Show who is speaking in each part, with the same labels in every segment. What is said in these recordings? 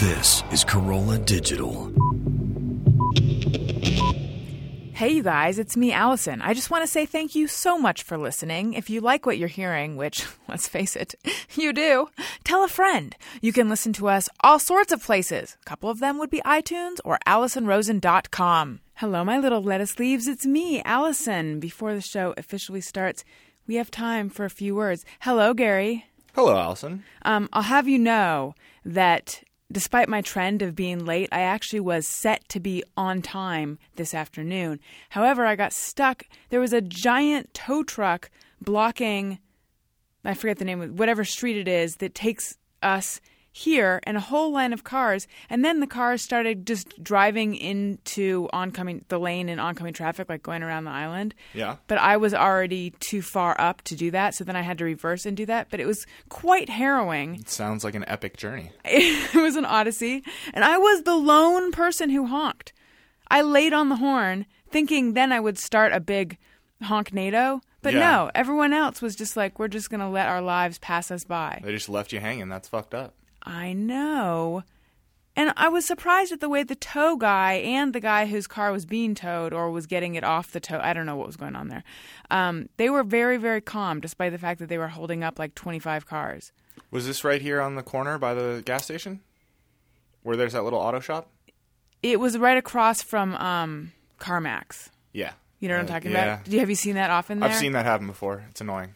Speaker 1: This is Corolla Digital.
Speaker 2: Hey, you guys, it's me, Allison. I just want to say thank you so much for listening. If you like what you're hearing, which, let's face it, you do, tell a friend. You can listen to us all sorts of places. A couple of them would be iTunes or AllisonRosen.com. Hello, my little lettuce leaves. It's me, Allison. Before the show officially starts, we have time for a few words. Hello, Gary.
Speaker 3: Hello, Allison.
Speaker 2: Um, I'll have you know that despite my trend of being late, I actually was set to be on time this afternoon. However, I got stuck. There was a giant tow truck blocking, I forget the name of whatever street it is, that takes us here and a whole line of cars. And then the cars started just driving into oncoming, the lane in oncoming traffic, like going around the island.
Speaker 3: Yeah.
Speaker 2: But I was already too far up to do that, so then I had to reverse and do that. But it was quite harrowing.
Speaker 3: It sounds like an epic journey.
Speaker 2: It was an odyssey, and I was the lone person who honked. I laid on the horn, thinking then I would start a big honk NATO. But
Speaker 3: Yeah.
Speaker 2: no, everyone else was just like, we're just going to let our lives pass us by.
Speaker 3: They just left you hanging. That's fucked up.
Speaker 2: I know. And I was surprised at the way the tow guy and the guy whose car was being towed or was getting it off the tow. I don't know what was going on there. Um, they were very, very calm despite the fact that they were holding up like 25 cars.
Speaker 3: Was this right here on the corner by the gas station? Where there's that little auto shop?
Speaker 2: It was right across from um, CarMax.
Speaker 3: Yeah.
Speaker 2: You know what I'm
Speaker 3: Uh,
Speaker 2: talking
Speaker 3: yeah.
Speaker 2: about? Do- Have you seen that often there?
Speaker 3: I've seen that happen before. It's annoying.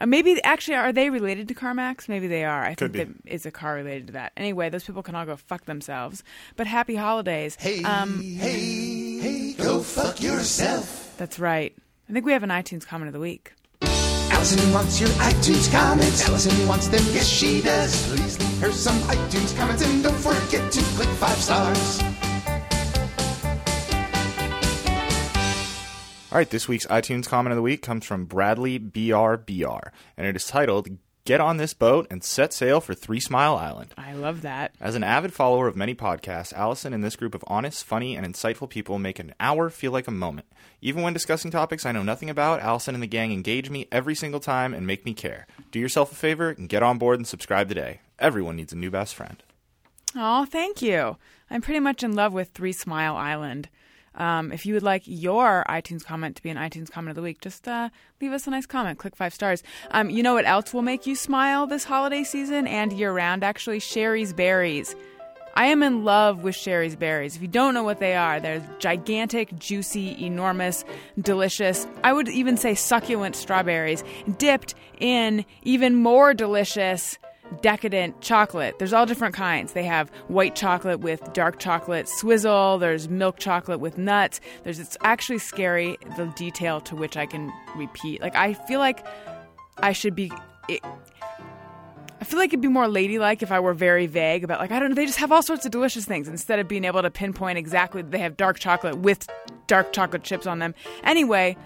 Speaker 2: Uh, maybe actually, are they related to CarMax? Maybe they are. I
Speaker 3: Could
Speaker 2: think that it's a car related to that. Anyway, those people can all go fuck themselves. But happy holidays. Hey, um, hey, hey, go fuck yourself. That's right. I think we have an iTunes comment of the week.
Speaker 4: Allison wants your iTunes comments. Allison wants them, yes she does. Please leave her some iTunes comments and don't forget to click five stars.
Speaker 3: All right, this week's iTunes comment of the week comes from Bradley BRBR, and it is titled Get on This Boat and Set Sail for Three Smile Island.
Speaker 2: I love that.
Speaker 3: As an avid follower of many podcasts, Allison and this group of honest, funny, and insightful people make an hour feel like a moment. Even when discussing topics I know nothing about, Allison and the gang engage me every single time and make me care. Do yourself a favor and get on board and subscribe today. Everyone needs a new best friend.
Speaker 2: Oh, thank you. I'm pretty much in love with Three Smile Island. Um, if you would like your iTunes comment to be an iTunes comment of the week, just uh, leave us a nice comment. Click five stars. Um, you know what else will make you smile this holiday season and year round? Actually, Sherry's Berries. I am in love with Sherry's Berries. If you don't know what they are, they're gigantic, juicy, enormous, delicious, I would even say succulent strawberries dipped in even more delicious decadent chocolate. There's all different kinds. They have white chocolate with dark chocolate swizzle, there's milk chocolate with nuts. There's it's actually scary the detail to which I can repeat. Like I feel like I should be it, I feel like it'd be more ladylike if I were very vague about like I don't know, they just have all sorts of delicious things instead of being able to pinpoint exactly that they have dark chocolate with dark chocolate chips on them. Anyway,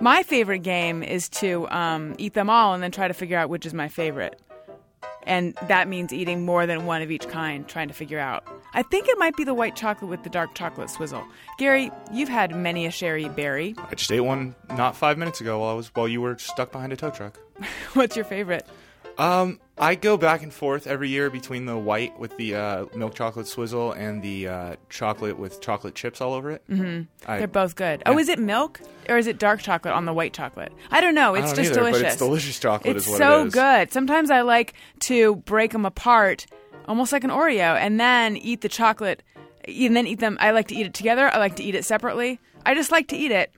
Speaker 2: my favorite game is to um, eat them all and then try to figure out which is my favorite and that means eating more than one of each kind, trying to figure out. I think it might be the white chocolate with the dark chocolate swizzle. Gary, you've had many a sherry berry.
Speaker 3: I just ate one not five minutes ago while I was while you were stuck behind a tow truck.
Speaker 2: What's your favorite?
Speaker 3: Um, I go back and forth every year between the white with the uh, milk chocolate swizzle and the uh, chocolate with chocolate chips all over it. Mm-hmm. I,
Speaker 2: They're both good. Oh, is it milk or is it dark chocolate on the white chocolate? I don't know. It's
Speaker 3: don't
Speaker 2: just
Speaker 3: either, but it's
Speaker 2: delicious.
Speaker 3: delicious chocolate
Speaker 2: It's
Speaker 3: is what
Speaker 2: so
Speaker 3: it is.
Speaker 2: good. Sometimes I like to break them apart, almost like an Oreo, and then eat the chocolate, and then eat them. I like to eat it together. I like to eat it separately. I just like to eat it.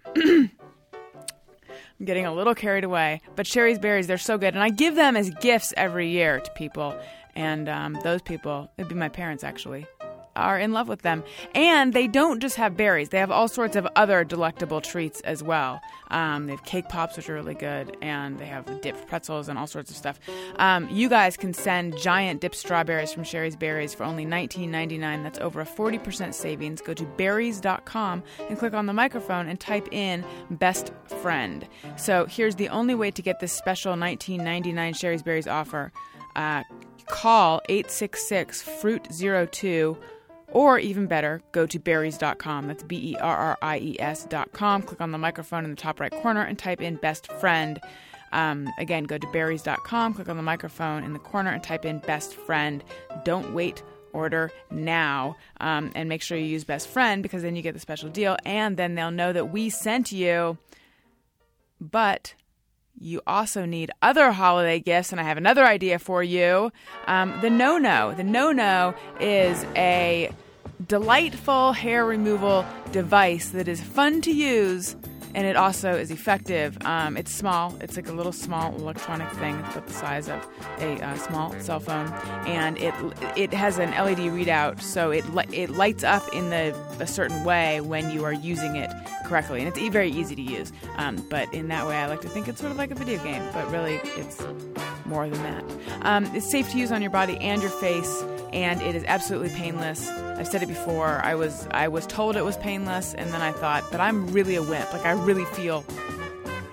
Speaker 2: I'm getting a little carried away, but Sherry's berries, they're so good. And I give them as gifts every year to people. And um, those people, it'd be my parents actually, are in love with them. And they don't just have berries, they have all sorts of other delectable treats as well. Um, they have cake pops, which are really good, and they have dipped pretzels and all sorts of stuff. Um, you guys can send giant dipped strawberries from Sherry's Berries for only $19.99. That's over a 40% savings. Go to berries.com and click on the microphone and type in best friend. So here's the only way to get this special $19.99 Sherry's Berries offer. Uh, call 866 Fruit 02 or even better, go to berries.com. That's B E R R I E S.com. Click on the microphone in the top right corner and type in best friend. Um, again, go to berries.com, click on the microphone in the corner and type in best friend. Don't wait, Order now um, and make sure you use best friend because then you get the special deal and then they'll know that we sent you. But you also need other holiday gifts, and I have another idea for you. Um, the No No. The No No is a delightful hair removal device that is fun to use and it also is effective. Um, it's small, it's like a little small electronic thing. It's about the size of a uh, small cell phone, and it it has an LED readout, so it li- it lights up in the a certain way when you are using it correctly, and it's e- very easy to use. Um, but in that way, I like to think it's sort of like a video game, but really it's more than that. Um, it's safe to use on your body and your face, and it is absolutely painless. I've said it before. I was I was told it was painless, and then I thought, but I'm really a wimp. Like I really feel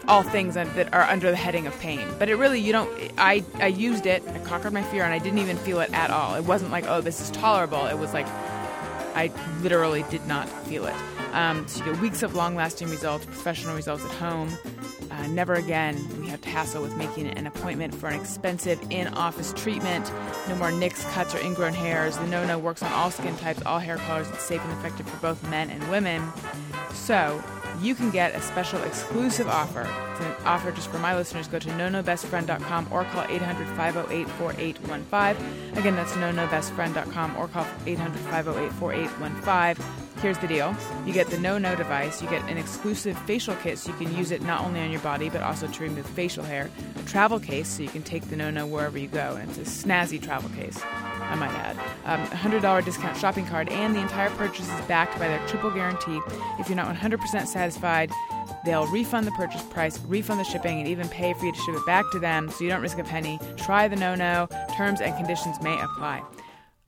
Speaker 2: all things un- that are under the heading of pain. But it really, you don't. I I used it. I conquered my fear, and I didn't even feel it at all. It wasn't like, oh, this is tolerable. It was like I literally did not feel it. Um, so you get weeks of long-lasting results, professional results at home. Uh, never again we have to hassle with making an appointment for an expensive in-office treatment. No more nicks, cuts, or ingrown hairs. The No No works on all skin types, all hair colors. It's safe and effective for both men and women. So you can get a special exclusive offer. It's an offer just for my listeners. Go to nonobestfriend.com or call 800-508-4815. Again, that's nonobestfriend.com or call 800-508-4815. Here's the deal. You get the no-no device. You get an exclusive facial kit so you can use it not only on your body but also to remove facial hair. A travel case so you can take the no-no wherever you go. And it's a snazzy travel case. I might add. Um, $100 discount shopping card, and the entire purchase is backed by their triple guarantee. If you're not 100% satisfied, they'll refund the purchase price, refund the shipping, and even pay for you to ship it back to them so you don't risk a penny. Try the no no. Terms and conditions may apply.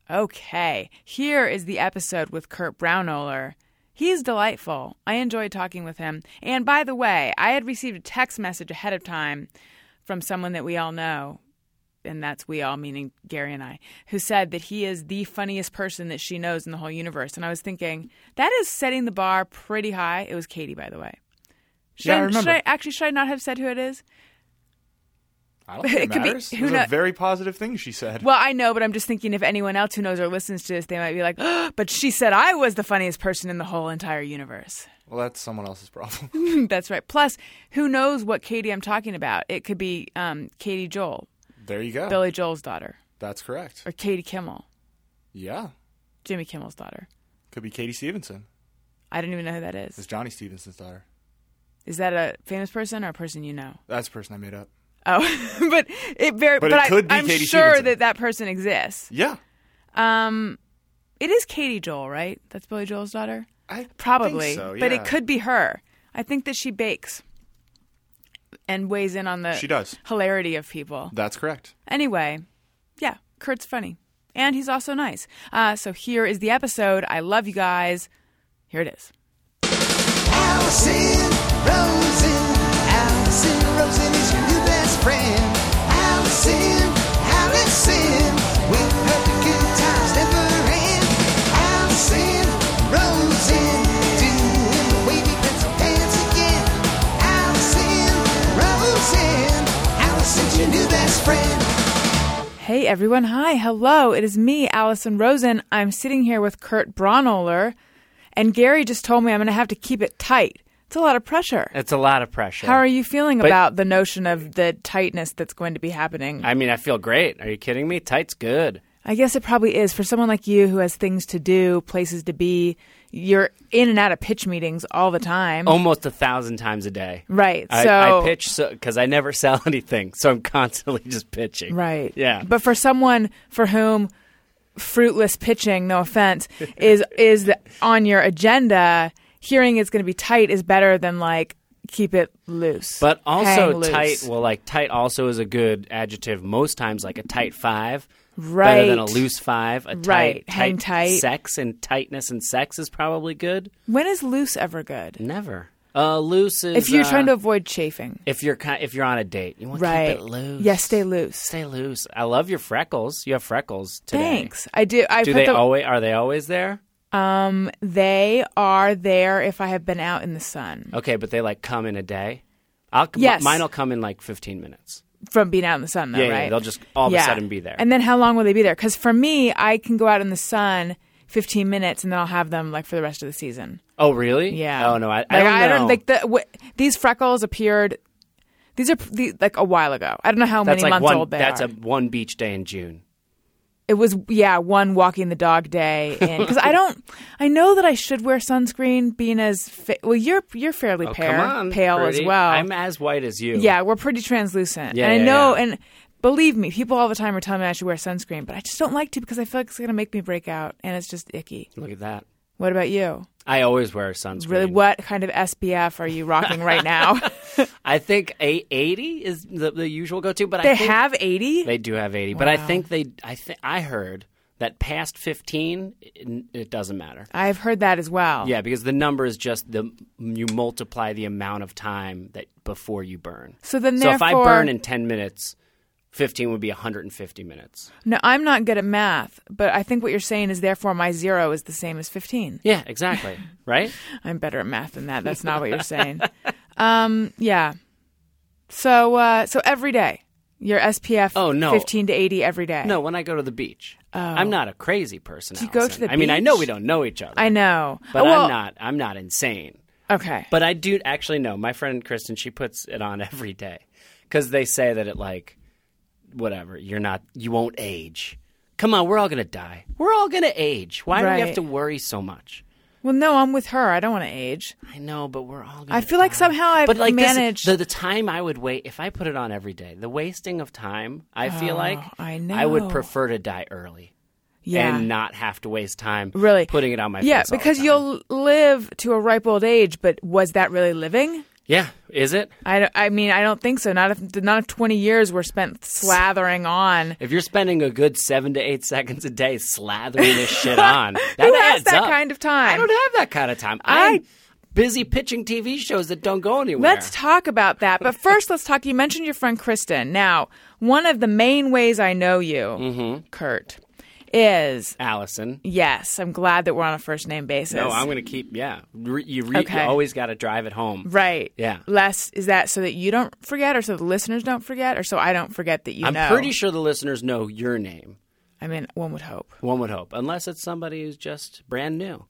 Speaker 2: Okay, here is the episode with Kurt Brownoller. He's delightful. I enjoyed talking with him. And by the way, I had received a text message ahead of time from someone that we all know, and that's we all meaning Gary and I, who said that he is the funniest person that she knows in the whole universe. And I was thinking that is setting the bar pretty high. It was Katie, by the way. Should
Speaker 3: Yeah, I
Speaker 2: should
Speaker 3: remember.
Speaker 2: actually should I not have said who it is?
Speaker 3: I don't think
Speaker 2: It
Speaker 3: it,
Speaker 2: could be-
Speaker 3: matters.
Speaker 2: who
Speaker 3: it was
Speaker 2: kno-
Speaker 3: a very positive thing she said.
Speaker 2: Well, I know, but I'm just thinking if anyone else who knows or listens to this, they might be like, "But she said I was the funniest person in the whole entire universe."
Speaker 3: well, that's someone else's problem.
Speaker 2: That's right. Plus, who knows what Katie I'm talking about? It could be um, Katie Joel,
Speaker 3: there you go.
Speaker 2: Billy Joel's daughter,
Speaker 3: That's correct.
Speaker 2: or Katie Kimmel,
Speaker 3: Yeah.
Speaker 2: Jimmy Kimmel's daughter.
Speaker 3: Could be Katie Stevenson.
Speaker 2: I don't even know who that is.
Speaker 3: It's Johnny Stevenson's daughter.
Speaker 2: Is that a famous person or a person you know?
Speaker 3: That's the person I made up.
Speaker 2: Oh, but it very.
Speaker 3: But
Speaker 2: But,
Speaker 3: it
Speaker 2: I,
Speaker 3: could be
Speaker 2: I'm
Speaker 3: Katie
Speaker 2: sure
Speaker 3: Stevenson.
Speaker 2: that that person exists.
Speaker 3: Yeah.
Speaker 2: Um, it is Katie Joel, right? That's Billy Joel's daughter.
Speaker 3: I
Speaker 2: Probably,
Speaker 3: think so,
Speaker 2: but
Speaker 3: yeah.
Speaker 2: it could be her. I think that she bakes and weighs in on the
Speaker 3: She does.
Speaker 2: hilarity of people.
Speaker 3: That's correct.
Speaker 2: Anyway, yeah, Kurt's funny and he's also nice. Uh, so here is the episode. I love you guys. Here it is.
Speaker 4: Allison Rosen. Allison Rosen is your new best friend. Allison, Allison, with her the good times never end. Allison Rosen, doing the wavy pencil dance again. Allison Rosen, Allison's your new best friend.
Speaker 2: Hey everyone, hi, hello. It is me, Allison Rosen. I'm sitting here with Kurt Braunohler, and Gary just told me I'm going to have to keep it tight. It's a lot of pressure.
Speaker 5: It's a lot of pressure.
Speaker 2: How are you feeling
Speaker 5: But-
Speaker 2: about the notion of the tightness that's going to be happening?
Speaker 5: I mean, I feel great. Are you kidding me? Tight's good.
Speaker 2: I guess it probably is for someone like you who has things to do, places to be. You're in and out of pitch meetings all the time.
Speaker 5: Almost a thousand times a day.
Speaker 2: Right,
Speaker 5: Oh, I,
Speaker 2: so-
Speaker 5: I pitch because I never sell anything, so I'm constantly just pitching.
Speaker 2: Right.
Speaker 5: Yeah.
Speaker 2: But for someone for whom fruitless pitching, no offense, is is the, on your agenda, hearing it's going to be tight is better than like keep it loose.
Speaker 5: But
Speaker 2: Hang
Speaker 5: also
Speaker 2: loose.
Speaker 5: tight. Well, like tight also is a good adjective. Most times, like a tight five,
Speaker 2: Right.
Speaker 5: better than a loose five. A
Speaker 2: Right.
Speaker 5: tight,
Speaker 2: Hang tight.
Speaker 5: Sex and tightness and sex is probably good.
Speaker 2: when is loose ever good?
Speaker 5: Never. Uh, loose is
Speaker 2: If you're
Speaker 5: uh,
Speaker 2: trying to avoid chafing,
Speaker 5: If you're ki- if you're on a date, you want
Speaker 2: right?
Speaker 5: to keep it loose.
Speaker 2: Yeah, stay loose.
Speaker 5: Stay loose. I love your freckles. You have freckles today.
Speaker 2: Thanks. I do. I
Speaker 5: Do
Speaker 2: put
Speaker 5: they
Speaker 2: the,
Speaker 5: always are they always there?
Speaker 2: um they are there if I have been out in the sun.
Speaker 5: Okay, but they like come in a day. I'll
Speaker 2: Yes.
Speaker 5: m- mine'll come in like 15 minutes.
Speaker 2: from being out in the sun, though,
Speaker 5: Yeah, yeah,
Speaker 2: right?
Speaker 5: they'll just all of a sudden be there.
Speaker 2: And then how long will they be there? Because for me, I can go out in the sun 15 minutes, and then I'll have them like for the rest of the season.
Speaker 5: Oh, really?
Speaker 2: Yeah.
Speaker 5: Oh no, I,
Speaker 2: like,
Speaker 5: I don't know.
Speaker 2: like the w- these freckles appeared. These are the, like a while ago. I don't know how
Speaker 5: that's
Speaker 2: many
Speaker 5: like
Speaker 2: months
Speaker 5: one.
Speaker 2: old they
Speaker 5: that's
Speaker 2: are.
Speaker 5: a one beach day in June.
Speaker 2: it was yeah one walking the dog day because I don't. I know that I should wear sunscreen, being as fa- well. You're you're fairly
Speaker 5: Oh,
Speaker 2: pale,
Speaker 5: come on,
Speaker 2: pale as
Speaker 5: pretty.
Speaker 2: well.
Speaker 5: I'm as white as you.
Speaker 2: Yeah, we're pretty translucent.
Speaker 5: Yeah,
Speaker 2: and I
Speaker 5: yeah,
Speaker 2: know,
Speaker 5: yeah.
Speaker 2: and believe me, people all the time are telling me I should wear sunscreen, but I just don't like to because I feel like it's going to make me break out and it's just icky.
Speaker 5: Look at that.
Speaker 2: What about you?
Speaker 5: I always wear sunscreen.
Speaker 2: Really, what kind of SPF are you rocking right now?
Speaker 5: I think a eighty is the, the usual go to, but
Speaker 2: they
Speaker 5: I think
Speaker 2: have 80?
Speaker 5: they do have eighty. But I
Speaker 2: Wow.
Speaker 5: think they. I think I heard that past fifteen, it, it doesn't matter.
Speaker 2: I've heard that as well.
Speaker 5: Yeah, because the number is just the you multiply the amount of time that before you burn.
Speaker 2: So then
Speaker 5: so if I
Speaker 2: therefore-
Speaker 5: burn in ten minutes, fifteen would be hundred and fifty minutes.
Speaker 2: No, I'm not good at math, but I think what you're saying is therefore my zero is the same as 15.
Speaker 5: Yeah, exactly. right?
Speaker 2: I'm better at math than that. That's not what you're saying. Um, yeah. So, uh, so every day, your SPF
Speaker 5: Oh, no.
Speaker 2: 15 to 80 every day.
Speaker 5: No, when I go to the beach, I'm not a crazy person.
Speaker 2: Oh. Do you go
Speaker 5: Allison.
Speaker 2: to the
Speaker 5: I mean, I know
Speaker 2: beach?
Speaker 5: we don't know each other,
Speaker 2: I know.
Speaker 5: but
Speaker 2: Oh, well,
Speaker 5: I'm not. I'm not insane.
Speaker 2: Okay.
Speaker 5: But I do actually know my friend Kristen. She puts it on every day because they say that it like whatever you're not you won't age. Come on, we're all gonna die. We're all gonna age. Why do we
Speaker 2: Right.
Speaker 5: have to worry so much?
Speaker 2: well, no, I'm with her. I don't want to age.
Speaker 5: I know, but we're all. Gonna
Speaker 2: I feel like
Speaker 5: die.
Speaker 2: somehow I've
Speaker 5: but like this-
Speaker 2: managed-
Speaker 5: the, the time I would wait if I put it on every day. The wasting of time. I feel like
Speaker 2: Oh, I
Speaker 5: would
Speaker 2: know.
Speaker 5: prefer to die early
Speaker 2: Yeah.
Speaker 5: and not have to waste time
Speaker 2: really
Speaker 5: putting it on my
Speaker 2: yeah
Speaker 5: face all the
Speaker 2: because
Speaker 5: time.
Speaker 2: you'll live to a ripe old age but was that really living
Speaker 5: yeah is it
Speaker 2: I, don't- I mean i don't think so not if not if 20 years were spent slathering on
Speaker 5: if you're spending a good seven to eight seconds a day slathering this shit on that
Speaker 2: Who has
Speaker 5: adds
Speaker 2: that
Speaker 5: up.
Speaker 2: kind of time?
Speaker 5: i don't have that kind of time
Speaker 2: I-
Speaker 5: i'm busy pitching tv shows that don't go anywhere
Speaker 2: let's talk about that but first let's talk you mentioned your friend kristen now one of the main ways i know you
Speaker 5: Mm-hmm.
Speaker 2: kurt is
Speaker 5: allison
Speaker 2: yes i'm glad that we're on a first name basis
Speaker 5: no i'm gonna keep yeah re- you, re-
Speaker 2: Okay.
Speaker 5: you always gotta drive it home
Speaker 2: Right.
Speaker 5: Yeah.
Speaker 2: Less is that so that you don't forget, or so the listeners don't forget, or so I don't forget that you
Speaker 5: i'm
Speaker 2: know.
Speaker 5: pretty sure the listeners know your name
Speaker 2: I mean, one would hope.
Speaker 5: one would hope unless it's somebody who's just brand new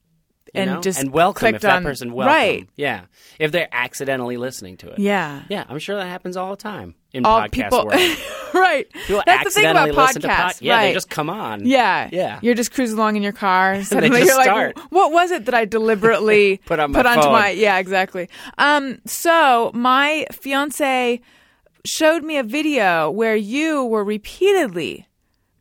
Speaker 5: you
Speaker 2: And
Speaker 5: know?
Speaker 2: just
Speaker 5: and welcome if
Speaker 2: clicked
Speaker 5: that
Speaker 2: on-
Speaker 5: person welcome
Speaker 2: Right.
Speaker 5: yeah if they're accidentally listening to it
Speaker 2: Yeah.
Speaker 5: yeah i'm sure that happens all the time in
Speaker 2: All
Speaker 5: podcast
Speaker 2: people.
Speaker 5: world
Speaker 2: right.
Speaker 5: People
Speaker 2: That's the thing about
Speaker 5: accidentally listen to pod-
Speaker 2: podcasts.
Speaker 5: yeah,
Speaker 2: right.
Speaker 5: they just come on.
Speaker 2: yeah.
Speaker 5: Yeah.
Speaker 2: You're just cruising along in your car. Suddenly
Speaker 5: just
Speaker 2: you're like,
Speaker 5: start.
Speaker 2: what was it that I deliberately
Speaker 5: Put on my
Speaker 2: onto
Speaker 5: phone.
Speaker 2: my Yeah, exactly. Um, so my fiance showed me a video where you were repeatedly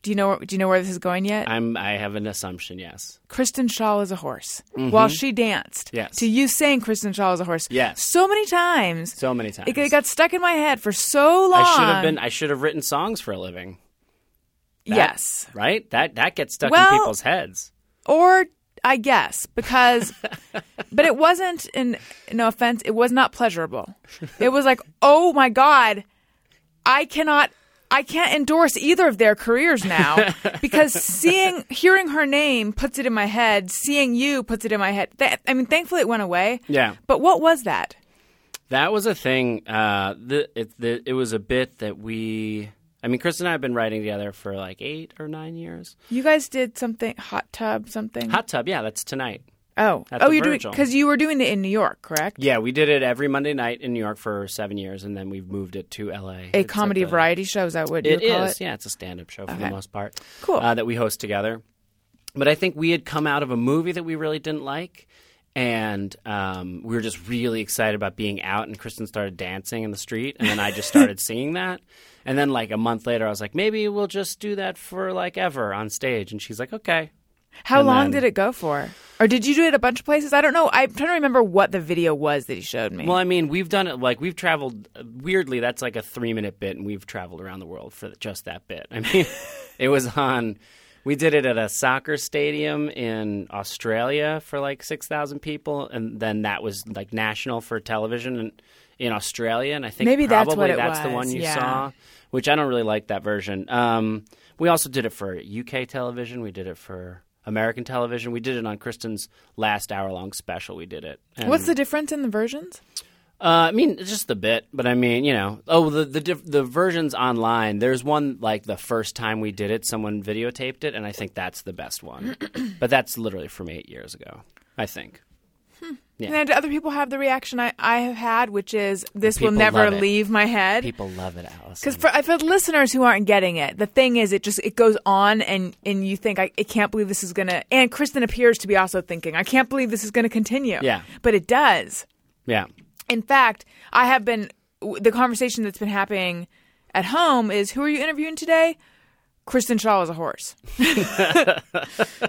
Speaker 2: do you know do you know where this is going yet?
Speaker 5: I'm. I have an assumption. Yes.
Speaker 2: Kristen Shaw is a horse while she danced
Speaker 5: Mm-hmm. Yes.
Speaker 2: to you saying Kristen Shaw is a horse.
Speaker 5: Yes.
Speaker 2: So many times.
Speaker 5: So many times.
Speaker 2: It, it got stuck in my head for so long.
Speaker 5: I should have been. I should have written songs for a living. That-
Speaker 2: yes.
Speaker 5: Right. That that gets stuck
Speaker 2: Well-
Speaker 5: in people's heads.
Speaker 2: Or I guess because, but it wasn't, an, no offense, it was not pleasurable. It was like, oh my God, I cannot. I can't endorse either of their careers now because seeing, hearing her name puts it in my head. Seeing you puts it in my head. Th- I mean, thankfully it went away.
Speaker 5: Yeah.
Speaker 2: But what was that?
Speaker 5: That was a thing. Uh, the, it, the, it was a bit that we. I mean, Chris and I have been writing together for like eight or nine years.
Speaker 2: You guys did something hot tub something.
Speaker 5: Hot tub. Yeah, that's tonight.
Speaker 2: oh,
Speaker 5: at
Speaker 2: oh,
Speaker 5: the
Speaker 2: you're doing
Speaker 5: Virgil.
Speaker 2: because you were doing it in New York, correct?
Speaker 5: Yeah, we did it every Monday night in New York for seven years, and then we moved it to L.A.
Speaker 2: A
Speaker 5: It's
Speaker 2: comedy
Speaker 5: at the-
Speaker 2: variety show is that what you
Speaker 5: It
Speaker 2: would call
Speaker 5: is.
Speaker 2: it?
Speaker 5: Yeah, it's a stand-up show for
Speaker 2: Okay.
Speaker 5: the most part.
Speaker 2: Cool.
Speaker 5: Uh, that we host together. But I think we had come out of a movie that we really didn't like, and um, we were just really excited about being out. And Kristen started dancing in the street, and then I just started singing that. And then, like a month later, I was like, maybe we'll just do that for like ever on stage. And she's like, okay.
Speaker 2: How
Speaker 5: And
Speaker 2: long
Speaker 5: then-
Speaker 2: did it go for? Or did you do it a bunch of places? I don't know. I'm trying to remember what the video was that he showed me.
Speaker 5: Well, I mean, we've done it like we've traveled. Weirdly, that's like a three-minute bit, and we've traveled around the world for just that bit. I mean, it was on. We did it at a soccer stadium in Australia for like six thousand people, and then that was like national for television in, in Australia. And I think
Speaker 2: Maybe that's
Speaker 5: probably
Speaker 2: what it
Speaker 5: the
Speaker 2: was,
Speaker 5: one you
Speaker 2: yeah.
Speaker 5: saw, which I don't really like that version. Um, we also did it for UK television. We did it for. American television. We did it on Kristen's last hour long special. We did it. And-
Speaker 2: What's the difference in the versions?
Speaker 5: Uh, I mean, it's just the bit, but I mean, you know, oh, the the diff- the versions online. There's one like the first time we did it, someone videotaped it, and I think that's the best one. but that's literally from eight years ago, I think.
Speaker 2: And then do other people have the reaction I, I have had, which is this will
Speaker 5: People
Speaker 2: never
Speaker 5: love it.
Speaker 2: leave my head.
Speaker 5: People love it, Alice.
Speaker 2: Because for, for listeners who aren't getting it, the thing is, it just it goes on, and and you think I, I can't believe this is gonna. And Kristen appears to be also thinking, I can't believe this is gonna continue.
Speaker 5: Yeah.
Speaker 2: but it does.
Speaker 5: yeah,
Speaker 2: In fact, I have been w- the conversation that's been happening at home is who are you interviewing today? Kristen Shaw is a horse.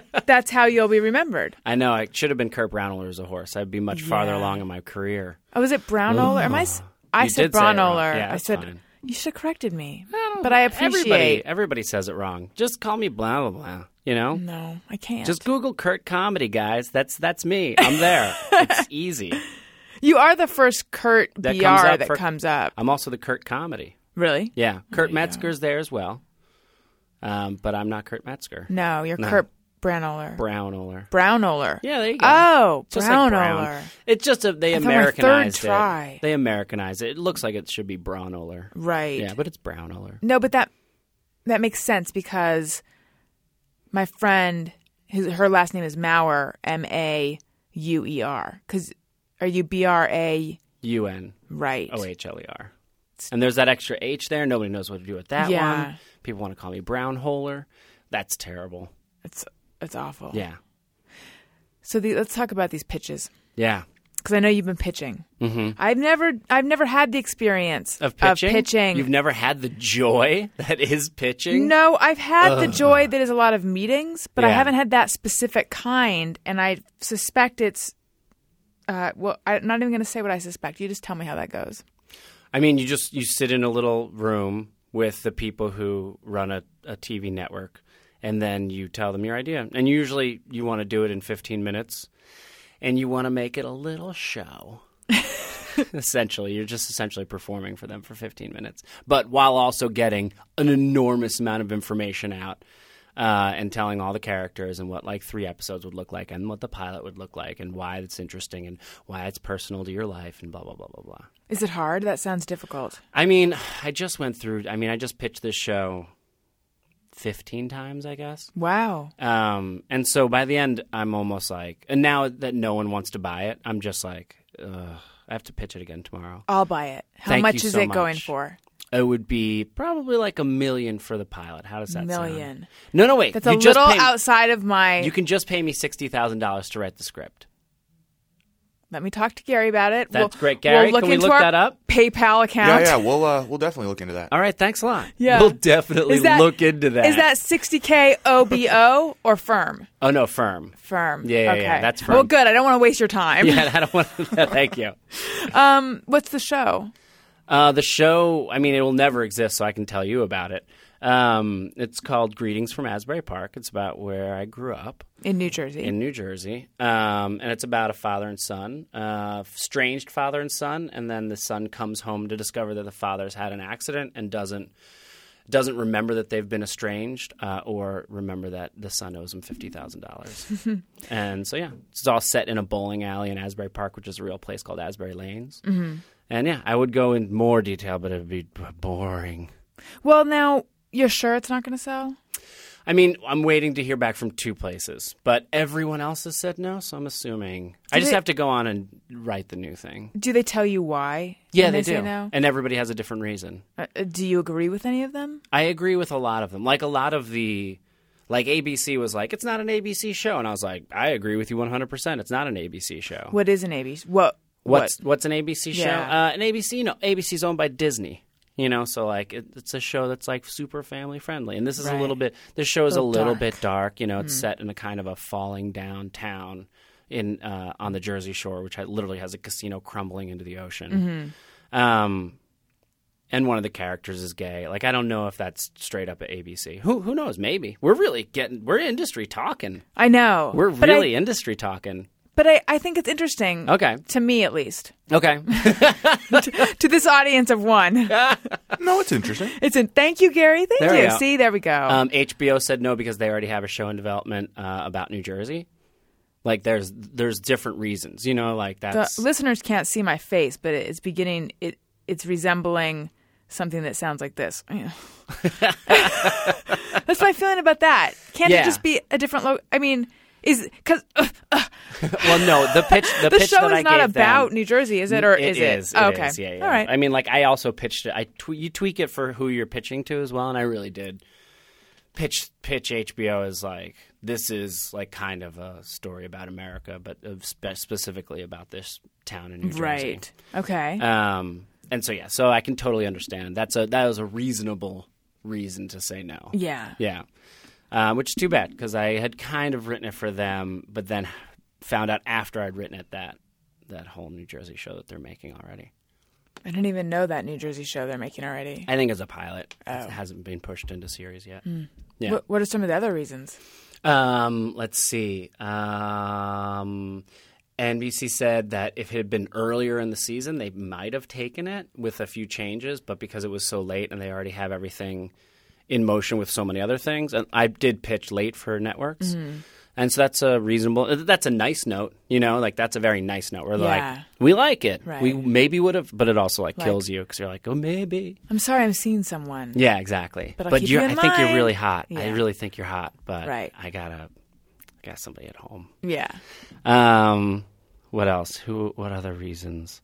Speaker 2: that's how you'll be remembered.
Speaker 5: I know. I should have been Kurt Brownoler as a horse. I'd be much farther along in my career.
Speaker 2: Oh, was it Brownoler? Am I? s- I
Speaker 5: You
Speaker 2: said
Speaker 5: did say it wrong.
Speaker 2: Brownoler.
Speaker 5: Yeah,
Speaker 2: I
Speaker 5: it's
Speaker 2: said
Speaker 5: fine.
Speaker 2: you should have corrected me. but I
Speaker 5: Everybody,
Speaker 2: appreciate.
Speaker 5: everybody says it wrong. Just call me blah blah blah. You know.
Speaker 2: No, I can't.
Speaker 5: Just Google Kurt comedy, guys. That's that's me. I'm there. it's easy.
Speaker 2: You are the first Kurt
Speaker 5: That
Speaker 2: BR
Speaker 5: comes up
Speaker 2: that
Speaker 5: for-
Speaker 2: comes up.
Speaker 5: I'm also the Kurt comedy.
Speaker 2: Really?
Speaker 5: Yeah, Kurt Metzger's there as well, um, but I'm not Kurt Metzger.
Speaker 2: No, you're
Speaker 5: No.
Speaker 2: Kurt Brownoler.
Speaker 5: Brownoler.
Speaker 2: Brownoler.
Speaker 5: Yeah, there you go.
Speaker 2: Oh,
Speaker 5: Just like
Speaker 2: Brownoler.
Speaker 5: Brown. It's just a, they
Speaker 2: That's on my third
Speaker 5: Americanized
Speaker 2: try.
Speaker 5: it. They Americanized it. It looks like it should be Brownoler.
Speaker 2: Right.
Speaker 5: Yeah, but it's Brownoler.
Speaker 2: No, but that that makes sense because my friend, his, her last name is Maurer, M A U E R. Because are you B R A?
Speaker 5: U N
Speaker 2: Right.
Speaker 5: O H L E R. And there's that extra H there. Nobody knows what to do with that
Speaker 2: Yeah.
Speaker 5: one. People want to call me Brownholer. That's terrible.
Speaker 2: It's it's awful.
Speaker 5: Yeah.
Speaker 2: So the, let's talk about these pitches.
Speaker 5: Yeah.
Speaker 2: because I know you've been pitching. Mm-hmm. I've never, I've never had the experience
Speaker 5: Of pitching?
Speaker 2: pitching.
Speaker 5: You've never had the joy that is pitching?
Speaker 2: no, I've had the joy that is a lot of meetings, but I
Speaker 5: Yeah.
Speaker 2: haven't had that specific kind, and I suspect it's. Uh, well, I'm not even going to say what I suspect. You just tell me how that goes.
Speaker 5: I mean, you just you sit in a little room with the people who run a, a TV network, and then you tell them your idea. And usually, you want to do it in 15 minutes, and you want to make it a little show. essentially, you're just essentially performing for them for 15 minutes, but while also getting an enormous amount of information out. Uh, and telling all the characters and what like three episodes would look like and what the pilot would look like and why it's interesting and why it's personal to your life and blah blah blah blah blah.
Speaker 2: Is it hard? That sounds difficult.
Speaker 5: I mean, I just went through. I mean, I just pitched this show fifteen times, I guess.
Speaker 2: Wow.
Speaker 5: Um, and so by the end, I'm almost like, and now that no one wants to buy it, I'm just like, ugh, I have to pitch it again tomorrow.
Speaker 2: I'll buy it. How
Speaker 5: Thank
Speaker 2: much
Speaker 5: you
Speaker 2: is
Speaker 5: so
Speaker 2: it going
Speaker 5: much.
Speaker 2: for?
Speaker 5: It would be probably like a million for the pilot. How does that sound?
Speaker 2: Million.
Speaker 5: No, no, wait.
Speaker 2: That's
Speaker 5: you
Speaker 2: a
Speaker 5: just
Speaker 2: little
Speaker 5: pay-
Speaker 2: outside of my.
Speaker 5: You can just pay me sixty thousand dollars to write the script.
Speaker 2: Let me talk to Gary about it.
Speaker 5: That's
Speaker 2: We'll-
Speaker 5: great. Gary,
Speaker 2: we'll look
Speaker 5: can we
Speaker 2: into
Speaker 5: look
Speaker 2: our
Speaker 5: that up?
Speaker 2: PayPal account.
Speaker 3: Yeah, yeah, we'll uh, we'll definitely look into that.
Speaker 5: All right, thanks a lot.
Speaker 2: Yeah.
Speaker 5: we'll definitely
Speaker 2: Is that-
Speaker 5: look into that.
Speaker 2: Is that 60K OBO or firm?
Speaker 5: Oh no, firm.
Speaker 2: Firm.
Speaker 5: Yeah, yeah,
Speaker 2: okay.
Speaker 5: yeah, that's firm.
Speaker 2: Well, good. I don't want to waste your time.
Speaker 5: Yeah, I don't want. To, thank you.
Speaker 2: What's the show?
Speaker 5: Uh, the show, I mean, it will never exist, so I can tell you about it. Um, it's called Greetings from Asbury Park. It's about where I grew up
Speaker 2: In New Jersey.
Speaker 5: in New Jersey. Um, and it's about a father and son, uh, estranged father and son. And then the son comes home to discover that the father's had an accident and doesn't doesn't remember that they've been estranged uh, or remember that the son owes him $50,000. and so, yeah, it's all set in a bowling alley in Asbury Park, which is a real place called Asbury Lanes. Mm-hmm. And yeah, I would go in more detail, but it would be b- boring.
Speaker 2: well, now, you're sure it's not going to sell?
Speaker 5: I mean, I'm waiting to hear back from two places, but everyone else has said no, so I'm assuming. I just
Speaker 2: they-
Speaker 5: have to go on and write the new thing.
Speaker 2: Do they tell you why?
Speaker 5: Yeah,
Speaker 2: when
Speaker 5: they,
Speaker 2: say
Speaker 5: do.
Speaker 2: No?
Speaker 5: And everybody has a different reason.
Speaker 2: Uh, uh, do you agree with any of them?
Speaker 5: I agree with a lot of them. Like a lot of the like ABC was like, it's not an ABC show, and I was like, I agree with you 100. percent It's not an ABC show.
Speaker 2: What is an ABC? What?
Speaker 5: What's
Speaker 2: what?
Speaker 5: what's an ABC show?
Speaker 2: Yeah.
Speaker 5: Uh, an ABC, you know, ABC's owned by Disney. You know, so like it, it's a show that's like super family friendly, and this is
Speaker 2: Right.
Speaker 5: a little bit. This show is a
Speaker 2: Little
Speaker 5: little
Speaker 2: dark. Hmm.
Speaker 5: bit dark. You know, it's set in a kind of a falling down town in uh, on the Jersey Shore, which ha- literally has a casino crumbling into the ocean.
Speaker 2: Mm-hmm.
Speaker 5: Um, and one of the characters is gay. Like I don't know if that's straight up at ABC. Who who knows? Maybe we're really getting we're industry talking.
Speaker 2: I know.
Speaker 5: We're
Speaker 2: but
Speaker 5: really
Speaker 2: I,
Speaker 5: industry talking.
Speaker 2: but I, I think it's interesting.
Speaker 5: Okay.
Speaker 2: To me, at least.
Speaker 5: Okay.
Speaker 2: to this audience of one.
Speaker 3: No, it's interesting.
Speaker 2: It's in. Thank you, Gary. Thank
Speaker 5: There we
Speaker 2: you.
Speaker 5: go.
Speaker 2: See, there we go.
Speaker 5: Um, HBO said no because they already have a show in development uh, about New Jersey. Like there's there's different reasons, you know, like
Speaker 2: The
Speaker 5: that's
Speaker 2: listeners can't see my face, but it's beginning. It it's resembling something that sounds like this. That's my feeling about that. Can't
Speaker 5: Yeah.
Speaker 2: it just be a different logo? I mean, is because
Speaker 5: well, no, the pitch the,
Speaker 2: the
Speaker 5: pitch
Speaker 2: show
Speaker 5: that
Speaker 2: is
Speaker 5: I
Speaker 2: not
Speaker 5: gave
Speaker 2: about
Speaker 5: them,
Speaker 2: New Jersey, is it? Or
Speaker 5: It
Speaker 2: is it?
Speaker 5: is,
Speaker 2: Oh,
Speaker 5: it
Speaker 2: okay.
Speaker 5: is, yeah, yeah.
Speaker 2: All right.
Speaker 5: I mean, like I also pitched it. I tw- you tweak it for who you're pitching to as well, and I really did pitch pitch HBO as like this is like kind of a story about America, but of spe- specifically about this town in New Jersey.
Speaker 2: right. Okay.
Speaker 5: Um, and so yeah, so I can totally understand. That's a that was a reasonable reason to say no.
Speaker 2: yeah.
Speaker 5: Yeah. Uh, which is too bad because I had kind of written it for them, but then found out after I'd written it that that whole New Jersey show that they're making already.
Speaker 2: I didn't even know that New Jersey show they're making already.
Speaker 5: I think it's a pilot. It hasn't been pushed into series yet. Yeah.
Speaker 2: What, what are some of the other reasons?
Speaker 5: Um, let's see. Um, NBC said that if it had been earlier in the season, they might have taken it with a few changes, but because it was so late and they already have everything in motion with so many other things, and I did pitch late for networks.
Speaker 2: Mm-hmm.
Speaker 5: And so that's a reasonable, uh, that's a nice note, you know, like that's a very nice note. We're
Speaker 2: Yeah.
Speaker 5: like, we like it.
Speaker 2: Right.
Speaker 5: We maybe would have, but it also like,
Speaker 2: Like-
Speaker 5: kills you because you're like, oh, maybe.
Speaker 2: I'm sorry, I'm seeing someone.
Speaker 5: Yeah, exactly.
Speaker 2: But I'll
Speaker 5: but
Speaker 2: keep
Speaker 5: you're,
Speaker 2: you in
Speaker 5: I think you're
Speaker 2: mind.
Speaker 5: really hot. I
Speaker 2: Yeah.
Speaker 5: really think you're hot. But
Speaker 2: Right.
Speaker 5: I gotta, I got somebody at home.
Speaker 2: Yeah.
Speaker 5: Um, what else? Who? What other reasons?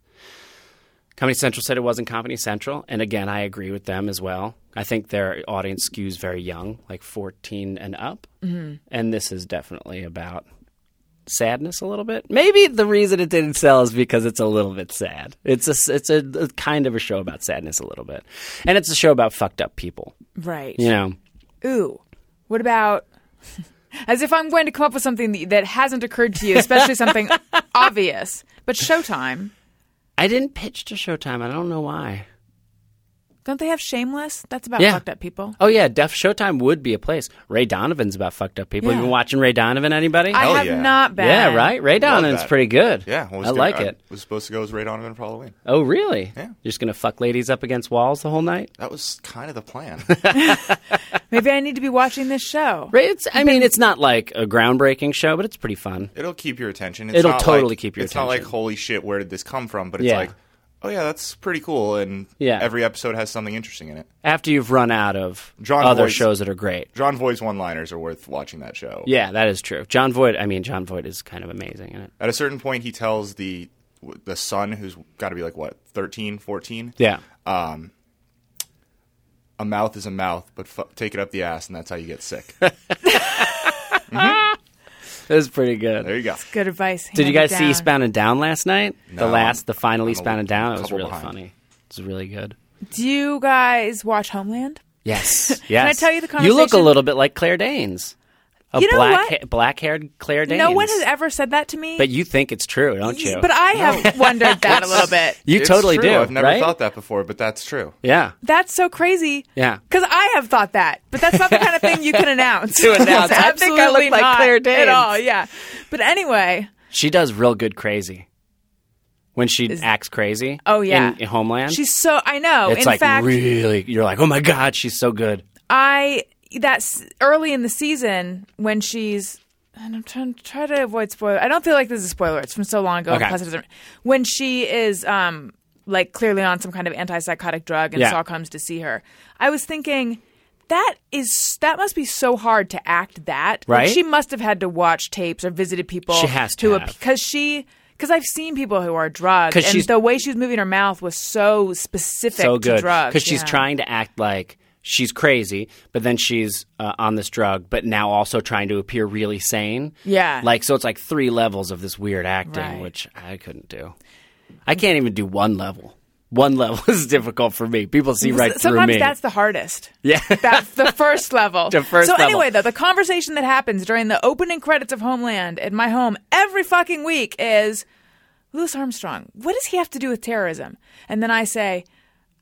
Speaker 5: Comedy Central said it wasn't Comedy Central, and again, I agree with them as well. I think their audience skews very young, like 14 and up, mm-hmm. and this is definitely about sadness a little bit. Maybe the reason it didn't sell is because it's a little bit sad. It's a it's a, a kind of a show about sadness a little bit, and it's a show about fucked up people.
Speaker 2: Right.
Speaker 5: You know,
Speaker 2: Ooh. What about. As if I'm going to come up with something that- that hasn't occurred to you, especially something obvious. But Showtime,
Speaker 5: I didn't pitch to Showtime. I don't know why.
Speaker 2: don't they have Shameless? That's about
Speaker 5: Yeah.
Speaker 2: fucked up people.
Speaker 5: Oh yeah, Def Showtime would be a place. Ray Donovan's about fucked up people.
Speaker 2: Yeah.
Speaker 5: You been watching Ray Donovan? Anybody?
Speaker 2: I
Speaker 3: Hell
Speaker 2: have
Speaker 3: yeah.
Speaker 2: not been.
Speaker 5: Oh, yeah, right. Ray Donovan's
Speaker 3: that.
Speaker 5: pretty good.
Speaker 3: Yeah,
Speaker 5: I
Speaker 3: was gonna-
Speaker 5: like it.
Speaker 3: was supposed to go as Ray Donovan for Halloween.
Speaker 5: Oh really?
Speaker 3: Yeah.
Speaker 5: You're just gonna fuck ladies up against walls the whole night?
Speaker 3: That was kind of the plan.
Speaker 2: Maybe I need to be watching this show.
Speaker 5: Ray, it's, I mean, it's not like a groundbreaking show, but it's pretty fun.
Speaker 3: It'll keep your attention. It's
Speaker 5: It'll
Speaker 3: not
Speaker 5: totally
Speaker 3: like-
Speaker 5: keep your
Speaker 3: it's not like
Speaker 5: attention.
Speaker 3: holy shit, where did this come from? But it's
Speaker 5: Yeah.
Speaker 3: like, oh yeah, that's pretty cool, and
Speaker 5: Yeah.
Speaker 3: every episode has something interesting in it.
Speaker 5: After you've run out of
Speaker 3: John
Speaker 5: other
Speaker 3: Voight.
Speaker 5: shows that are great.
Speaker 3: John Voight's one-liners are worth watching that show.
Speaker 5: Yeah, that is true. John Voight. I mean, John Voight is kind of amazing in it.
Speaker 3: At a certain point, he tells the the son, who's got to be like what 13, 14?
Speaker 5: Yeah.
Speaker 3: a mouth is a mouth, but fu- take it up the ass, and that's how you get sick.
Speaker 5: It was pretty good.
Speaker 3: there you go.
Speaker 2: Good advice.
Speaker 5: Did
Speaker 2: Hand
Speaker 5: you guys
Speaker 2: it
Speaker 5: see
Speaker 2: down.
Speaker 5: Eastbound and Down last night?
Speaker 3: No,
Speaker 5: the last, the final
Speaker 3: I'm a
Speaker 5: Eastbound and Down. It was
Speaker 3: couple
Speaker 5: really
Speaker 3: behind.
Speaker 5: funny. It was really good.
Speaker 2: Do you guys watch Homeland?
Speaker 5: Yes. Yes.
Speaker 2: I tell you the
Speaker 5: You look a
Speaker 2: conversation-
Speaker 5: little bit like Claire Danes. A
Speaker 2: You know
Speaker 5: black
Speaker 2: what?
Speaker 5: ha- black-haired Claire Danes.
Speaker 2: No one has ever said that to me.
Speaker 5: But you think it's true, don't you?
Speaker 2: But I have wondered that a little bit.
Speaker 5: you
Speaker 3: It's
Speaker 5: totally
Speaker 3: true.
Speaker 5: do.
Speaker 3: I've never
Speaker 5: right?
Speaker 3: thought that before, but that's true.
Speaker 5: Yeah.
Speaker 2: That's so crazy.
Speaker 5: Yeah.
Speaker 2: Because I have thought that, but that's not the kind of thing you can announce.
Speaker 5: To announce,
Speaker 2: It's
Speaker 5: I think I look
Speaker 2: absolutely
Speaker 5: like
Speaker 2: not
Speaker 5: Claire
Speaker 2: at
Speaker 5: Danes.
Speaker 2: all. Yeah. But anyway,
Speaker 5: She does real good crazy. When she
Speaker 2: Is-
Speaker 5: acts crazy.
Speaker 2: Oh, yeah.
Speaker 5: In, in Homeland.
Speaker 2: she's so I know.
Speaker 5: it's
Speaker 2: in
Speaker 5: like
Speaker 2: fact,
Speaker 5: really you're like, "Oh my god, she's so good."
Speaker 2: I that's early in the season when she's and I'm trying to try to avoid spoiler. I don't feel like this is a spoiler. It's from so long ago. and
Speaker 5: Okay.
Speaker 2: Plus, it doesn't, when she is um like clearly on some kind of antipsychotic drug, and
Speaker 5: Yeah.
Speaker 2: Saul comes to see her. I was thinking that is that must be so hard to act that. Like,
Speaker 5: Right?
Speaker 2: she must have had to watch tapes or visited people.
Speaker 5: She has to have.
Speaker 2: because she. Because I've seen people who are drugged,
Speaker 5: 'Cause
Speaker 2: and
Speaker 5: she's-
Speaker 2: the way she was moving her mouth was so specific
Speaker 5: so good
Speaker 2: to drugs.
Speaker 5: because she's
Speaker 2: yeah.
Speaker 5: trying to act like she's crazy, but then she's uh, on this drug, but now also trying to appear really sane.
Speaker 2: Yeah.
Speaker 5: like so it's like three levels of this weird acting,
Speaker 2: Right.
Speaker 5: which I couldn't do. I can't even do one level. One level is difficult for me. People see right through
Speaker 2: Sometimes
Speaker 5: me.
Speaker 2: that's the hardest.
Speaker 5: Yeah.
Speaker 2: that's the first level.
Speaker 5: The first
Speaker 2: so
Speaker 5: level.
Speaker 2: anyway, though, the conversation that happens during the opening credits of Homeland at my home every fucking week is Louis Armstrong. What does he have to do with terrorism? And then I say,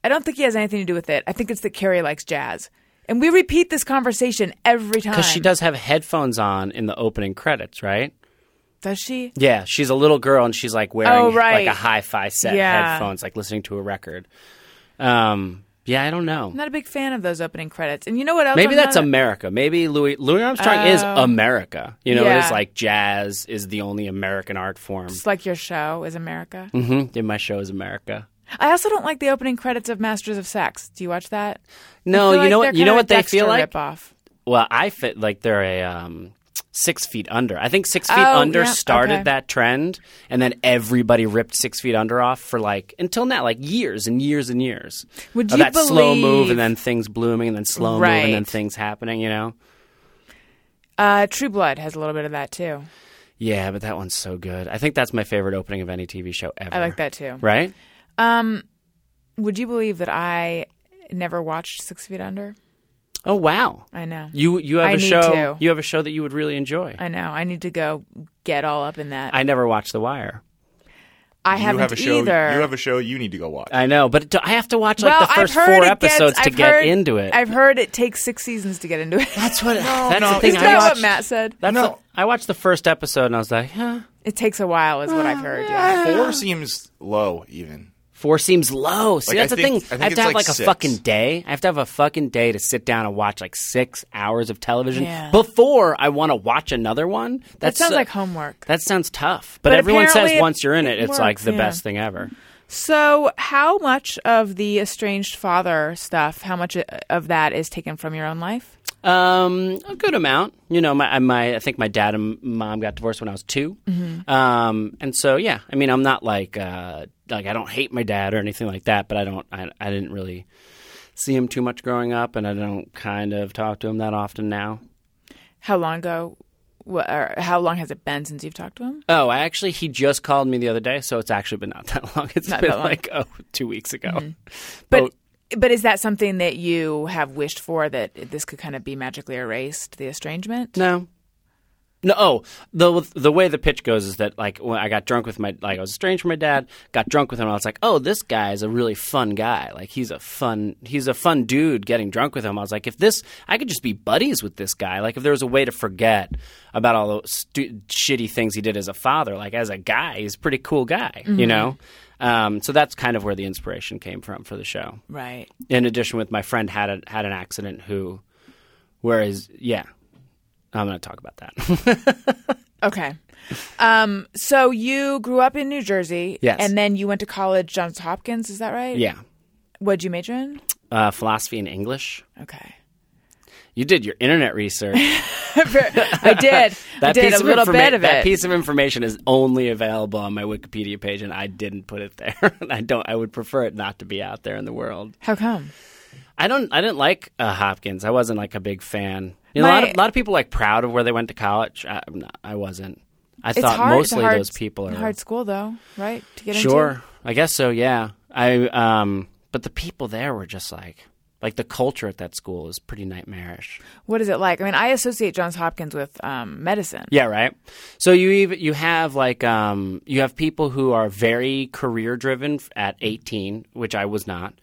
Speaker 2: I don't think he has anything to do with it. I think it's that Carrie likes jazz. And we repeat this conversation every time.
Speaker 5: because she does have headphones on in the opening credits, right?
Speaker 2: Does she?
Speaker 5: Yeah, she's a little girl and she's like wearing
Speaker 2: Oh, right.
Speaker 5: like a hi-fi set
Speaker 2: Yeah.
Speaker 5: headphones, like listening to a record. Um, Yeah, I don't know.
Speaker 2: I'm not a big fan of those opening credits. And you know what else?
Speaker 5: Maybe
Speaker 2: I'm
Speaker 5: that's
Speaker 2: not
Speaker 5: America. Maybe Louis Louis Armstrong is
Speaker 2: Oh.
Speaker 5: America. You know,
Speaker 2: Yeah.
Speaker 5: it's like jazz is the only American art form.
Speaker 2: Just like your show is America.
Speaker 5: hmm In my show is America.
Speaker 2: I also don't like the opening credits of Masters of Sex. Do you watch that?
Speaker 5: No,
Speaker 2: I feel
Speaker 5: Oh, you
Speaker 2: like
Speaker 5: know
Speaker 2: they're
Speaker 5: what? You
Speaker 2: kind
Speaker 5: know
Speaker 2: of a
Speaker 5: what they feel
Speaker 2: Dexter
Speaker 5: like.
Speaker 2: ripoff.
Speaker 5: Well, I fit like they're a um, six feet under. I think six feet
Speaker 2: Oh,
Speaker 5: under
Speaker 2: yeah,
Speaker 5: started
Speaker 2: okay.
Speaker 5: that trend, and then everybody ripped six feet under off for like until now, like years and years and years.
Speaker 2: Would
Speaker 5: of
Speaker 2: you
Speaker 5: that slow move,
Speaker 2: believe-
Speaker 5: and then things blooming, and then slow move, and then
Speaker 2: Right.
Speaker 5: things happening. You know?
Speaker 2: Uh, True Blood has a little bit of that too.
Speaker 5: Yeah, but that one's so good. I think that's my favorite opening of any TV show ever.
Speaker 2: I like that too.
Speaker 5: Right?
Speaker 2: Would you believe that I never watched Six Feet Under?
Speaker 5: Oh wow.
Speaker 2: I know.
Speaker 5: You you have
Speaker 2: I
Speaker 5: a
Speaker 2: need
Speaker 5: show.
Speaker 2: to.
Speaker 5: You have a show that you would really enjoy. I,
Speaker 2: I know. I need to go get all up in that. I,
Speaker 5: never watched The Wire.
Speaker 2: haven't
Speaker 3: you have a show.
Speaker 2: either.
Speaker 3: You have a show you need to go watch.
Speaker 5: I know, but do- I have to watch like
Speaker 2: well,
Speaker 5: the first
Speaker 2: I've
Speaker 5: four
Speaker 2: heard it gets-
Speaker 5: episodes to
Speaker 2: I've
Speaker 5: get
Speaker 2: heard-
Speaker 5: into it.
Speaker 2: I've heard it takes six seasons to get into it.
Speaker 5: that's what. that's
Speaker 3: no,
Speaker 5: the thing.
Speaker 2: Isn't
Speaker 5: I
Speaker 2: that what
Speaker 5: watched.
Speaker 2: Matt said?
Speaker 5: That's
Speaker 3: No.
Speaker 5: the- I watched the first episode and I was like, huh.
Speaker 2: It takes a while, is what I've heard.
Speaker 5: Ah,
Speaker 2: Yeah.
Speaker 3: Four seems low, even.
Speaker 5: Four seems low. See,
Speaker 3: Like, I
Speaker 5: that's the
Speaker 3: think- I
Speaker 5: thing.
Speaker 3: think
Speaker 5: I, have
Speaker 3: it's
Speaker 5: to have
Speaker 3: like
Speaker 5: like, a
Speaker 3: six.
Speaker 5: fucking day. I have to have a fucking day to sit down and watch like six hours of television
Speaker 2: Yeah.
Speaker 5: before I want to watch another one.
Speaker 2: That
Speaker 5: That's,
Speaker 2: sounds
Speaker 5: uh,
Speaker 2: like homework.
Speaker 5: That sounds tough. But,
Speaker 2: But
Speaker 5: everyone says
Speaker 2: apparently it-
Speaker 5: once you're in it,
Speaker 2: it
Speaker 5: it's like
Speaker 2: works,
Speaker 5: the
Speaker 2: yeah.
Speaker 5: best thing ever.
Speaker 2: So, how much of the estranged father stuff, how much of that is taken from your own life?
Speaker 5: Um, a good amount. You know, my, my I think my dad and mom got divorced when I was 2
Speaker 2: Mm-hmm.
Speaker 5: Um, and so yeah, I mean, I'm not like uh, like I don't hate my dad or anything like that, but I don't. I, I didn't really see him too much growing up, and I don't kind of talk to him that often now.
Speaker 2: How long ago, wh- or how long has it been since you've talked to him?
Speaker 5: Oh, I actually he just called me the other day, so it's actually been not that long. It's
Speaker 2: Not
Speaker 5: been
Speaker 2: that long. Mm-hmm.
Speaker 5: like oh, two weeks ago.
Speaker 2: But but is that something that you have wished for that this could kind of be magically erased, the estrangement?
Speaker 5: No. No. Oh, the the way the pitch goes is that like when I got drunk with my like I was estranged from my dad, got drunk with him. And I was like, oh, this guy is a really fun guy. Like he's a fun he's a fun dude. Getting drunk with him, I was like, if this I could just be buddies with this guy. Like if there was a way to forget about all the stu- shitty things he did as a father, like as a guy, he's a pretty cool guy. You know. Um, so that's kind of where the inspiration came from for the show
Speaker 2: Right.
Speaker 5: in addition with my friend had a, had an accident who whereas yeah i'm going to talk about that
Speaker 2: Okay. Um, so you grew up in New Jersey.
Speaker 5: Yes.
Speaker 2: And then you went to college, Johns Hopkins, is that right?
Speaker 5: yeah
Speaker 2: What'd you major in?
Speaker 5: uh, philosophy and english
Speaker 2: Okay.
Speaker 5: you did your internet research
Speaker 2: I did. I did a little
Speaker 5: informa-
Speaker 2: bit of
Speaker 5: that
Speaker 2: it.
Speaker 5: piece of information is only available on my wikipedia page and i didn't put it there And i don't i would prefer it not to be out there in the world
Speaker 2: How come?
Speaker 5: i don't i didn't like uh, hopkins i wasn't like a big fan you know, a,
Speaker 2: My-
Speaker 5: lot of, a lot of people like proud of where they went to college i, I'm not- I wasn't i
Speaker 2: It's
Speaker 5: thought
Speaker 2: hard. it's a
Speaker 5: mostly
Speaker 2: hard,
Speaker 5: those people are
Speaker 2: hard school though, right? To get
Speaker 5: Sure,
Speaker 2: into.
Speaker 5: I guess so. Yeah, I um, but the people there were just like, like the culture at that school is pretty nightmarish.
Speaker 2: What is it like? I mean, I associate Johns Hopkins with um, medicine.
Speaker 5: Yeah, right. So you even you have like um, you have people who are very career driven at eighteen, which I was not.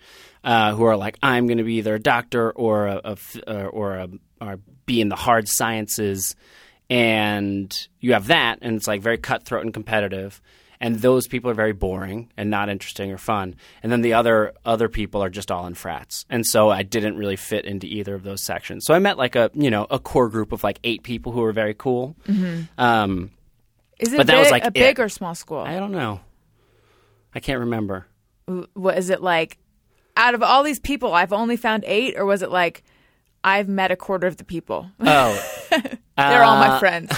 Speaker 5: Uh, who are like, I'm going to be either a doctor or a, a f- or or, a, or be in the hard sciences, and you have that, and it's like very cutthroat and competitive. and those people are very boring and not interesting or fun. And then the other other people are just all in frats, and so I didn't really fit into either of those sections. So I met like a you know a core group of like eight people who were very cool. Um,
Speaker 2: Is it
Speaker 5: But that was,
Speaker 2: big-
Speaker 5: like,
Speaker 2: a
Speaker 5: it.
Speaker 2: big or small school?
Speaker 5: I don't know, I can't remember.
Speaker 2: What is it like? Out of all these people, I've only found eight, or was it like I've met a quarter of the people?
Speaker 5: Oh,
Speaker 2: They're all my friends.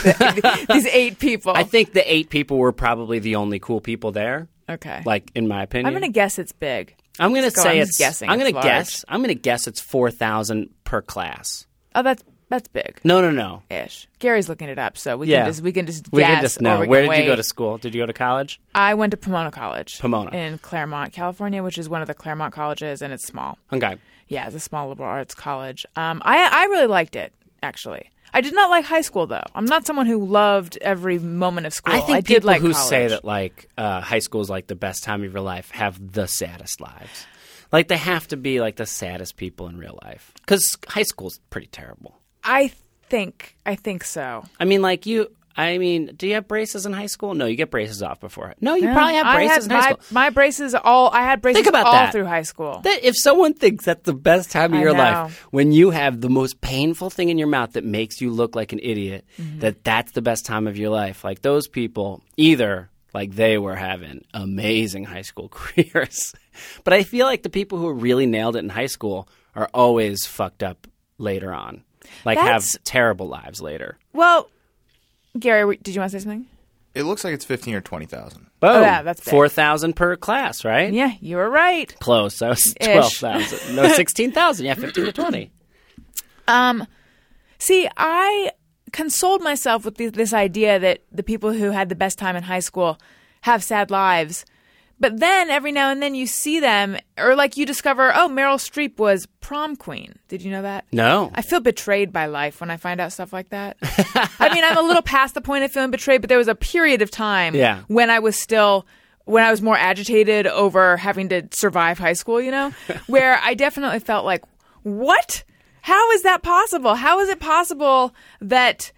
Speaker 2: these eight people.
Speaker 5: Uh, I think the eight people were probably the only cool people there.
Speaker 2: okay.
Speaker 5: Like in my opinion,
Speaker 2: I'm gonna guess it's big.
Speaker 5: I'm gonna
Speaker 2: go-
Speaker 5: say
Speaker 2: I'm
Speaker 5: it's.
Speaker 2: just guessing
Speaker 5: I'm gonna
Speaker 2: it's large.
Speaker 5: guess. I'm gonna guess it's four thousand per class.
Speaker 2: Oh, that's that's big.
Speaker 5: No, no, no.
Speaker 2: Ish. Gary's looking it up, so we
Speaker 5: Yeah.
Speaker 2: can just we can just
Speaker 5: We can
Speaker 2: guess,
Speaker 5: just
Speaker 2: or
Speaker 5: know.
Speaker 2: we
Speaker 5: Where
Speaker 2: can
Speaker 5: did you go
Speaker 2: wait.
Speaker 5: to school? Did you go to college?
Speaker 2: I went to Pomona College.
Speaker 5: Pomona.
Speaker 2: In Claremont, California, which is one of the Claremont colleges, and it's small.
Speaker 5: Okay.
Speaker 2: Yeah, it's a small liberal arts college. Um, I, I really liked it, actually. I did not like high school, though. I'm not someone who loved every moment of school.
Speaker 5: I think
Speaker 2: did
Speaker 5: people
Speaker 2: like
Speaker 5: who
Speaker 2: college.
Speaker 5: say that like uh, high school is like the best time of your life have the saddest lives. Like they have to be like the saddest people in real life because high school's pretty terrible.
Speaker 2: I think, I think so.
Speaker 5: I mean, like you, I mean, do you have braces in high school? No, you get braces off before. No, you
Speaker 2: Yeah.
Speaker 5: probably have
Speaker 2: I
Speaker 5: braces
Speaker 2: had
Speaker 5: in high
Speaker 2: my,
Speaker 5: school.
Speaker 2: My braces all I had braces
Speaker 5: Think about
Speaker 2: all
Speaker 5: that.
Speaker 2: through high school.
Speaker 5: That if someone thinks that's the best time of
Speaker 2: I
Speaker 5: your
Speaker 2: know.
Speaker 5: life when you have the most painful thing in your mouth that makes you look like an idiot,
Speaker 2: Mm-hmm.
Speaker 5: that that's the best time of your life. Like those people, either like they were having amazing high school careers, but I feel like the people who really nailed it in high school are always fucked up later on, like
Speaker 2: That's-
Speaker 5: have terrible lives later.
Speaker 2: well, Gary, w- did you want to say something?
Speaker 3: It looks like it's fifteen or twenty thousand.
Speaker 5: Boom,
Speaker 2: Oh, yeah, that's bad.
Speaker 5: four thousand per class, right?
Speaker 2: Yeah, you were right.
Speaker 5: Close. I was twelve thousand. No, sixteen thousand. Yeah, fifteen to twenty.
Speaker 2: See, I consoled myself with th- this idea that the people who had the best time in high school have sad lives. But then every now and then you see them, or like you discover, oh, Meryl Streep was prom queen. Did you know that?
Speaker 5: No,
Speaker 2: I feel betrayed by life when I find out stuff like that. I mean, I'm a little past the point of feeling betrayed, but there was a period of time
Speaker 5: Yeah.
Speaker 2: when I was still when I was more agitated over having to survive high school, you know, where I definitely felt like, what? How is that possible? How is it possible that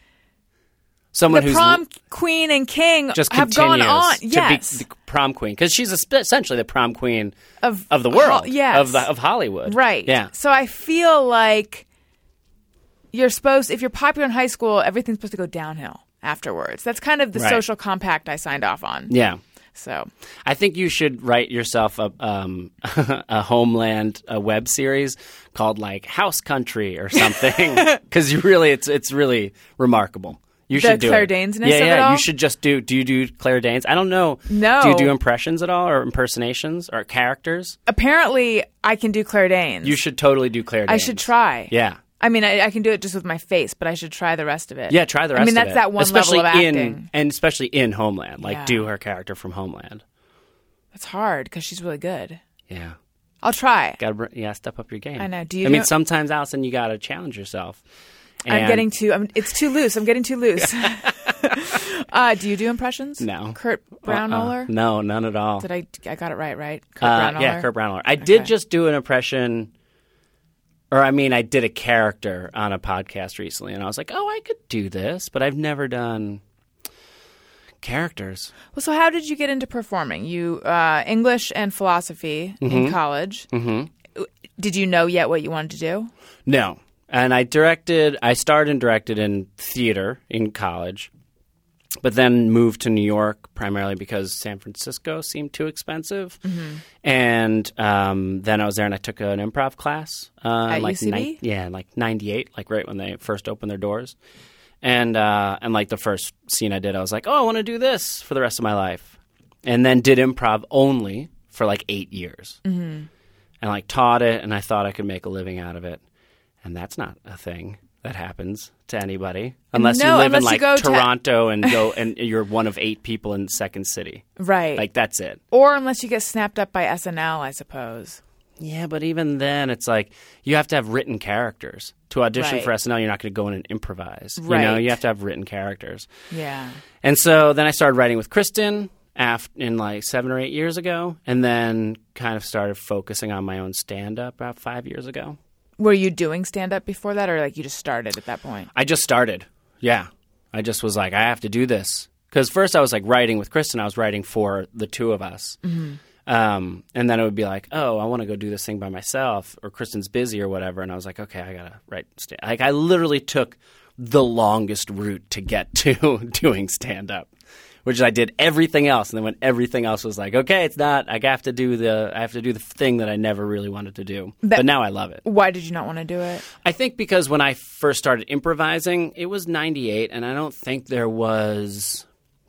Speaker 5: someone
Speaker 2: the
Speaker 5: who's
Speaker 2: prom queen and king
Speaker 5: just
Speaker 2: have
Speaker 5: continues
Speaker 2: gone on?
Speaker 5: to
Speaker 2: Yes,
Speaker 5: be the prom queen because she's a, essentially the prom queen
Speaker 2: Of
Speaker 5: of the
Speaker 2: Ho-
Speaker 5: world,
Speaker 2: yes.
Speaker 5: of the, of Hollywood,
Speaker 2: right.
Speaker 5: Yeah,
Speaker 2: So I feel like you're supposed, if you're popular in high school, everything's supposed to go downhill afterwards. That's kind of the
Speaker 5: Right.
Speaker 2: social compact I signed off on.
Speaker 5: yeah.
Speaker 2: So
Speaker 5: I think you should write yourself a um, a homeland a web series called like House Country or something because you really it's it's really remarkable. You
Speaker 2: The
Speaker 5: should do
Speaker 2: Claire
Speaker 5: it.
Speaker 2: Danes-ness
Speaker 5: yeah,
Speaker 2: of it
Speaker 5: yeah.
Speaker 2: all?
Speaker 5: You should just do. Do you do Claire Danes? I don't know.
Speaker 2: No.
Speaker 5: Do you do impressions at all or impersonations or characters?
Speaker 2: apparently, I can do Claire Danes.
Speaker 5: You should totally do Claire. Danes.
Speaker 2: I should try.
Speaker 5: Yeah.
Speaker 2: I mean, I, I can do it just with my face, but I should try the rest of it.
Speaker 5: Yeah, try the rest
Speaker 2: I mean,
Speaker 5: of
Speaker 2: that's
Speaker 5: it.
Speaker 2: that one
Speaker 5: especially
Speaker 2: level of
Speaker 5: in,
Speaker 2: acting.
Speaker 5: And especially in Homeland. Like,
Speaker 2: Yeah.
Speaker 5: do her character from Homeland.
Speaker 2: That's hard because she's really good.
Speaker 5: Yeah.
Speaker 2: I'll try.
Speaker 5: Gotta, br- yeah, step up your game.
Speaker 2: I know. Do you
Speaker 5: I mean,
Speaker 2: do-
Speaker 5: sometimes, Allison, you gotta challenge yourself.
Speaker 2: I'm
Speaker 5: And-
Speaker 2: getting too. I'm, it's too loose. I'm getting too loose. uh, do you do impressions?
Speaker 5: No.
Speaker 2: Kurt Brownoller.
Speaker 5: Uh-uh. No, none at all.
Speaker 2: Did I? I got it right, right? Kurt
Speaker 5: Uh,
Speaker 2: Brownoller.
Speaker 5: yeah, Kurt Brownoller. I did just do an impression, or I mean, I did a character on a podcast recently, and I was like, oh, I could do this, but I've never done characters.
Speaker 2: Well, so how did you get into performing? You uh, English and philosophy in college. Mm-hmm. Did you know yet what you wanted to do?
Speaker 5: No. And I directed, I starred and directed in theater in college, but then moved to New York primarily because San Francisco seemed too expensive. And um, then I was there and I took an improv class. Uh,
Speaker 2: At
Speaker 5: like
Speaker 2: UCB?
Speaker 5: nine- yeah, in, like 98, like right when they first opened their doors. And, uh, and like the first scene I did, I was like, oh, I want to do this for the rest of my life. And then did improv only for like eight years and like taught it and I thought I could make a living out of it. And that's not a thing that happens to anybody unless
Speaker 2: No,
Speaker 5: you live
Speaker 2: unless
Speaker 5: in
Speaker 2: you
Speaker 5: like
Speaker 2: go to-
Speaker 5: Toronto and go and you're one of eight people in second city.
Speaker 2: Right.
Speaker 5: Like that's it.
Speaker 2: or unless you get snapped up by SNL, I suppose.
Speaker 5: Yeah, but even then it's like you have to have written characters. To audition
Speaker 2: Right.
Speaker 5: for SNL, you're not going to go in and improvise. You know,
Speaker 2: Right.
Speaker 5: you have to have written characters.
Speaker 2: Yeah.
Speaker 5: And so then I started writing with Kristen af- in like seven or eight years ago, and then kind of started focusing on my own stand up about five years ago.
Speaker 2: Were you doing stand up before that, or like you just started at that point?
Speaker 5: I just started. Yeah. I just was like, I have to do this. Because first I was like writing with Kristen, I was writing for the two of us. Um, and then it would be like, oh, I want to go do this thing by myself, or Kristen's busy or whatever. And I was like, okay, I got to write. St-. Like, I literally took the longest route to get to doing stand up, which is I did everything else. And then when everything else was like, okay, it's not, I have to do the, I have to do the thing that I never really wanted to do. but now I love it.
Speaker 2: Why did you not want to do it?
Speaker 5: I think because when I first started improvising, it was 98 and I don't think there was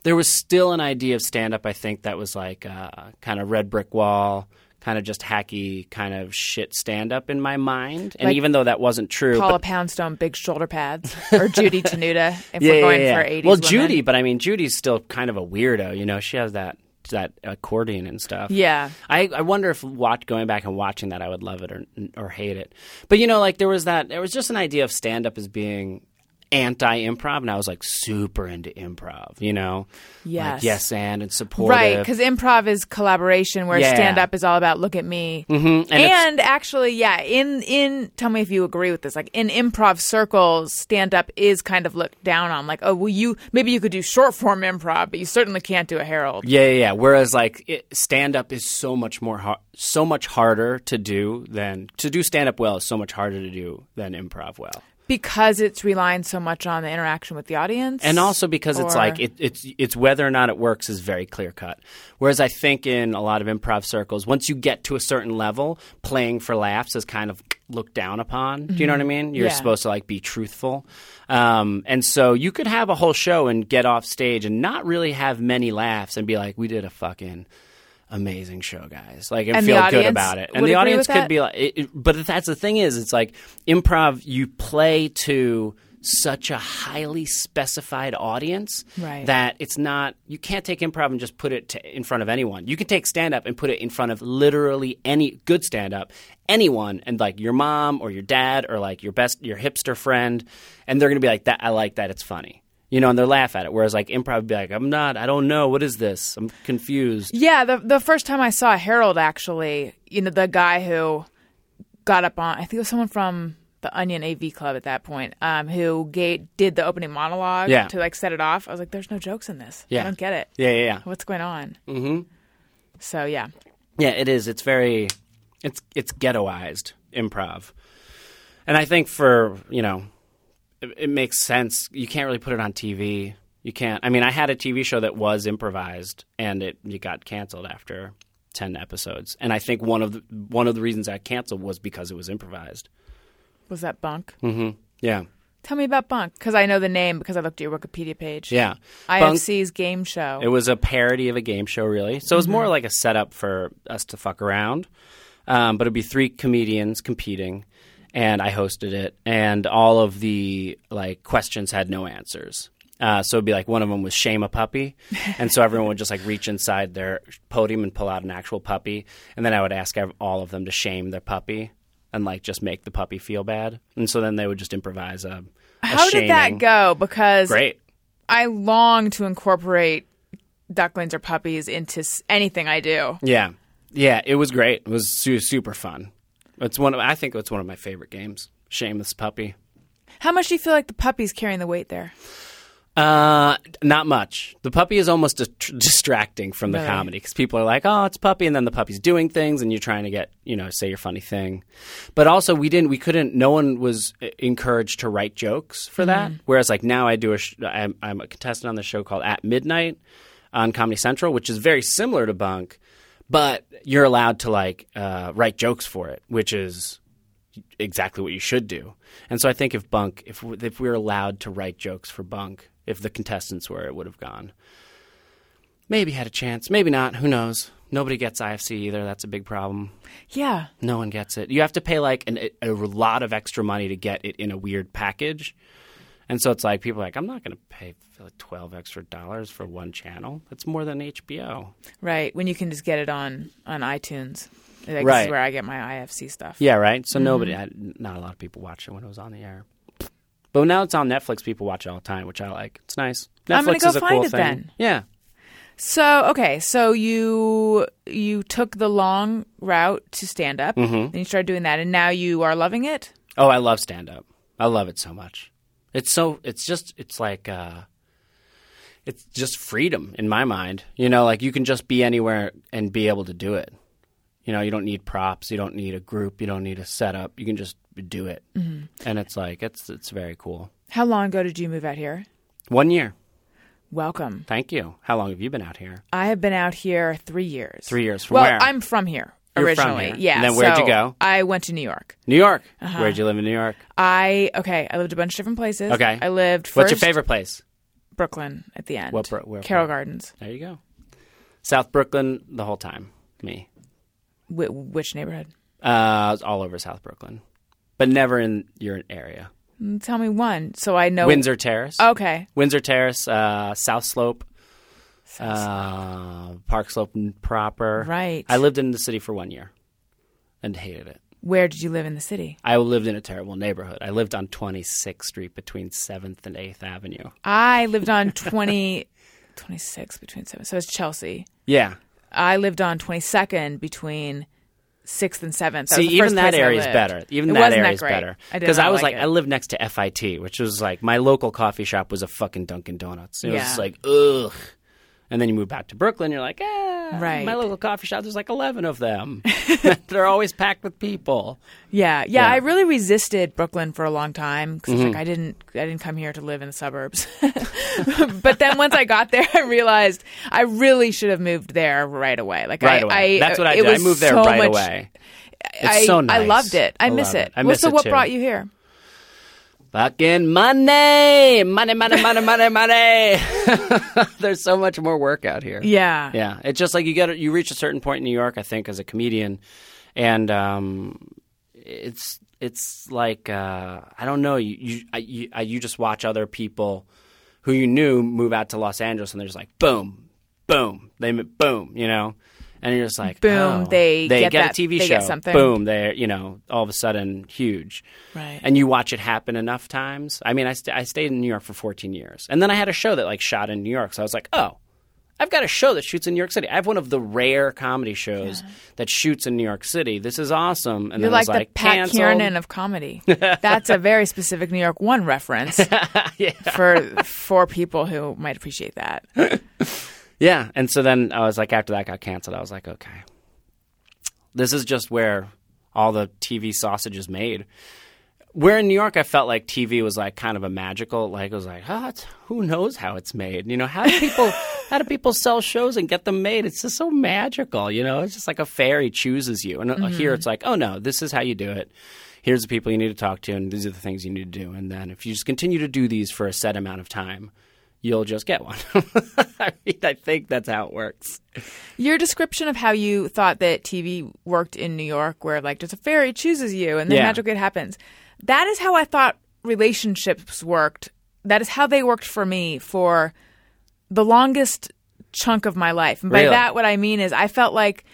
Speaker 5: there was still an idea of stand up I think that was like uh, kind of red brick wall, kind of just hacky kind of shit stand up in my mind. And
Speaker 2: Like
Speaker 5: even though that wasn't true,
Speaker 2: Paula
Speaker 5: but-
Speaker 2: Poundstone, big shoulder pads, or Judy Tenuta, if
Speaker 5: yeah,
Speaker 2: we're
Speaker 5: yeah,
Speaker 2: going
Speaker 5: yeah.
Speaker 2: for 80s.
Speaker 5: Well,
Speaker 2: women.
Speaker 5: Judy, but I mean Judy's still kind of a weirdo, you know. She has that that accordion and stuff.
Speaker 2: Yeah.
Speaker 5: I, I wonder if watch, going back and watching that, I would love it or or hate it. But you know, like there was that there was just an idea of stand up as being anti improv, and I was like super into improv. You know,
Speaker 2: Yes.
Speaker 5: like, yes, and and supportive,
Speaker 2: Right, because improv is collaboration, where
Speaker 5: Yeah.
Speaker 2: stand up is all about look at me. Mm-hmm. And,
Speaker 5: it's-
Speaker 2: actually, yeah, in in tell me if you agree with this. Like in improv circles, stand up is kind of looked down on. Like, oh, well, you maybe you could do short form improv, but you certainly can't do a Herald.
Speaker 5: Yeah, yeah, yeah. Whereas like stand up is so much more har- so much harder to do than to do stand up well is so much harder to do than improv well.
Speaker 2: because it's relying so much on the interaction with the audience,
Speaker 5: And also because it's
Speaker 2: Or-
Speaker 5: like it, it's it's whether or not it works is very clear cut. Whereas I think in a lot of improv circles, once you get to a certain level, playing for laughs is kind of looked down upon. Do you know what I mean? You're
Speaker 2: Mm-hmm. Yeah.
Speaker 5: supposed to like be truthful, um, and so you could have a whole show and get off stage and not really have many laughs and be like, "We did a fucking." Amazing show, guys! Like, and,
Speaker 2: And the
Speaker 5: feel good
Speaker 2: audience
Speaker 5: about it. And
Speaker 2: would
Speaker 5: the
Speaker 2: agree with
Speaker 5: audience could
Speaker 2: that?
Speaker 5: be like, it, it- but that's the thing is, it's like improv. You play to such a highly specified audience
Speaker 2: Right.
Speaker 5: that it's not you can't take improv and just put it to, in front of anyone. You can take stand up and put it in front of literally any good stand up, anyone, and like your mom or your dad or like your best your hipster friend, and they're gonna be like that. I like that. It's funny. You know, and they laugh at it. Whereas, like improv, would be like, "I'm not. I don't know. What is this? I'm confused."
Speaker 2: Yeah, the the first time I saw Harold, actually, you know, the guy who got up on, I think it was someone from the Onion AV Club at that point, um, who ga- did the opening monologue
Speaker 5: Yeah.
Speaker 2: to like set it off. I was like, "There's no jokes in this.
Speaker 5: Yeah.
Speaker 2: I don't get it.
Speaker 5: Yeah, yeah, yeah.
Speaker 2: What's going on?" Mm-hmm. So yeah,
Speaker 5: Yeah, it is. It's very it's it's ghettoized improv. And I think for, you know, it, it makes sense. You can't really put it on TV. You can't. I mean, I had a TV show that was improvised and it, it got canceled after 10 episodes. And I think one of the, one of the reasons I canceled was because it was improvised.
Speaker 2: was that Bunk?
Speaker 5: Hmm. Yeah.
Speaker 2: Tell me about Bunk because I know the name because I looked at your Wikipedia page.
Speaker 5: Yeah. Bunk-
Speaker 2: IFC's game show.
Speaker 5: It was a parody of a game show, really. So it was more
Speaker 2: Mm-hmm.
Speaker 5: like a setup for us to fuck around. Um, but it'd be three comedians competing, and I hosted it, and all of the like questions had no answers. Uh, so it'd be like one of them was shame a puppy, and so everyone would just like reach inside their podium and pull out an actual puppy, and then I would ask ev- all of them to shame their puppy and like just make the puppy feel bad, and so then they would just improvise a. a
Speaker 2: How did that
Speaker 5: shaming.
Speaker 2: go? Because
Speaker 5: Great.
Speaker 2: I long to incorporate ducklings or puppies into s- anything I do.
Speaker 5: Yeah, yeah, it was great. It was su- super fun. It's one. Of, I think it's one of my favorite games. Shameless puppy.
Speaker 2: How much do you feel like the puppy's carrying the weight there?
Speaker 5: Uh, not much. The puppy is almost dist- distracting from the
Speaker 2: Really?
Speaker 5: comedy because people are like, "Oh, it's puppy," and then the puppy's doing things, and you're trying to get you know say your funny thing. But also, we didn't. We couldn't. No one was uh, encouraged to write jokes for that. Whereas, like now, I do a. Sh- I'm, I'm a contestant on the show called At Midnight on Comedy Central, which is very similar to Bunk, but you're allowed to like uh, write jokes for it, which is exactly what you should do. And so I think if Bunk, if w- if we were allowed to write jokes for Bunk, if the contestants were, it would have gone. Maybe had a chance, maybe not. Who knows? Nobody gets IFC either. That's a big problem.
Speaker 2: Yeah.
Speaker 5: No one gets it. You have to pay like an, a lot of extra money to get it in a weird package. And so it's like people are like, I'm not going to pay like twelve extra dollars for one channel. That's more than HBO.
Speaker 2: Right. When you can just get it on on iTunes. Like, This
Speaker 5: Right.
Speaker 2: is where I get my IFC stuff.
Speaker 5: Yeah, right. So nobody,
Speaker 2: Mm-hmm.
Speaker 5: I, not a lot of people watched it when it was on the air. But now it's on Netflix. People watch it all the time, which I like. It's nice. Netflix
Speaker 2: I'm gonna go
Speaker 5: is a
Speaker 2: find
Speaker 5: cool
Speaker 2: it
Speaker 5: thing.
Speaker 2: then.
Speaker 5: Yeah,
Speaker 2: So okay, so you you took the long route to stand up,
Speaker 5: Mm-hmm.
Speaker 2: and you started doing that, and now you are loving it.
Speaker 5: Oh, I love stand up. I love it so much. It's so it's just it's like uh it's just freedom in my mind. You know, like you can just be anywhere and be able to do it. You know, you don't need props, you don't need a group, you don't need a setup. You can just do it.
Speaker 2: Mm-hmm.
Speaker 5: And it's like it's it's very cool.
Speaker 2: How long ago did you move out here?
Speaker 5: One year.
Speaker 2: Welcome.
Speaker 5: Thank you. How long have you been out here?
Speaker 2: I have been out here three years.
Speaker 5: Three years. From
Speaker 2: Well,
Speaker 5: where?
Speaker 2: I'm from here
Speaker 5: You're from
Speaker 2: originally.
Speaker 5: here.
Speaker 2: Yeah.
Speaker 5: And then where'd you
Speaker 2: so
Speaker 5: go?
Speaker 2: I went to New York.
Speaker 5: New York. Where'd you live in New York?
Speaker 2: I okay. I lived a bunch of different places.
Speaker 5: Okay.
Speaker 2: I lived. First,
Speaker 5: What's your favorite place?
Speaker 2: Brooklyn at the end.
Speaker 5: What bro- where-
Speaker 2: Carroll Gardens.
Speaker 5: There you go. South Brooklyn the whole time. Me.
Speaker 2: Wh- which neighborhood?
Speaker 5: Uh, it's all over South Brooklyn, but never in your area.
Speaker 2: Mm, Tell me one, so I know.
Speaker 5: Windsor Terrace.
Speaker 2: Okay.
Speaker 5: Windsor Terrace, uh, South Slope, uh, Park Slope proper.
Speaker 2: Right.
Speaker 5: I lived in the city for one year and hated it.
Speaker 2: Where did you live in the city?
Speaker 5: I lived in a terrible neighborhood. I lived on 26th Street between 7th and 8th Avenue.
Speaker 2: I lived on 20, 26 between seven. So it's Chelsea.
Speaker 5: Yeah.
Speaker 2: I lived on 22nd between sixth and seventh. That was
Speaker 5: See,
Speaker 2: the
Speaker 5: even
Speaker 2: first
Speaker 5: that
Speaker 2: place I
Speaker 5: area is
Speaker 2: lived.
Speaker 5: better. Even
Speaker 2: It
Speaker 5: that
Speaker 2: wasn't
Speaker 5: area is
Speaker 2: great.
Speaker 5: better.
Speaker 2: I did
Speaker 5: Because
Speaker 2: not
Speaker 5: I was
Speaker 2: like,
Speaker 5: like,
Speaker 2: it.
Speaker 5: I lived next to FIT, which was like my local coffee shop was a fucking Dunkin' Donuts. It
Speaker 2: Yeah.
Speaker 5: was like ugh. And then you move back to Brooklyn, you're like, ah,
Speaker 2: Right.
Speaker 5: my local coffee shop. There's like eleven of them. They're always packed with people.
Speaker 2: yeah, yeah,
Speaker 5: Yeah. Mm-hmm.
Speaker 2: I really resisted Brooklyn for a long time because like I didn't, I didn't come here to live in the suburbs. but then once I got there, I realized I really should have moved there right away. Like
Speaker 5: Right
Speaker 2: I,
Speaker 5: away.
Speaker 2: I-
Speaker 5: That's what I
Speaker 2: it
Speaker 5: did. I
Speaker 2: was
Speaker 5: moved there
Speaker 2: so
Speaker 5: right
Speaker 2: much-
Speaker 5: away. It's
Speaker 2: I,
Speaker 5: so nice.
Speaker 2: I loved it. I,
Speaker 5: I
Speaker 2: miss
Speaker 5: love
Speaker 2: it.
Speaker 5: it. I
Speaker 2: Well,
Speaker 5: miss
Speaker 2: so
Speaker 5: it
Speaker 2: what
Speaker 5: too.
Speaker 2: brought you here?
Speaker 5: Fucking money, money, money, money, money, money. There's so much more work out here.
Speaker 2: Yeah,
Speaker 5: Yeah, it's just like you get you reach a certain point in New York, I think, as a comedian, and um, it's it's like uh, I don't know, you you, I, you I, you just watch other people who you knew move out to Los Angeles, and they're just like boom, boom, they m- boom, you know, and you're just like
Speaker 2: Boom,
Speaker 5: oh.
Speaker 2: they get
Speaker 5: get
Speaker 2: that-
Speaker 5: a TV
Speaker 2: they
Speaker 5: show,
Speaker 2: get something.
Speaker 5: boom, they're you know all of a sudden huge,
Speaker 2: Right.
Speaker 5: and you watch it happen enough times. I mean, I, st- I stayed in New York for 14 years, and then I had a show that like shot in New York, so I was like, oh, I've got a show that shoots in New York City. I have one of the rare comedy shows that shoots in New York City. This is awesome. And
Speaker 2: You're
Speaker 5: then I
Speaker 2: like
Speaker 5: was
Speaker 2: the
Speaker 5: like
Speaker 2: Pat
Speaker 5: canceled.
Speaker 2: Kiernan of comedy. That's a very specific New York One reference for for people who might appreciate that.
Speaker 5: Yeah, and so then I was like, after that got canceled, I was like, okay, this is just where all the TV sausage is made. Where in New York, I felt like TV was like kind of a magical, like it was like, oh, it's, who knows how it's made? You know, how do people, how do people sell shows and get them made? It's just so magical. You know, it's just like a fairy chooses you. And uh, here, it's like, oh no, this is how you do it. Here's the people you need to talk to, and these are the things you need to do. And then if you just continue to do these for a set amount of time, you'll just get one. I mean, I think that's how it works.
Speaker 2: Your description of how you thought that TV worked in New York, where like just a fairy chooses you and then
Speaker 5: Yeah.
Speaker 2: magic it happens. That is how I thought relationships worked. That is how they worked for me for the longest chunk of my life. And by
Speaker 5: Really?
Speaker 2: that, what I mean is I felt like,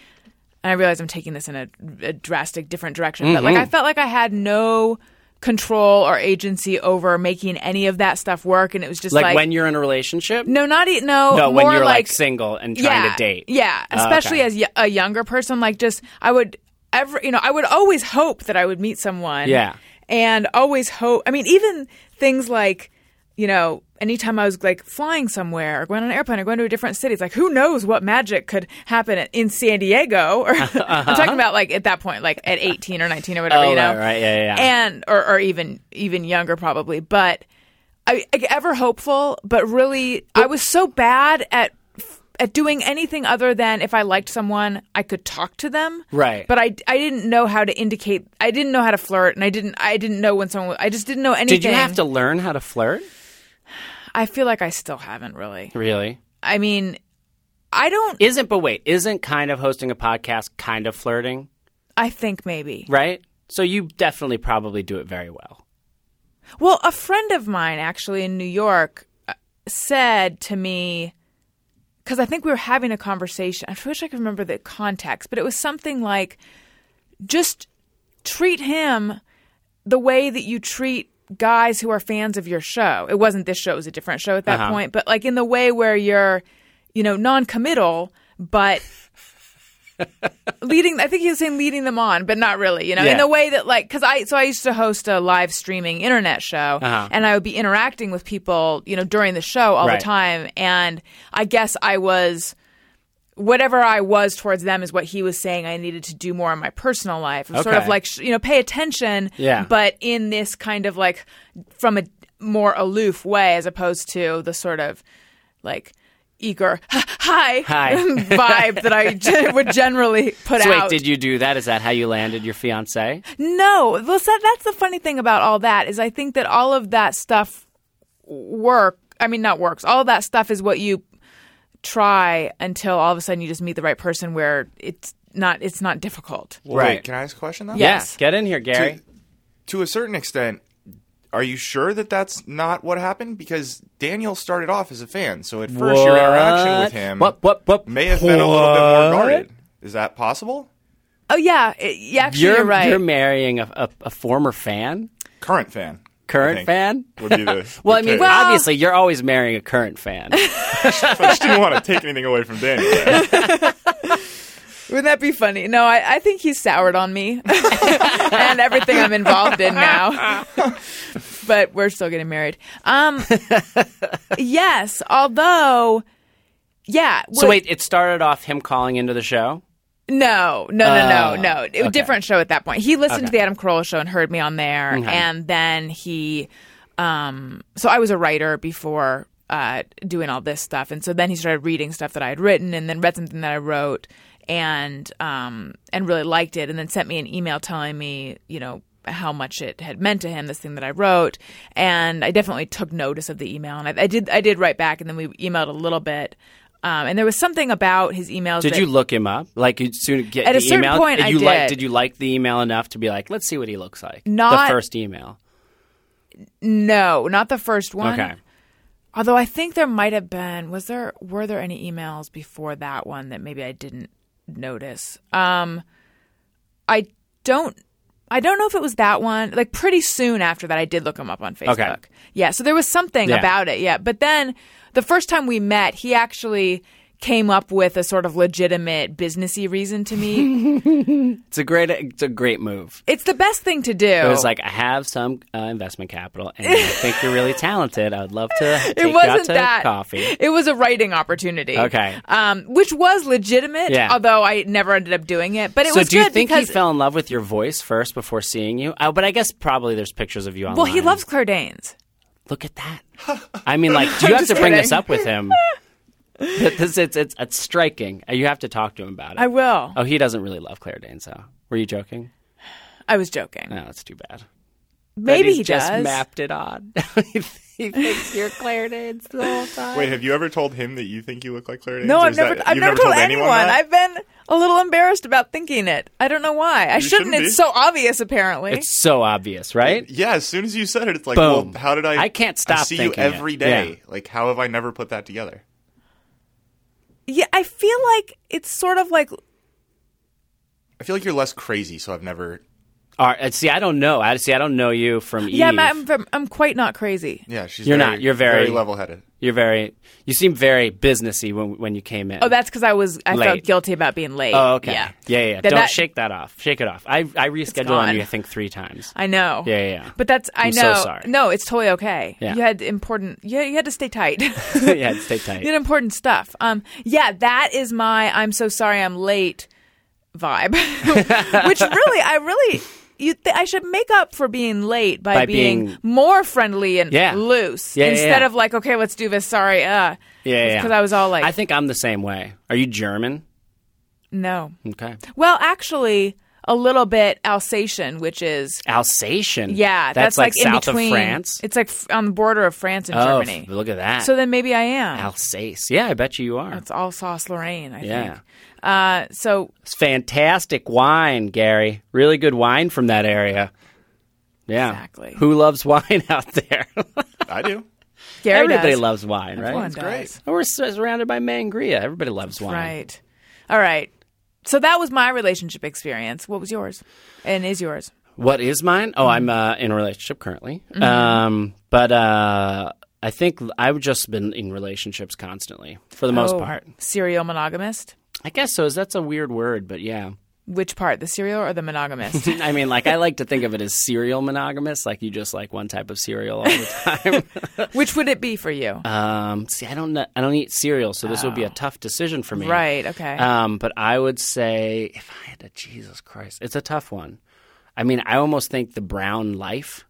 Speaker 2: and I realize I'm taking this in a, a drastic different direction, but
Speaker 5: Mm-hmm.
Speaker 2: like I felt like I had no control or agency over making any of that stuff work. And it was just
Speaker 5: Like,
Speaker 2: like,
Speaker 5: when you're in a relationship?
Speaker 2: no, not e- no.
Speaker 5: No, when
Speaker 2: more
Speaker 5: you're like,
Speaker 2: like
Speaker 5: single and trying
Speaker 2: yeah,
Speaker 5: to date.
Speaker 2: Yeah,
Speaker 5: Oh, okay.
Speaker 2: especially as y- a younger person, like just I would ever, you know, I would always hope that I would meet someone.
Speaker 5: Yeah.
Speaker 2: and always hope. I mean, even things like you know, anytime I was like flying somewhere or going on an airplane or going to a different city, it's like who knows what magic could happen at- in San Diego? Or I'm talking about like at that point, like at 18 or 19 or whatever.
Speaker 5: Uh-huh. Oh,
Speaker 2: you know,
Speaker 5: right, right, yeah, yeah, yeah.
Speaker 2: and or, or even even younger probably but I, I ever hopeful but really i was so bad at at doing anything other than if i liked someone i could talk to them
Speaker 5: Right.
Speaker 2: but i i didn't know how to indicate i didn't know how to flirt and i didn't i didn't know when someone i just didn't know anything
Speaker 5: Did you have to learn how to flirt?
Speaker 2: i feel like i still haven't really
Speaker 5: Really?
Speaker 2: i mean i don't
Speaker 5: Isn't, but wait, isn't kind of hosting a podcast kind of flirting,
Speaker 2: i think maybe
Speaker 5: right? So you definitely probably do it very well.
Speaker 2: Well, a friend of mine actually in New York uh, said to me, because I think we were having a conversation. I wish I could remember the context, but it was something like just treat him the way that you treat guys who are fans of your show. It wasn't this show, it was a different show at that point, but like in the way where you're, you know, non committal, but. leading i think he was saying leading them on but not really you know in
Speaker 5: Yeah.
Speaker 2: the way that like because i so i used to host a live streaming internet show
Speaker 5: Uh-huh.
Speaker 2: and i would be interacting with people you know during the show all
Speaker 5: Right.
Speaker 2: the time and i guess i was whatever i was towards them is what he was saying i needed to do more in my personal life I'm sort of
Speaker 5: Okay.
Speaker 2: like sh- you know pay attention
Speaker 5: Yeah.
Speaker 2: but in this kind of like from a more aloof way as opposed to the sort of like eager hi
Speaker 5: Hi.
Speaker 2: vibe that i gen- would generally put
Speaker 5: So
Speaker 2: out
Speaker 5: wait, did you do that? Is that how you landed your fiance?
Speaker 2: no, well, so that's the funny thing about all that is I think that all of that stuff work. I mean, not works. All of that stuff is what you try until all of a sudden you just meet the right person where it's not. It's not difficult.
Speaker 3: Well, wait,
Speaker 5: Right.
Speaker 3: can I ask a question though?
Speaker 2: Yes.
Speaker 5: Yeah. Get in here, Gary.
Speaker 3: To, to a certain extent, are you sure that that's not what happened? Because Daniel started off as a fan, so at first your interaction with him
Speaker 5: What? What? What?
Speaker 3: may have been a little bit more guarded. Is that possible?
Speaker 2: Oh yeah, it, yeah. Actually,
Speaker 5: You're,
Speaker 2: you're, right.
Speaker 5: you're marrying a, a, a former fan,
Speaker 3: Current fan. I
Speaker 5: current
Speaker 3: think,
Speaker 5: fan.
Speaker 3: Would be the.
Speaker 5: Well, I
Speaker 3: the
Speaker 5: mean,
Speaker 3: take.
Speaker 5: obviously, you're always marrying a current fan.
Speaker 3: I just didn't want to take anything away from Danny. there.
Speaker 2: Wouldn't that be funny? No, I, I think he's soured on me and everything I'm involved in now. but we're still getting married. Um, yes, although, yeah.
Speaker 5: so
Speaker 2: wait-
Speaker 5: wait, it started off him calling into the show.
Speaker 2: No, no, no,
Speaker 5: Oh,
Speaker 2: no, no. It-
Speaker 5: okay.
Speaker 2: Different show at that point. He listened to
Speaker 5: Okay.
Speaker 2: the Adam Carolla show and heard me on there, and then he. Um, so I was a writer before uh, doing all this stuff, and so then he started reading stuff that I had written, and then read something that I wrote, and um, and really liked it, and then sent me an email telling me, you know. How much it had meant to him, this thing that I wrote, and I definitely took notice of the email, and I, I did. I did write back, and then we emailed a little bit, um, and there was something about his emails.
Speaker 5: Did
Speaker 2: that-
Speaker 5: you look him up? Like you soon get
Speaker 2: At
Speaker 5: the
Speaker 2: a certain
Speaker 5: email?
Speaker 2: point, I
Speaker 5: you like-
Speaker 2: did.
Speaker 5: did you like the email enough to be like, let's see what he looks like?
Speaker 2: Not-
Speaker 5: the first email.
Speaker 2: No, not the first one.
Speaker 5: Okay.
Speaker 2: Although I think there might have been was there were there any emails before that one that maybe I didn't notice. Um I don't I don't know if it was that one. Like pretty soon after that I did look him up on Facebook. Yeah, so there was something
Speaker 5: Yeah.
Speaker 2: about it. Yeah. But then the first time we met, he actually came up with a sort of legitimate businessy reason to me.
Speaker 5: It's a great. It's a great move.
Speaker 2: it's the best thing to do.
Speaker 5: It was like I have some uh, investment capital, and I think you're really talented. I would love to take
Speaker 2: it
Speaker 5: you out
Speaker 2: wasn't
Speaker 5: to
Speaker 2: that
Speaker 5: coffee.
Speaker 2: It was a writing opportunity.
Speaker 5: Okay.
Speaker 2: um, which was legitimate.
Speaker 5: Yeah.
Speaker 2: although I never ended up doing it. But it
Speaker 5: so
Speaker 2: was
Speaker 5: do you
Speaker 2: good
Speaker 5: think
Speaker 2: because
Speaker 5: he fell in love with your voice first before seeing you? Oh, but I guess probably there's pictures of you online.
Speaker 2: well, he loves Claire Danes.
Speaker 5: Look at that. I mean, like, do you have to
Speaker 2: just
Speaker 5: bring this
Speaker 2: kidding.
Speaker 5: up with him? That this it's, it's it's striking. You have to talk to him about it.
Speaker 2: I will.
Speaker 5: Oh, he doesn't really love Claire Danes, though. Were you joking?
Speaker 2: I was joking.
Speaker 5: No, that's too bad. But
Speaker 2: Maybe
Speaker 5: he's
Speaker 2: he
Speaker 5: just
Speaker 2: does.
Speaker 5: mapped it on. he thinks you're Claire Danes the whole time.
Speaker 3: Wait, have you ever told him that you think you look like Claire Danes?
Speaker 2: no,
Speaker 3: Or
Speaker 2: I've
Speaker 3: is
Speaker 2: never.
Speaker 3: that-
Speaker 2: I've
Speaker 3: you've
Speaker 2: never told
Speaker 3: anyone
Speaker 2: anyone.
Speaker 3: that?
Speaker 2: I've been a little embarrassed about thinking it. I don't know why. I shouldn't.
Speaker 3: shouldn't be.
Speaker 2: It's so obvious, apparently.
Speaker 5: It's so obvious, right?
Speaker 3: Yeah, as soon as you said it, it's like,
Speaker 5: Boom.
Speaker 3: well, how did I?
Speaker 5: I can't stop
Speaker 3: see
Speaker 5: thinking
Speaker 3: you
Speaker 5: it.
Speaker 3: every day.
Speaker 5: Yeah.
Speaker 3: Like, how have I never put that together?
Speaker 2: yeah, I feel like it's sort of like
Speaker 3: I feel like you're less crazy, so I've never.
Speaker 5: All right, uh, see, I don't know. I see. I don't know you from Eve.
Speaker 2: yeah. I'm, I'm, from- I'm quite not crazy.
Speaker 3: Yeah, she's.
Speaker 5: You're
Speaker 3: very-
Speaker 5: not. You're very-
Speaker 3: very, level-headed.
Speaker 5: You're very. You seem very businessy when when you came in.
Speaker 2: Oh, that's because I was. I
Speaker 5: Late.
Speaker 2: felt guilty about being late.
Speaker 5: Oh, okay.
Speaker 2: Yeah.
Speaker 5: yeah, yeah. yeah.
Speaker 2: That-
Speaker 5: Don't
Speaker 2: that-
Speaker 5: shake that off. Shake it off. I I rescheduled
Speaker 2: gone.
Speaker 5: on you. I think three times.
Speaker 2: I know.
Speaker 5: Yeah, yeah, yeah.
Speaker 2: But that's I
Speaker 5: I'm so
Speaker 2: know.
Speaker 5: sorry.
Speaker 2: No, it's totally okay.
Speaker 5: Yeah.
Speaker 2: You had important. Yeah, you had to stay tight. you
Speaker 5: yeah, stay tight.
Speaker 2: had important stuff. Um, yeah, that is my. I'm so sorry. I'm late. Vibe, which really, I really. You th- I should make up for being late by,
Speaker 5: By
Speaker 2: being,
Speaker 5: being-
Speaker 2: more friendly and
Speaker 5: Yeah.
Speaker 2: loose
Speaker 5: Yeah, yeah,
Speaker 2: instead
Speaker 5: yeah.
Speaker 2: of like, okay, let's do this. Sorry, uh,
Speaker 5: yeah, yeah.
Speaker 2: because I was all like,
Speaker 5: I think I'm the same way. Are you German?
Speaker 2: no.
Speaker 5: Okay.
Speaker 2: Well, actually, a little bit Alsatian, which is
Speaker 5: Alsatian.
Speaker 2: yeah,
Speaker 5: that's,
Speaker 2: that's,
Speaker 5: like,
Speaker 2: in
Speaker 5: south
Speaker 2: between.
Speaker 5: of France.
Speaker 2: It's like f- on the border of France and
Speaker 5: oh,
Speaker 2: Germany.
Speaker 5: f- look at that.
Speaker 2: So then maybe I am.
Speaker 5: Alsace. Yeah, I bet you you are.
Speaker 2: It's Alsace Lorraine, I
Speaker 5: Yeah.
Speaker 2: think. Uh, so
Speaker 5: It's fantastic wine, Gary. Really good wine from that area. Yeah.
Speaker 2: Exactly.
Speaker 5: Who loves wine out there?
Speaker 3: I do.
Speaker 2: Gary
Speaker 5: Everybody
Speaker 2: does.
Speaker 5: loves wine, right?
Speaker 2: Everyone
Speaker 3: great.
Speaker 2: does.
Speaker 5: We're sur- surrounded by mangria. Everybody loves wine.
Speaker 2: Right. All right. So that was my relationship experience. What was yours? And is yours?
Speaker 5: What is mine? Oh, I'm uh,
Speaker 2: Mm-hmm.
Speaker 5: in a relationship currently. Um, but uh, I think I've just been in relationships constantly for the most
Speaker 2: Oh,
Speaker 5: part.
Speaker 2: Serial monogamist?
Speaker 5: I guess so. Is that's a weird word, but yeah.
Speaker 2: Which part? The serial or the monogamist?
Speaker 5: I mean, like I like to think of it as serial monogamous. Like you just like one type of cereal all the
Speaker 2: Which would it be for you?
Speaker 5: time. um, see, I don't kn- I don't eat cereal, so this would be a tough decision for me.
Speaker 2: Oh. right. Okay.
Speaker 5: Um, but I would say if I had to, Jesus Christ, it's a tough one. I mean, I almost think the brown life.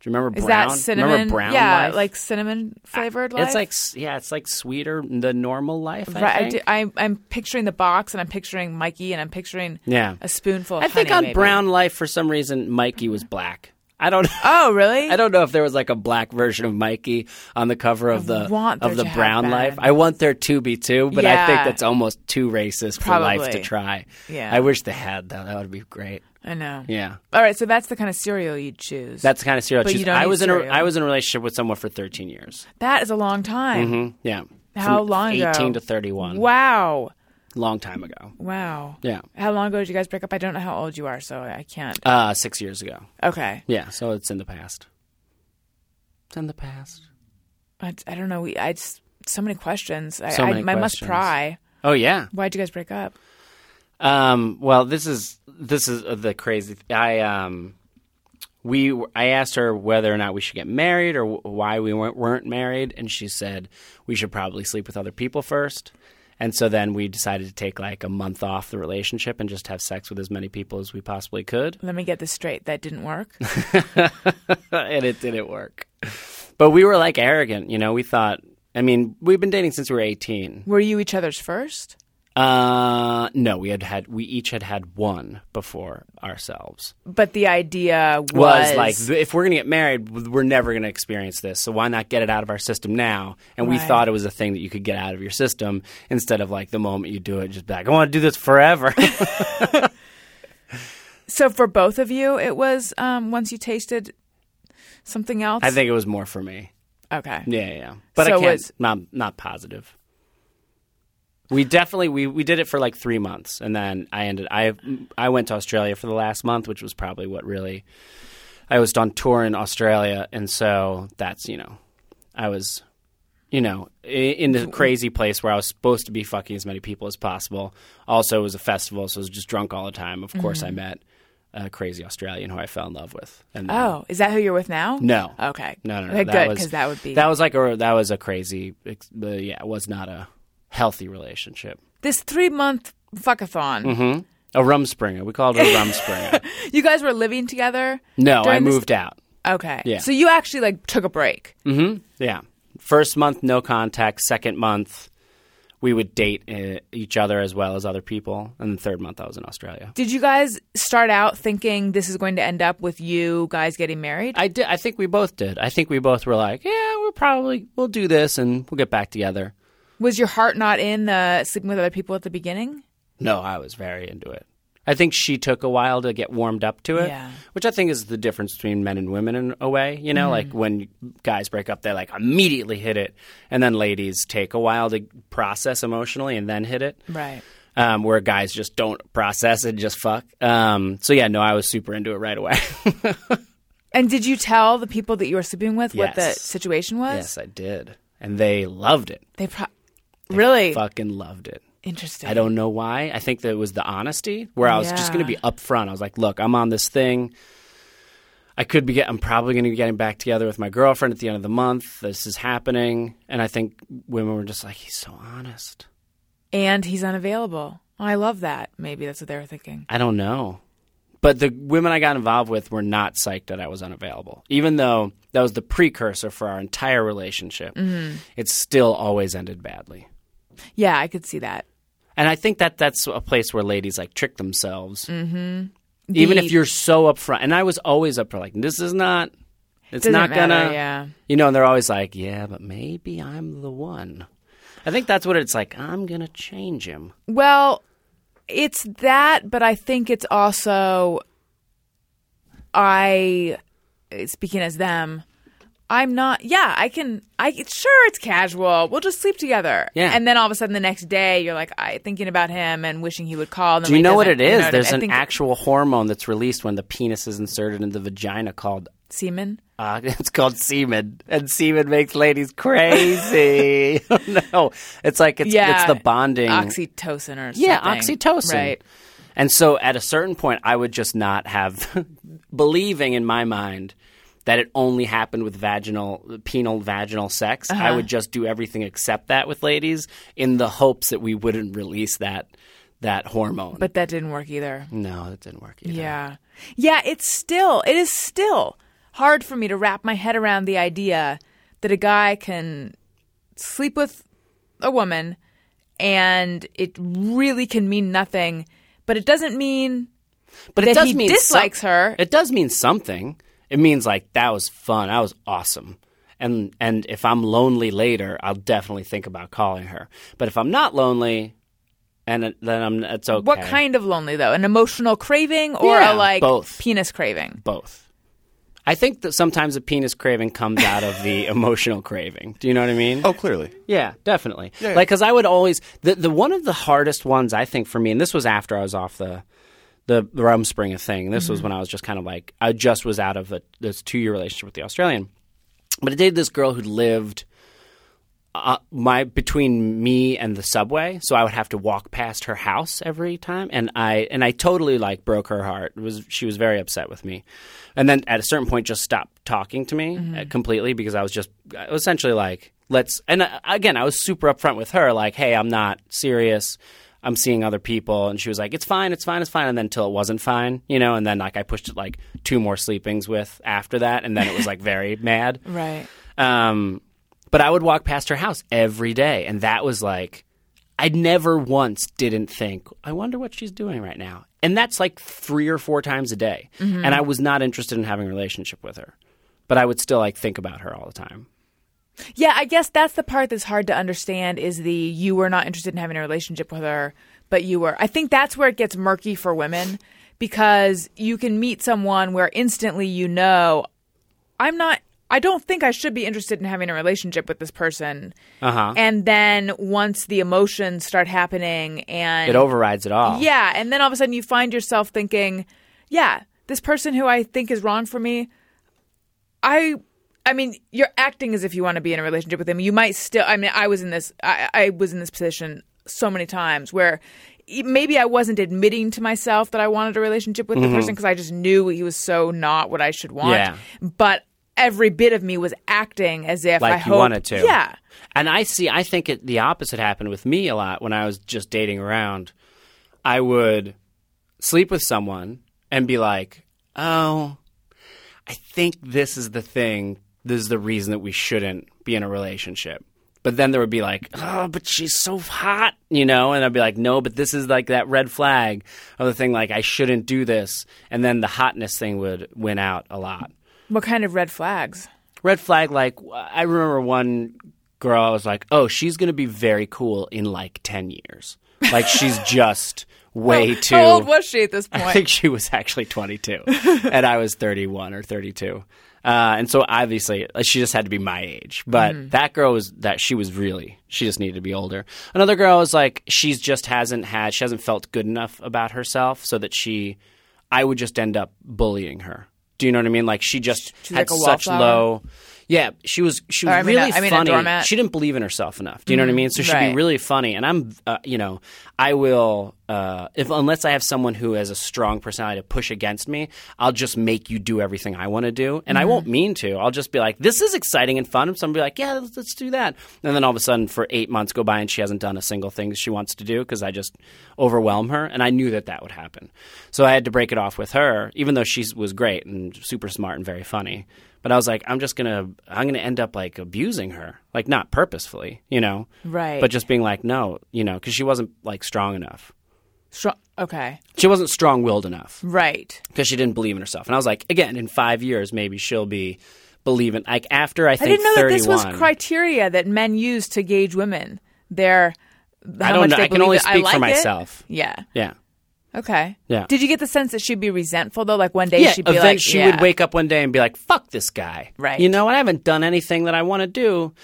Speaker 5: Do you remember
Speaker 2: is
Speaker 5: brown?
Speaker 2: that cinnamon?
Speaker 5: Remember brown
Speaker 2: yeah,
Speaker 5: life?
Speaker 2: like cinnamon flavored life?
Speaker 5: It's like s- yeah, it's like sweeter the normal life. I
Speaker 2: Right, I
Speaker 5: think.
Speaker 2: do, I, I'm picturing the box, and I'm picturing Mikey, and I'm picturing
Speaker 5: Yeah.
Speaker 2: a spoonful. Of
Speaker 5: I think
Speaker 2: honey,
Speaker 5: on
Speaker 2: maybe.
Speaker 5: Brown Life for some reason Mikey was black. I don't.
Speaker 2: Oh, really?
Speaker 5: I don't know if there was like a black version of Mikey on the cover of the
Speaker 2: want there
Speaker 5: of the
Speaker 2: to have
Speaker 5: Brown
Speaker 2: been.
Speaker 5: Life. I want there to be two, but I think
Speaker 2: Yeah.
Speaker 5: that's almost too racist for life to
Speaker 2: Probably.
Speaker 5: try.
Speaker 2: Yeah.
Speaker 5: I wish they had though. That would be great.
Speaker 2: I know.
Speaker 5: Yeah.
Speaker 2: All right, so that's the kind of cereal you'd choose.
Speaker 5: That's the kind of cereal. I
Speaker 2: But you
Speaker 5: choose.
Speaker 2: don't
Speaker 5: I
Speaker 2: eat
Speaker 5: was in a
Speaker 2: cereal.
Speaker 5: I was in a relationship with someone for 13 years.
Speaker 2: that is a long time.
Speaker 5: hmm Yeah.
Speaker 2: How
Speaker 5: From
Speaker 2: long ago?
Speaker 5: 18 to 31.
Speaker 2: Wow.
Speaker 5: long time ago.
Speaker 2: Wow.
Speaker 5: Mm-hmm. Yeah.
Speaker 2: How long ago did you guys break up? I don't know how old you are, so I can't.
Speaker 5: Uh, six years ago.
Speaker 2: Okay.
Speaker 5: Yeah, so it's in the past. It's in the past.
Speaker 2: I, I don't know. We, I just so many questions. I,
Speaker 5: So
Speaker 2: I,
Speaker 5: many
Speaker 2: I must
Speaker 5: questions.
Speaker 2: pry.
Speaker 5: Oh yeah.
Speaker 2: Why'd you guys break up?
Speaker 5: Um, well, this is this is uh, the crazy. th- I um, we were- I asked her whether or not we should get married or wh- why we weren't, weren't married, and she said we should probably sleep with other people first. And so then we decided to take like a month off the relationship and just have sex with as many people as we possibly could,
Speaker 2: Let me get this straight. That didn't work.
Speaker 5: and it didn't work. But we were like arrogant, you know. We thought, I mean, we've been dating since we were eighteen.
Speaker 2: Were you each other's first?
Speaker 5: Uh, no, we had had we each had had one before ourselves.
Speaker 2: But the idea was,
Speaker 5: was, like, th- if we're going to get married, w- we're never going to experience this. So why not get it out of our system now? And we
Speaker 2: Right.
Speaker 5: thought it was a thing that you could get out of your system instead of like the moment you do it, just be like, I want to do this forever.
Speaker 2: so for both of you, it was um, once you tasted something else.
Speaker 5: I think it was more for me.
Speaker 2: Okay.
Speaker 5: Yeah, yeah, yeah. But
Speaker 2: So
Speaker 5: I can't.
Speaker 2: was-
Speaker 5: Not not positive. We definitely we, we did it for like three months, and then I ended. I I went to Australia for the last month, which was probably what really. I was on tour in Australia, and so that's you know, I was, you know, i- in the crazy place where I was supposed to be fucking as many people as possible. Also, it was a festival, so I was just drunk all the time. Of course,
Speaker 2: Mm-hmm.
Speaker 5: I met a crazy Australian who I fell in love with. And then-
Speaker 2: Oh, is that who you're with now?
Speaker 5: no.
Speaker 2: Okay.
Speaker 5: No, no, no.
Speaker 2: Okay,
Speaker 5: That
Speaker 2: good,
Speaker 5: was-
Speaker 2: because that would be
Speaker 5: that was like a that was a crazy. ex- uh, Yeah, it was not a healthy relationship.
Speaker 2: this three month fuckathon.
Speaker 5: Mm-hmm. A rumspringer. We called it a rumspringer.
Speaker 2: You guys were living together.
Speaker 5: No, I
Speaker 2: during this-
Speaker 5: moved out.
Speaker 2: Okay.
Speaker 5: Yeah.
Speaker 2: So you actually like took a break.
Speaker 5: Yeah. First month, no contact. Second month, we would date uh, each other as well as other people. And the third month, I was in Australia.
Speaker 2: Did you guys start out thinking this is going to end up with you guys getting married?
Speaker 5: I did. I think we both did. I think we both were like, yeah, we'll probably we'll do this and we'll get back together.
Speaker 2: Was your heart not in the sleeping with other people at the beginning?
Speaker 5: No, I was very into it. I think she took a while to get warmed up to it,
Speaker 2: Yeah.
Speaker 5: which I think is the difference between men and women in a way. You know, like when guys break up, they like immediately hit it, and then ladies take a while to process emotionally and then hit it.
Speaker 2: Right.
Speaker 5: Um, where guys just don't process and just fuck. Um, so yeah, no, I was super into it right away.
Speaker 2: And did you tell the people that you were sleeping with what the
Speaker 5: Yes.
Speaker 2: situation was?
Speaker 5: yes, I did, and they loved it.
Speaker 2: They pro- really
Speaker 5: Fucking loved it.
Speaker 2: interesting.
Speaker 5: I don't know why. I think that it was the honesty where I was just
Speaker 2: Yeah.
Speaker 5: going to be upfront. I was like, look, I'm on this thing. I could be. Get, I'm probably going to be getting back together with my girlfriend at the end of the month. This is happening, and I think women were just like, he's so honest.
Speaker 2: And he's unavailable. I love that. Maybe that's what they were thinking.
Speaker 5: I don't know, but the women I got involved with were not psyched that I was unavailable, even though that was the precursor for our entire relationship. It still always ended badly.
Speaker 2: Yeah, I could see that.
Speaker 5: And I think that that's a place where ladies like trick themselves. Mm-hmm. Even if you're so upfront, and I was always upfront, like this is not, it's
Speaker 2: Doesn't
Speaker 5: not gonna,
Speaker 2: matter, yeah.
Speaker 5: you know. And they're always like, yeah, but maybe I'm the one. I think that's what it's like. I'm gonna change him.
Speaker 2: Well, it's that, but I think it's also I speaking as them. I'm not. Yeah, I can. I sure it's casual. We'll just sleep together.
Speaker 5: Yeah.
Speaker 2: And then all of a sudden, the next day, you're like I thinking about him and wishing he would call. and
Speaker 5: Do
Speaker 2: then
Speaker 5: you
Speaker 2: he
Speaker 5: know what it
Speaker 2: doesn't.
Speaker 5: is?
Speaker 2: You know,
Speaker 5: There's
Speaker 2: I
Speaker 5: an
Speaker 2: think
Speaker 5: actual hormone that's released when the penis is inserted into the vagina called
Speaker 2: semen.
Speaker 5: Uh, it's called semen, and semen makes ladies crazy. no, it's like it's
Speaker 2: Yeah,
Speaker 5: it's the bonding
Speaker 2: oxytocin or
Speaker 5: Yeah,
Speaker 2: something.
Speaker 5: oxytocin.
Speaker 2: Right.
Speaker 5: And so at a certain point, I would just not have believing in my mind that it only happened with vaginal, penal vaginal sex. I would just do everything except that with ladies in the hopes that we wouldn't release that that hormone.
Speaker 2: But that didn't work either.
Speaker 5: no, that didn't work either.
Speaker 2: Yeah. Yeah, it's still, it is still hard for me to wrap my head around the idea that a guy can sleep with a woman and it really can mean nothing, but it doesn't mean
Speaker 5: But
Speaker 2: That
Speaker 5: it does
Speaker 2: he
Speaker 5: mean
Speaker 2: dislikes her.
Speaker 5: It does mean something. It means like that was fun. That was awesome. And and if I'm lonely later, I'll definitely think about calling her. But if I'm not lonely, and it- then I'm it's okay.
Speaker 2: what kind of lonely though? An emotional craving or a
Speaker 5: Yeah,
Speaker 2: like
Speaker 5: both.
Speaker 2: penis craving?
Speaker 5: Both. I think that sometimes the penis craving comes out of the emotional craving. Do you know what I mean?
Speaker 3: Oh, clearly.
Speaker 5: Yeah, definitely. Like 'cause Like, because I would always the the one of the hardest ones I think for me, and this was after I was off the the Rumspringa thing. This was when I was just kind of like I just was out of a, this two year relationship with the Australian, but I dated this girl who lived uh, my between me and the subway, so I would have to walk past her house every time, and I and I totally like broke her heart. It was she was very upset with me, and then at a certain point just stopped talking to me uh, completely because I was just I was essentially like let's and uh, again I was super upfront with her like hey I'm not serious. I'm seeing other people, and she was like, "It's fine, it's fine, it's fine." And then until it wasn't fine, you know, and then like I pushed it like two more sleepings with after that, and then it was like very mad,
Speaker 2: Right.
Speaker 5: um, but I would walk past her house every day, and that was like, I never once didn't think, I wonder what she's doing right now. And that's like three or four times a day. And I was not interested in having a relationship with her, but I would still like think about her all the time.
Speaker 2: Yeah, I guess that's the part that's hard to understand is the you were not interested in having a relationship with her, but you were. I think that's where it gets murky for women because you can meet someone where instantly you know, I'm not, I don't think I should be interested in having a relationship with this person.
Speaker 5: Uh-huh.
Speaker 2: And then once the emotions start happening and
Speaker 5: It overrides it all.
Speaker 2: yeah, and then all of a sudden you find yourself thinking, yeah, this person who I think is wrong for me, I I mean, you're acting as if you want to be in a relationship with them. You might still I mean, I was in this I, I was in this position so many times where e- maybe I wasn't admitting to myself that I wanted a relationship with the person because I just knew he was so not what I should want.
Speaker 5: Mm-hmm. Yeah.
Speaker 2: But every bit of me was acting as if
Speaker 5: Like
Speaker 2: I
Speaker 5: you
Speaker 2: hope-
Speaker 5: wanted to.
Speaker 2: Yeah.
Speaker 5: And I see, I think it, the opposite happened with me a lot when I was just dating around. I would sleep with someone and be like, oh, I think this is the thing. This is the reason that we shouldn't be in a relationship. But then there would be like, oh, but she's so hot, you know? And I'd be like, no, but this is like that red flag of the thing, like, I shouldn't do this. And then the hotness thing would win out a lot
Speaker 2: What kind of red flags?
Speaker 5: red flag like i remember one girl i was like oh she's going to be very cool in like 10 years like she's just way too
Speaker 2: How old was she at this point?
Speaker 5: i think she was actually 22 and i was 31 or 32 uh, and so obviously uh, she just had to be my age but
Speaker 2: Mm-hmm.
Speaker 5: that girl was that she was really she just needed to be older another girl was like she's just hasn't had she hasn't felt good enough about herself so that she i would just end up bullying her do you know what i mean like she just
Speaker 2: She's
Speaker 5: had
Speaker 2: like a
Speaker 5: such
Speaker 2: wallflower?
Speaker 5: low yeah, she was she was
Speaker 2: Or, I mean,
Speaker 5: really
Speaker 2: a- I mean, a
Speaker 5: funny.
Speaker 2: doormat. Mm-hmm.
Speaker 5: she didn't believe in herself enough. Do you know what I mean? So she'd
Speaker 2: right.
Speaker 5: be really funny, and I'm, uh, you know, I will uh, if unless I have someone who has a strong personality to push against me, I'll just make you do everything I want to do, and I won't mean to. I'll just be like, "This is exciting and fun," and somebody be like, "Yeah, let's, let's do that," and then all of a sudden, for eight months go by, and she hasn't done a single thing she wants to do because I just overwhelm her, and I knew that that would happen, so I had to break it off with her, even though she was great and super smart and very funny. But I was like, I'm just gonna, I'm gonna end up like abusing her, like not purposefully, you know,
Speaker 2: Right.
Speaker 5: But just being like, no, you know, because she wasn't like strong enough.
Speaker 2: Stro- okay.
Speaker 5: She wasn't strong-willed enough
Speaker 2: Right.
Speaker 5: because she didn't believe in herself. And I was like, again, in five years, maybe she'll be believing. Like after I
Speaker 2: I
Speaker 5: think
Speaker 2: didn't know
Speaker 5: 31,
Speaker 2: that this was criteria that men use to gauge women. Their how
Speaker 5: I don't
Speaker 2: much
Speaker 5: know.
Speaker 2: They
Speaker 5: I can only
Speaker 2: believe it.
Speaker 5: speak
Speaker 2: like
Speaker 5: for
Speaker 2: it.
Speaker 5: myself.
Speaker 2: Yeah.
Speaker 5: Yeah.
Speaker 2: Okay.
Speaker 5: Yeah.
Speaker 2: Did you get the sense that she'd be resentful though? Like one day she'd be
Speaker 5: eventually
Speaker 2: like,
Speaker 5: she
Speaker 2: yeah.
Speaker 5: would wake up one day and be like, "Fuck this guy."
Speaker 2: Right.
Speaker 5: You know, I haven't done anything that I want to do.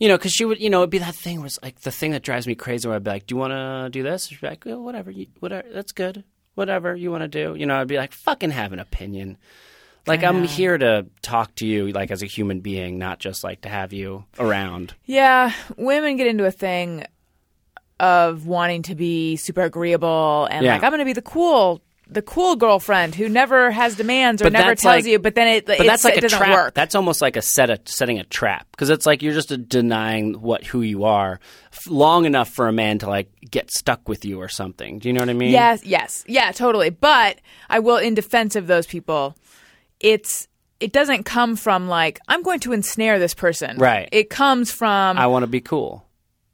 Speaker 5: You know, because she would, you know, it'd be that thing where it's like the thing that drives me crazy. Where I'd be like, "Do you want to do this?" She'd be like, well, "Whatever, you, whatever, that's good. Whatever you want to do." You know, I'd be like, "Fucking have an opinion." Like I'm here to talk to you, like as a human being, not just like to have you around.
Speaker 2: Yeah. Women get into a thing of wanting to be super agreeable and
Speaker 5: Yeah.
Speaker 2: like I'm going to be the cool. The cool girlfriend who never has demands or
Speaker 5: But
Speaker 2: never
Speaker 5: that's
Speaker 2: tells
Speaker 5: like-
Speaker 2: you, but then it,
Speaker 5: But that's like
Speaker 2: it
Speaker 5: a
Speaker 2: doesn't
Speaker 5: trap.
Speaker 2: work.
Speaker 5: That's almost like a set a, setting a trap because it's like you're just uh denying what who you are f- long enough for a man to like get stuck with you or something. Do you know what I mean?
Speaker 2: Yes, yes, yeah, totally. But I will, in defense of those people, it's it doesn't come from like I'm going to ensnare this person.
Speaker 5: Right.
Speaker 2: It comes from
Speaker 5: I want to be cool.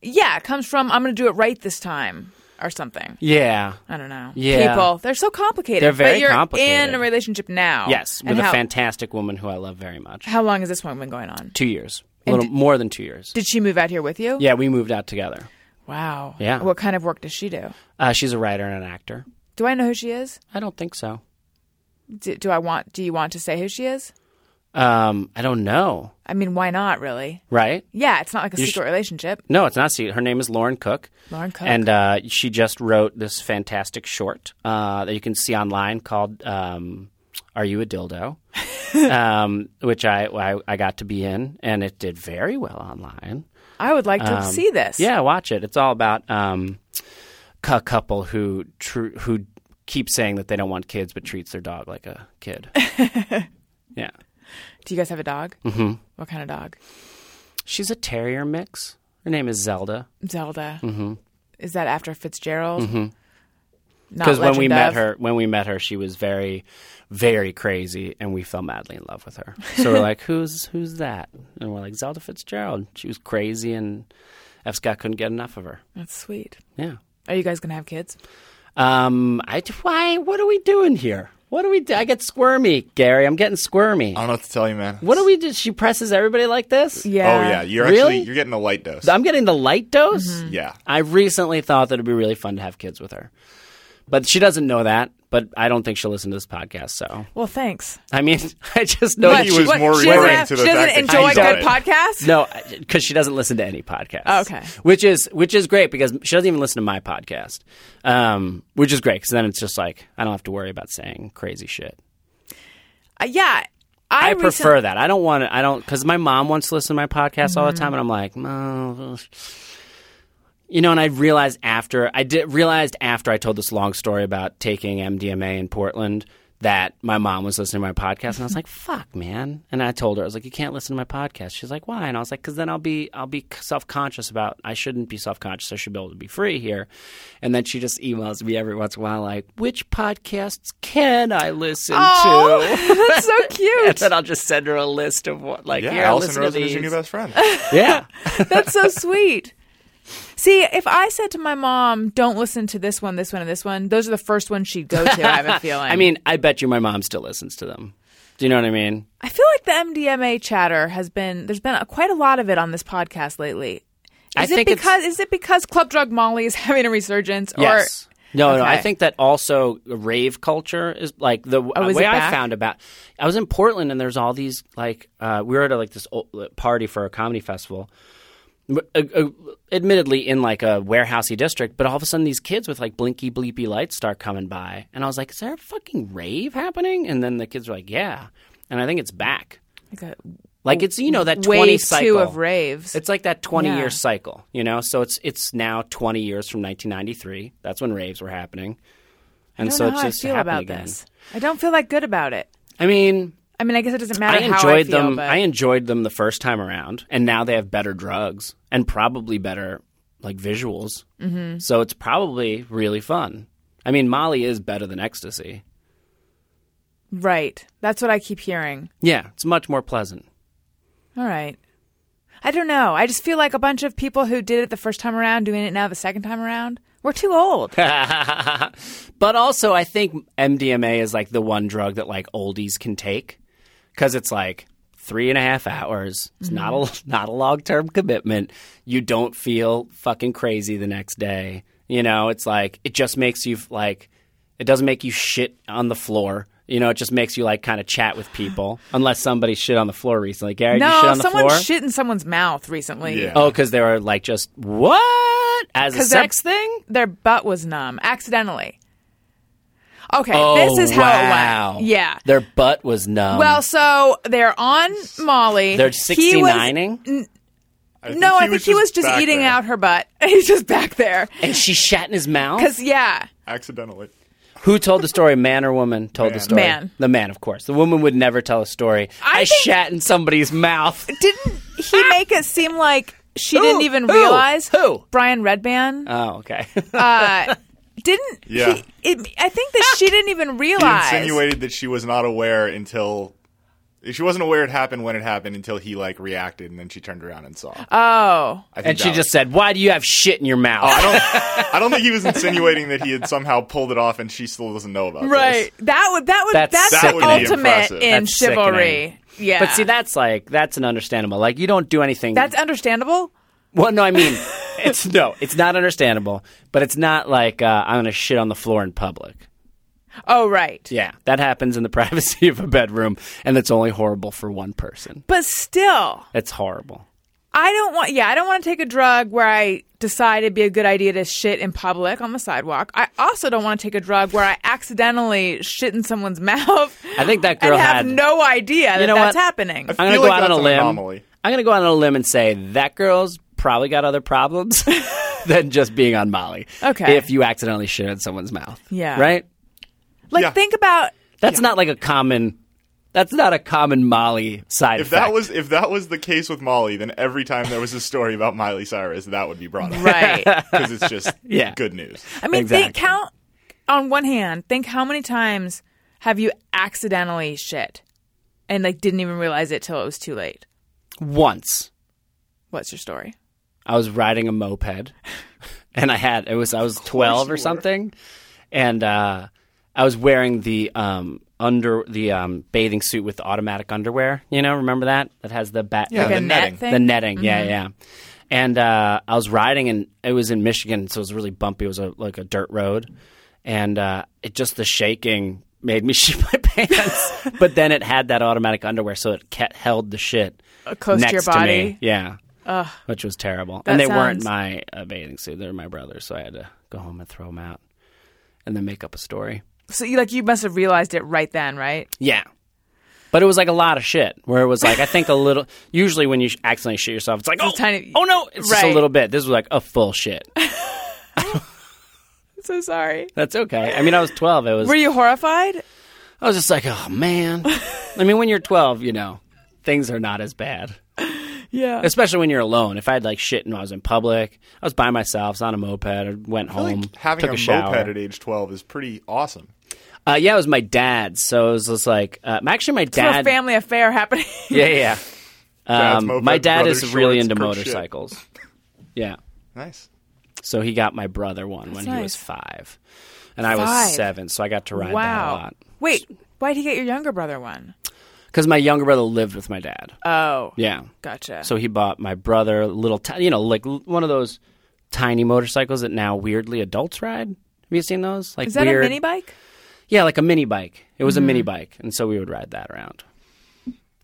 Speaker 2: yeah, it comes from I'm going to do it right this time or something.
Speaker 5: Yeah.
Speaker 2: I don't know.
Speaker 5: Yeah.
Speaker 2: People, they're so complicated.
Speaker 5: They're
Speaker 2: but
Speaker 5: very
Speaker 2: you're
Speaker 5: complicated.
Speaker 2: in a relationship now.
Speaker 5: Yes,
Speaker 2: Oh. And
Speaker 5: with
Speaker 2: how,
Speaker 5: a fantastic woman who I love very much.
Speaker 2: How long has this one been going on?
Speaker 5: Two years, a little more than two years.
Speaker 2: Did she move out here with you?
Speaker 5: yeah, we moved out together.
Speaker 2: Wow.
Speaker 5: Yeah.
Speaker 2: What kind of work does she do?
Speaker 5: Uh, she's a writer and an actor.
Speaker 2: Do I know who she is?
Speaker 5: I don't think so.
Speaker 2: Do, do I want? Do you want to say who she is?
Speaker 5: Um, I don't know.
Speaker 2: I mean, why not, really?
Speaker 5: Right?
Speaker 2: Yeah, it's not like a
Speaker 5: sh-
Speaker 2: secret relationship.
Speaker 5: No, it's not. See, her name is Lauren Cook.
Speaker 2: Lauren Cook.
Speaker 5: and uh, she just wrote this fantastic short uh, that you can see online called um, "Are You a Dildo," um, which I, I I got to be in, and it did very well online.
Speaker 2: I would like to
Speaker 5: Um,
Speaker 2: see this.
Speaker 5: Yeah, watch it. It's all about um, a couple who tr- who keep saying that they don't want kids, but treats their dog like a kid. yeah,
Speaker 2: Do you guys have a dog? Mm-hmm. What kind of dog?
Speaker 5: she's a terrier mix. Her name is Zelda.
Speaker 2: Zelda. Mm-hmm. Is that after Fitzgerald? Not
Speaker 5: Because Mm-hmm. when
Speaker 2: Legend
Speaker 5: we met
Speaker 2: of?
Speaker 5: her, when we met her, she was very, very crazy, and we fell madly in love with her. So we're like, "Who's who's that?" And we're like, "Zelda Fitzgerald." She was crazy, and F. Scott couldn't get enough of her.
Speaker 2: That's sweet.
Speaker 5: Yeah.
Speaker 2: Are you guys gonna have kids?
Speaker 5: Um. I. Why? What are we doing here? What are we? Do? I get squirmy, Gary. I'm getting squirmy.
Speaker 3: I don't know what to tell you, man.
Speaker 5: What do we do? She presses everybody like this.
Speaker 2: Yeah.
Speaker 3: Oh yeah, you're
Speaker 5: Really?
Speaker 3: actually you're getting a light dose.
Speaker 5: I'm getting the light dose.
Speaker 2: Mm-hmm.
Speaker 3: yeah.
Speaker 5: I recently thought that it'd be really fun to have kids with her, but she doesn't know that. But I don't think she'll listen to this podcast. So
Speaker 2: Well, thanks.
Speaker 5: I mean, I just know
Speaker 3: What?
Speaker 5: she
Speaker 3: was more
Speaker 2: she doesn't,
Speaker 3: referring
Speaker 2: have-
Speaker 3: to the
Speaker 2: she doesn't
Speaker 3: fact that
Speaker 2: enjoy
Speaker 5: she's
Speaker 2: good
Speaker 3: on it.
Speaker 2: podcasts.
Speaker 5: No, because she doesn't listen to any podcast.
Speaker 2: Okay.
Speaker 5: which is which is great because she doesn't even listen to my podcast, um, which is great because then it's just like I don't have to worry about saying crazy shit.
Speaker 2: Uh, yeah,
Speaker 5: I,
Speaker 2: I, recent-
Speaker 5: prefer that. I don't want to. I don't because my mom wants to listen to my podcast all the
Speaker 2: Mm-hmm.
Speaker 5: time, and I'm like, no. You know, and I realized after I did realized after I told this long story about taking MDMA in Portland that my mom was listening to my podcast, and I was like, "Fuck, man!" And I told her, I was like, "You can't listen to my podcast." She's like, "Why?" And I was like, "Cause then I'll be I'll be self conscious about. I shouldn't be self conscious. I should be able to be free here." And then she just emails me every once in a while, like, "Which podcasts can I listen to?"
Speaker 2: Oh, that's so
Speaker 5: and
Speaker 2: cute.
Speaker 5: then I'll just send her a list of what, like,
Speaker 3: Yeah,
Speaker 5: here,
Speaker 3: Allison
Speaker 5: listen
Speaker 3: Rosen
Speaker 5: to
Speaker 3: is your new
Speaker 5: these.
Speaker 3: best friend.
Speaker 5: Yeah,
Speaker 2: That's so sweet. See, if I said to my mom, "Don't listen to this one, this one, and this one," those are the first ones she'd go to. I have a feeling.
Speaker 5: I mean, I bet you my mom still listens to them. Do you know what I mean?
Speaker 2: I feel like the MDMA chatter has been there's been a, quite a lot of it on this podcast lately. Is
Speaker 5: I
Speaker 2: it
Speaker 5: think it's-
Speaker 2: because is it because Club Drug Molly is having a resurgence? Or
Speaker 5: No, no. I
Speaker 2: Okay.
Speaker 5: think that also rave culture is like the w-
Speaker 2: Oh, is
Speaker 5: way
Speaker 2: it
Speaker 5: I
Speaker 2: back?
Speaker 5: found about. I was in Portland and there's all these like uh, we were at like this old, party for a comedy festival. m- Uh, uh, admittedly, in like a warehousey district, but all of a sudden these kids with like blinky bleepy lights start coming by, and I was like, "Is there a fucking rave happening?" And then the kids were like, "Yeah," and I think it's back.
Speaker 2: like a
Speaker 5: Like it's you know that twenty
Speaker 2: wave
Speaker 5: cycle
Speaker 2: two of raves.
Speaker 5: It's like that 20
Speaker 2: Yeah.
Speaker 5: year cycle, you know? So it's it's now 20 years from 1993. That's when raves were happening. And
Speaker 2: I don't
Speaker 5: so
Speaker 2: know
Speaker 5: it's
Speaker 2: how
Speaker 5: just
Speaker 2: I feel
Speaker 5: happened
Speaker 2: about
Speaker 5: again.
Speaker 2: this. I don't feel that good about it.
Speaker 5: I mean,
Speaker 2: I mean, I guess it doesn't
Speaker 5: I
Speaker 2: matter
Speaker 5: enjoyed
Speaker 2: how I feel,
Speaker 5: them.
Speaker 2: But
Speaker 5: I enjoyed them the first time around, and now they have better drugs and probably better like visuals. Mm-hmm. So it's probably really fun. I mean, Molly is better than ecstasy.
Speaker 2: right. That's what I keep hearing.
Speaker 5: Yeah, it's much more pleasant.
Speaker 2: All right. I don't know. I just feel like a bunch of people who did it the first time around doing it now the second time around. We're too old.
Speaker 5: but also, I think MDMA is like the one drug that like oldies can take because it's like three and a half hours. It's not
Speaker 2: Mm-hmm.
Speaker 5: a not a long term commitment. You don't feel fucking crazy the next day. You know, it's like it just makes you like it doesn't make you shit on the floor. You know, it just makes you like kind of chat with people. Unless somebody shit on the floor recently. Gary, did you shit
Speaker 2: no,
Speaker 5: on the
Speaker 2: someone
Speaker 5: floor?
Speaker 2: shit in someone's mouth recently.
Speaker 3: Yeah.
Speaker 5: oh, because they were like just what as a
Speaker 2: 'Cause they're-
Speaker 5: sex thing.
Speaker 2: Their butt was numb accidentally. Okay,
Speaker 5: Oh,
Speaker 2: this is how
Speaker 5: wow.
Speaker 2: it went. Yeah.
Speaker 5: Their butt was numb.
Speaker 2: well, so they're on Molly.
Speaker 5: they're
Speaker 2: He was-
Speaker 5: 69ing?
Speaker 2: no, I think he was just,
Speaker 3: back
Speaker 2: eating
Speaker 3: there,
Speaker 2: out her butt. He's just back there.
Speaker 5: and she shat in his mouth?
Speaker 2: Because, yeah.
Speaker 3: accidentally.
Speaker 5: Who told the story, man or woman told the
Speaker 3: Man.
Speaker 5: story?
Speaker 2: Man.
Speaker 5: The man, of course. The woman would never tell a story.
Speaker 2: I
Speaker 5: I,
Speaker 2: think-
Speaker 5: shat in somebody's mouth.
Speaker 2: Didn't he make it seem like she
Speaker 5: Who?
Speaker 2: didn't even
Speaker 5: Who?
Speaker 2: realize?
Speaker 5: Who?
Speaker 2: Brian Redman.
Speaker 5: Oh, okay.
Speaker 2: Uh, didn't
Speaker 3: Yeah.
Speaker 2: he? It, I think that she didn't even
Speaker 3: He
Speaker 2: realize.
Speaker 3: insinuated that she was not aware until she wasn't aware it happened when it happened until he like reacted and then she turned around and saw.
Speaker 2: oh.
Speaker 3: I think
Speaker 5: and she
Speaker 3: that
Speaker 5: just
Speaker 3: was-
Speaker 5: said, Why do you have shit in your mouth?
Speaker 3: I don't. I don't think he was insinuating that he had somehow pulled it off and she still doesn't know about.
Speaker 2: Right. That would that would
Speaker 5: That's
Speaker 2: that's,
Speaker 5: That
Speaker 2: the
Speaker 5: would be
Speaker 2: ultimate
Speaker 3: impressive.
Speaker 2: in
Speaker 5: That's
Speaker 2: chivalry. Yeah.
Speaker 5: But see, that's like, that's an understandable. Like, you don't do anything.
Speaker 2: that's understandable.
Speaker 5: Well, no, I mean, it's no, it's not understandable, but it's not like uh, I'm going to shit on the floor in public.
Speaker 2: Oh, right.
Speaker 5: Yeah, that happens in the privacy of a bedroom, and it's only horrible for one person.
Speaker 2: But still,
Speaker 5: It's horrible.
Speaker 2: I don't want. Yeah, I don't want to take a drug where I decide it'd be a good idea to shit in public on the sidewalk. I also don't want to take a drug where I accidentally shit in someone's mouth.
Speaker 5: I think that
Speaker 2: and
Speaker 5: girl
Speaker 2: have
Speaker 5: had-
Speaker 2: no idea that
Speaker 5: know
Speaker 2: that's
Speaker 5: what? Uh,
Speaker 2: happening.
Speaker 5: I'm gonna
Speaker 3: feel
Speaker 5: go
Speaker 3: like
Speaker 5: out on
Speaker 3: that's
Speaker 5: a
Speaker 3: an
Speaker 5: limb.
Speaker 3: anomaly.
Speaker 5: I'm gonna go out on a limb and say that girl's probably got other problems than just being on Molly.
Speaker 2: Okay.
Speaker 5: If you accidentally shit in someone's mouth.
Speaker 2: Yeah.
Speaker 5: Right?
Speaker 2: like,
Speaker 3: Yeah.
Speaker 2: think about.
Speaker 5: That's not like a common that's not a common Molly side
Speaker 3: If
Speaker 5: effect.
Speaker 3: that was if that was the case with Molly, then every time there was a story about Miley Cyrus, that would be brought up
Speaker 2: Right.
Speaker 3: because it's just
Speaker 5: Yeah.
Speaker 3: good news.
Speaker 2: I mean, think
Speaker 5: Exactly.
Speaker 2: count on one hand. Think how many times have you accidentally shit and like didn't even realize it till it was too late.
Speaker 5: once
Speaker 2: What's your story?
Speaker 5: I was riding a moped and I had it was I was twelve or something. And uh I was wearing the um under the um bathing suit with the automatic underwear. You know, remember that? That has the bat
Speaker 3: Yeah,
Speaker 2: Like
Speaker 3: the
Speaker 2: a net
Speaker 3: netting.
Speaker 2: thing? Mm-hmm.
Speaker 5: The netting, yeah, yeah. And uh, I was riding, and it was in Michigan, so it was really bumpy. It was a, like a dirt road, and uh, it just the shaking made me shit my pants. but then it had that automatic underwear, so it kept, held the shit
Speaker 2: Uh, close to
Speaker 5: next
Speaker 2: your
Speaker 5: me.
Speaker 2: body?
Speaker 5: Yeah, which was terrible.
Speaker 2: That
Speaker 5: and they
Speaker 2: sounds-
Speaker 5: weren't my uh, bathing suit; they were my brother's, so I had to go home and throw them out, and then make up a story.
Speaker 2: So you like you must have realized it right then, right?
Speaker 5: Yeah. But it was like a lot of shit where it was like, I think a little, usually when you sh- accidentally shit yourself, it's like, oh,
Speaker 2: It's a tiny-
Speaker 5: oh no, it's just a
Speaker 2: Right.
Speaker 5: little bit. This was like a full shit.
Speaker 2: So sorry.
Speaker 5: That's okay. I mean, I was 12. It was,
Speaker 2: Were you horrified?
Speaker 5: I was just like, oh man. I mean, when you're 12, you know, things are not as bad,
Speaker 2: Yeah.
Speaker 5: especially when you're alone. If I had like shit and I was in public, I was by myself, was on a moped, I went
Speaker 3: I feel
Speaker 5: home,
Speaker 3: like having
Speaker 5: Um,
Speaker 3: a,
Speaker 5: took a, shower.
Speaker 3: moped at age twelve is pretty awesome.
Speaker 5: uh, yeah, it was my dad's. So it was just like, uh, actually my
Speaker 2: It's a
Speaker 5: dad.
Speaker 2: family affair happening.
Speaker 5: yeah, yeah. yeah.
Speaker 3: Dad's
Speaker 5: Um,
Speaker 3: moped,
Speaker 5: my dad
Speaker 3: brother's
Speaker 5: is really
Speaker 3: shorts,
Speaker 5: into
Speaker 3: crook shit.
Speaker 5: motorcycles. Yeah.
Speaker 3: Nice.
Speaker 5: So he got my brother one when he was
Speaker 2: nice.
Speaker 5: five, and I
Speaker 2: Five.
Speaker 5: was seven. So I got to ride that a
Speaker 2: wow.
Speaker 5: lot.
Speaker 2: Wait, why'd he get your younger brother one?
Speaker 5: because my younger brother lived with my dad.
Speaker 2: Oh,
Speaker 5: yeah,
Speaker 2: gotcha.
Speaker 5: so he bought my brother a little, ti- you know, like l- one of those tiny motorcycles that now weirdly adults ride. Have you seen those? Like
Speaker 2: is that
Speaker 5: weird,
Speaker 2: a mini bike? Mm-hmm.
Speaker 5: Yeah, like a mini bike. It was a mini bike, and so we would ride that around.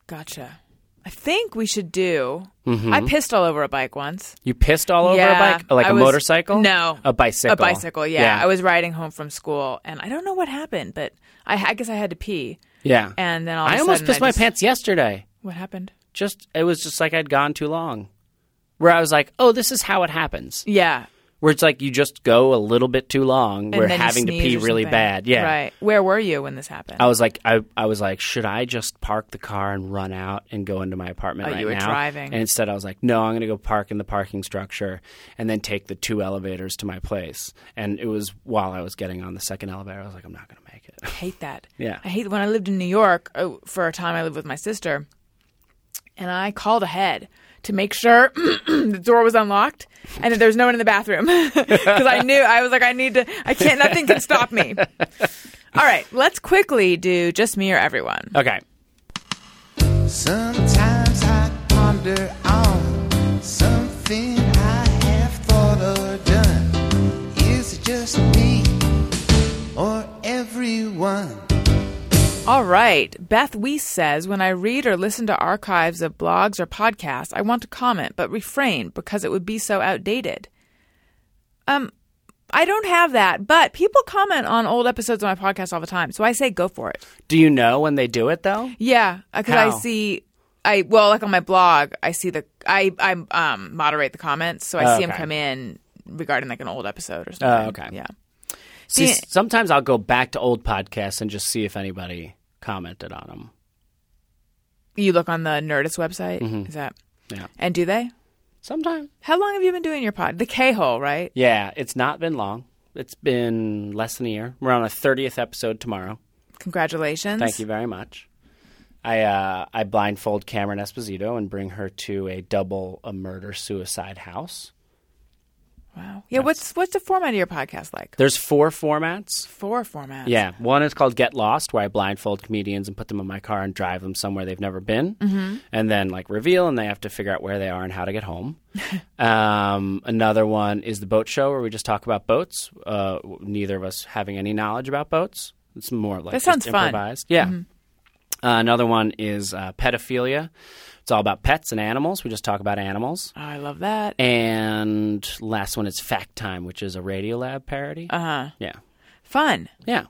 Speaker 2: Gotcha. I think we should do.
Speaker 5: Mm-hmm.
Speaker 2: I pissed all over a bike once.
Speaker 5: You pissed all over
Speaker 2: yeah,
Speaker 5: a bike, like
Speaker 2: I
Speaker 5: a
Speaker 2: was-
Speaker 5: motorcycle?
Speaker 2: No,
Speaker 5: a bicycle.
Speaker 2: A bicycle. Yeah. I was riding home from school, and I don't know what happened, but I, I guess I had to pee.
Speaker 5: yeah,
Speaker 2: and then all of
Speaker 5: I
Speaker 2: a
Speaker 5: almost
Speaker 2: sudden
Speaker 5: pissed
Speaker 2: I
Speaker 5: my
Speaker 2: just-
Speaker 5: pants yesterday.
Speaker 2: What happened?
Speaker 5: Just it was just like I'd gone too long. Where I was like, oh, this is how it happens.
Speaker 2: Yeah,
Speaker 5: where it's like you just go a little bit too long
Speaker 2: and
Speaker 5: where
Speaker 2: then you
Speaker 5: having to pee
Speaker 2: sneezed or
Speaker 5: really
Speaker 2: something.
Speaker 5: bad yeah
Speaker 2: Right. Where were you when this happened?
Speaker 5: i was like I, I was like should i just park the car and run out and go into my apartment
Speaker 2: Oh,
Speaker 5: right
Speaker 2: you were
Speaker 5: now
Speaker 2: driving.
Speaker 5: and instead i was like no i'm going to go park in the parking structure and then take the two elevators to my place and it was while i was getting on the second elevator i was like i'm not going to make it
Speaker 2: hate that.
Speaker 5: Yeah.
Speaker 2: I hate when I lived in New York uh, for a time. I lived with my sister, and I called ahead to make sure the door was unlocked and that there was no one in the bathroom because I knew I was like, I need to. I can't. Nothing can stop me. All right, let's quickly do just me or everyone.
Speaker 5: okay
Speaker 4: Sometimes I ponder on something I have thought or done. Is it just me or everyone?
Speaker 2: All right. Beth Weiss says When I read or listen to archives of blogs or podcasts, I want to comment but refrain because it would be so outdated. Um, I don't have that, but people comment on old episodes of my podcast all the time. So I say go for it.
Speaker 5: do you know when they do it though
Speaker 2: Yeah. Because
Speaker 5: How?
Speaker 2: I see. I well, like on my blog, I see the I I um moderate the comments, so I see them
Speaker 5: Oh, Okay.
Speaker 2: come in regarding like an old episode or
Speaker 5: Oh,
Speaker 2: something.
Speaker 5: okay.
Speaker 2: Yeah.
Speaker 5: see
Speaker 2: Yeah.
Speaker 5: s- sometimes i'll go back to old podcasts and just see if anybody commented on them
Speaker 2: You look on the Nerdist website. Is that?
Speaker 5: Mm-hmm. Yeah.
Speaker 2: And do they?
Speaker 5: sometimes
Speaker 2: How long have you been doing your pod? The K hole, right?
Speaker 5: Yeah, it's not been long. It's been less than a year. We're on our thirtieth episode tomorrow.
Speaker 2: Congratulations.
Speaker 5: Thank you very much. I uh, I blindfold Cameron Esposito and bring her to a double a murder suicide house.
Speaker 2: Wow. Yeah, what's what's the format of your podcast like?
Speaker 5: There's four formats.
Speaker 2: Four formats.
Speaker 5: Yeah, one is called Get Lost, where I blindfold comedians and put them in my car and drive them somewhere they've never been, mm-hmm. and then like reveal, and they have to figure out where they are and how to get home. um, another one is the boat show, where we just talk about boats. Uh, w- neither of us having any knowledge about boats. It's more like
Speaker 2: That
Speaker 5: just
Speaker 2: sounds fun. Mm-hmm.
Speaker 5: improvised. Yeah. Uh, another one is uh, pedophilia. It's all about pets and animals. We just talk about animals.
Speaker 2: Oh, I love that.
Speaker 5: And last one is Fact Time, which is a Radiolab parody. Uh
Speaker 2: Uh-huh.
Speaker 5: huh. Yeah.
Speaker 2: Fun.
Speaker 5: Yeah.